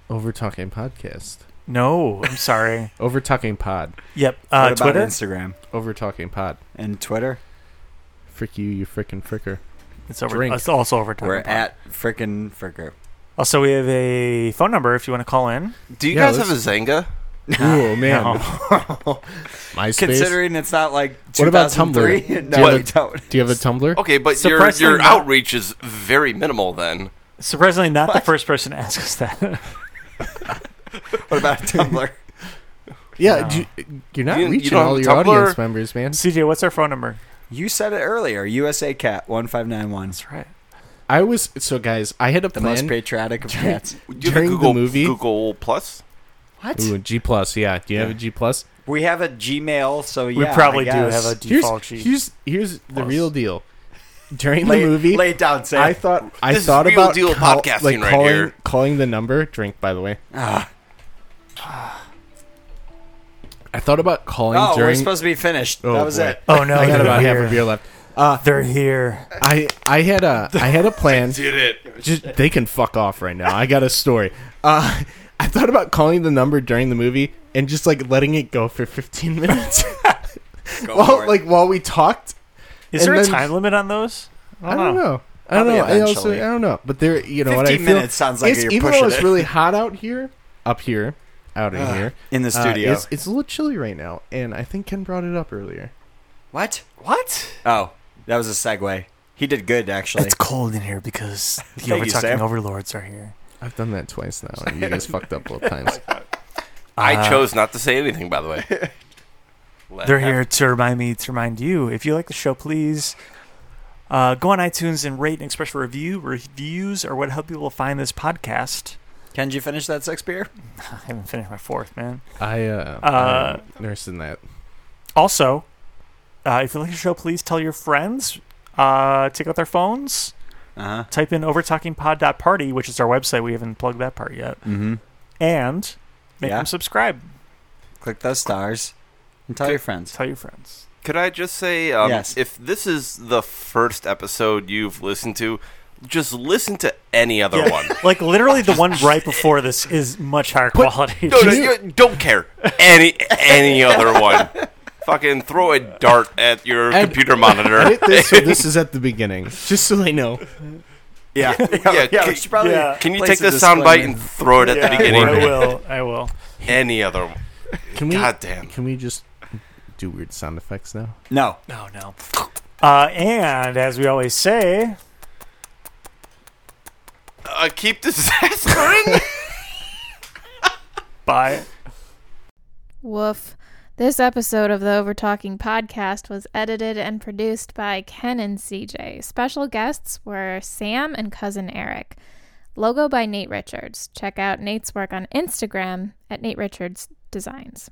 Speaker 3: Over talking podcast.
Speaker 1: No, I'm sorry.
Speaker 3: Over talking pod.
Speaker 1: yep.
Speaker 2: What
Speaker 1: Uh,
Speaker 2: about
Speaker 1: Twitter.
Speaker 2: Instagram,
Speaker 3: Over talking pod.
Speaker 2: and Twitter.
Speaker 3: Frick you, you frickin' fricker.
Speaker 1: It's over.
Speaker 3: Drink.
Speaker 1: It's also over time.
Speaker 2: We're at frickin' fricker.
Speaker 1: Also, we have a phone number if you want to call in.
Speaker 4: Do you
Speaker 3: Yeah,
Speaker 4: guys have a Zanga?
Speaker 3: Oh man.
Speaker 1: No.
Speaker 3: MySpace.
Speaker 2: Considering it's not like
Speaker 3: What about
Speaker 2: 2003?
Speaker 3: Tumblr?
Speaker 2: No,
Speaker 3: What?
Speaker 2: we don't.
Speaker 3: Do you have a Tumblr?
Speaker 4: Okay, but your
Speaker 1: Surprisingly
Speaker 4: your
Speaker 1: not.
Speaker 4: outreach is very minimal then.
Speaker 1: Surprisingly, not the first person to ask us that.
Speaker 2: What about Tumblr?
Speaker 3: Yeah, do you, are not
Speaker 4: You- you
Speaker 3: reaching
Speaker 4: don't have
Speaker 3: all
Speaker 4: a
Speaker 3: your
Speaker 4: Tumblr?
Speaker 3: audience members, man.
Speaker 1: CJ, what's our phone number?
Speaker 2: you said it earlier. USA Cat one five nine one.
Speaker 1: That's right.
Speaker 3: I was so guys. I had a
Speaker 2: The
Speaker 3: plan.
Speaker 2: most patriotic of cats.
Speaker 4: Do you
Speaker 3: During the
Speaker 4: have a Google
Speaker 3: movie-
Speaker 4: Google Plus?
Speaker 2: What?
Speaker 3: Ooh, G plus. Yeah. Do you have a G plus?
Speaker 2: We have a Gmail, so yeah,
Speaker 1: We probably do
Speaker 2: I guess.
Speaker 1: have a
Speaker 3: Here's
Speaker 1: default G.
Speaker 3: here's here's the
Speaker 1: Plus.
Speaker 3: real deal. During
Speaker 2: lay,
Speaker 3: the movie,
Speaker 2: Lay it down, Sam.
Speaker 3: I thought I
Speaker 4: This is
Speaker 3: thought
Speaker 4: real
Speaker 3: about
Speaker 4: deal podcasting
Speaker 3: like
Speaker 4: right
Speaker 3: calling,
Speaker 4: here.
Speaker 3: calling the number. Drink, by the way.
Speaker 2: Ah.
Speaker 3: I thought about calling
Speaker 2: oh, we're
Speaker 3: during.
Speaker 2: supposed to be finished.
Speaker 3: Oh,
Speaker 2: that was
Speaker 3: boy.
Speaker 2: it.
Speaker 1: Oh no,
Speaker 3: I got
Speaker 1: they're
Speaker 3: about
Speaker 1: here.
Speaker 3: half a beer left.
Speaker 1: They're here.
Speaker 3: I I had a I had a plan.
Speaker 4: Did it.
Speaker 3: Just, they can fuck off right now. I got a story. Uh, I thought about calling the number during the movie and just like letting it go for 15 minutes.
Speaker 2: Go for
Speaker 3: while
Speaker 2: it.
Speaker 3: like while we talked.
Speaker 1: Is
Speaker 3: And
Speaker 1: there a
Speaker 3: then-
Speaker 1: time limit on those? Oh.
Speaker 3: I don't
Speaker 2: Oh.
Speaker 3: know. I don't
Speaker 2: Probably
Speaker 3: know. I also I
Speaker 2: eventually.
Speaker 3: don't know. But there, you know what I
Speaker 2: 15
Speaker 3: feel.
Speaker 2: minutes sounds like
Speaker 3: it's,
Speaker 2: you're
Speaker 3: even though
Speaker 2: pushing
Speaker 3: it's
Speaker 2: it.
Speaker 3: really hot out here, up here, out in here
Speaker 2: in the
Speaker 3: uh,
Speaker 2: studio.
Speaker 3: it's, it's a little chilly right now, and I think Ken brought it up earlier.
Speaker 2: what?
Speaker 1: What?
Speaker 2: Oh, that was a segue. He did good, actually.
Speaker 1: It's cold in here because the
Speaker 2: Thank you,
Speaker 1: overtalking
Speaker 2: Sam.
Speaker 1: overlords are here.
Speaker 3: I've done that twice now, and you guys fucked up both times. Uh,
Speaker 4: I chose not to say anything, by the way. Let-
Speaker 1: They're here to remind me to remind you. If you like the show, please uh, go on iTunes and rate and express a review. Reviews are what help people find this podcast.
Speaker 2: Can you finish that six beer?
Speaker 1: I haven't finished my fourth, man.
Speaker 3: I uh,
Speaker 1: Uh,
Speaker 3: I'm nursing that.
Speaker 1: Also, uh, if you like the show, please tell your friends. Uh, take out their phones.
Speaker 2: Uh huh.
Speaker 1: Type in overtalkingpod.party, which is our website. We haven't plugged that part yet.
Speaker 2: Mm-hmm.
Speaker 1: And make
Speaker 2: Yeah.
Speaker 1: them subscribe.
Speaker 2: Click those stars and tell your friends.
Speaker 1: Tell your friends.
Speaker 4: Could I just say, um,
Speaker 2: Yes.
Speaker 4: if this is the first episode you've listened to, just listen to any other
Speaker 1: Yeah.
Speaker 4: one.
Speaker 1: Like literally, the one right before this is much higher quality.
Speaker 4: No, no, you- don't care. Any any other one. Fucking throw a dart at your
Speaker 3: Ed-
Speaker 4: computer monitor.
Speaker 3: Edit this so this is at the beginning, just so they know.
Speaker 2: Yeah, yeah,
Speaker 4: Yeah,
Speaker 2: yeah,
Speaker 4: c-
Speaker 2: we should probably
Speaker 1: yeah.
Speaker 4: Can you
Speaker 2: place
Speaker 4: take
Speaker 2: a
Speaker 4: this sound bite
Speaker 2: disclaimer.
Speaker 4: and throw it at
Speaker 1: Yeah,
Speaker 4: the
Speaker 1: I
Speaker 4: beginning?
Speaker 1: will. I will.
Speaker 4: Any other one.
Speaker 3: Can we?
Speaker 4: God damn.
Speaker 3: Can we just do weird sound effects now?
Speaker 2: No,
Speaker 1: No, Oh, no. Uh, and as we always say,
Speaker 4: Uh, keep disastering.
Speaker 1: bye.
Speaker 6: Woof. This episode of the Over Talking podcast was edited and produced by Ken and CJ. Special guests were Sam and cousin Eric. Logo by Nate Richards. Check out Nate's work on Instagram at Nate Richards Designs.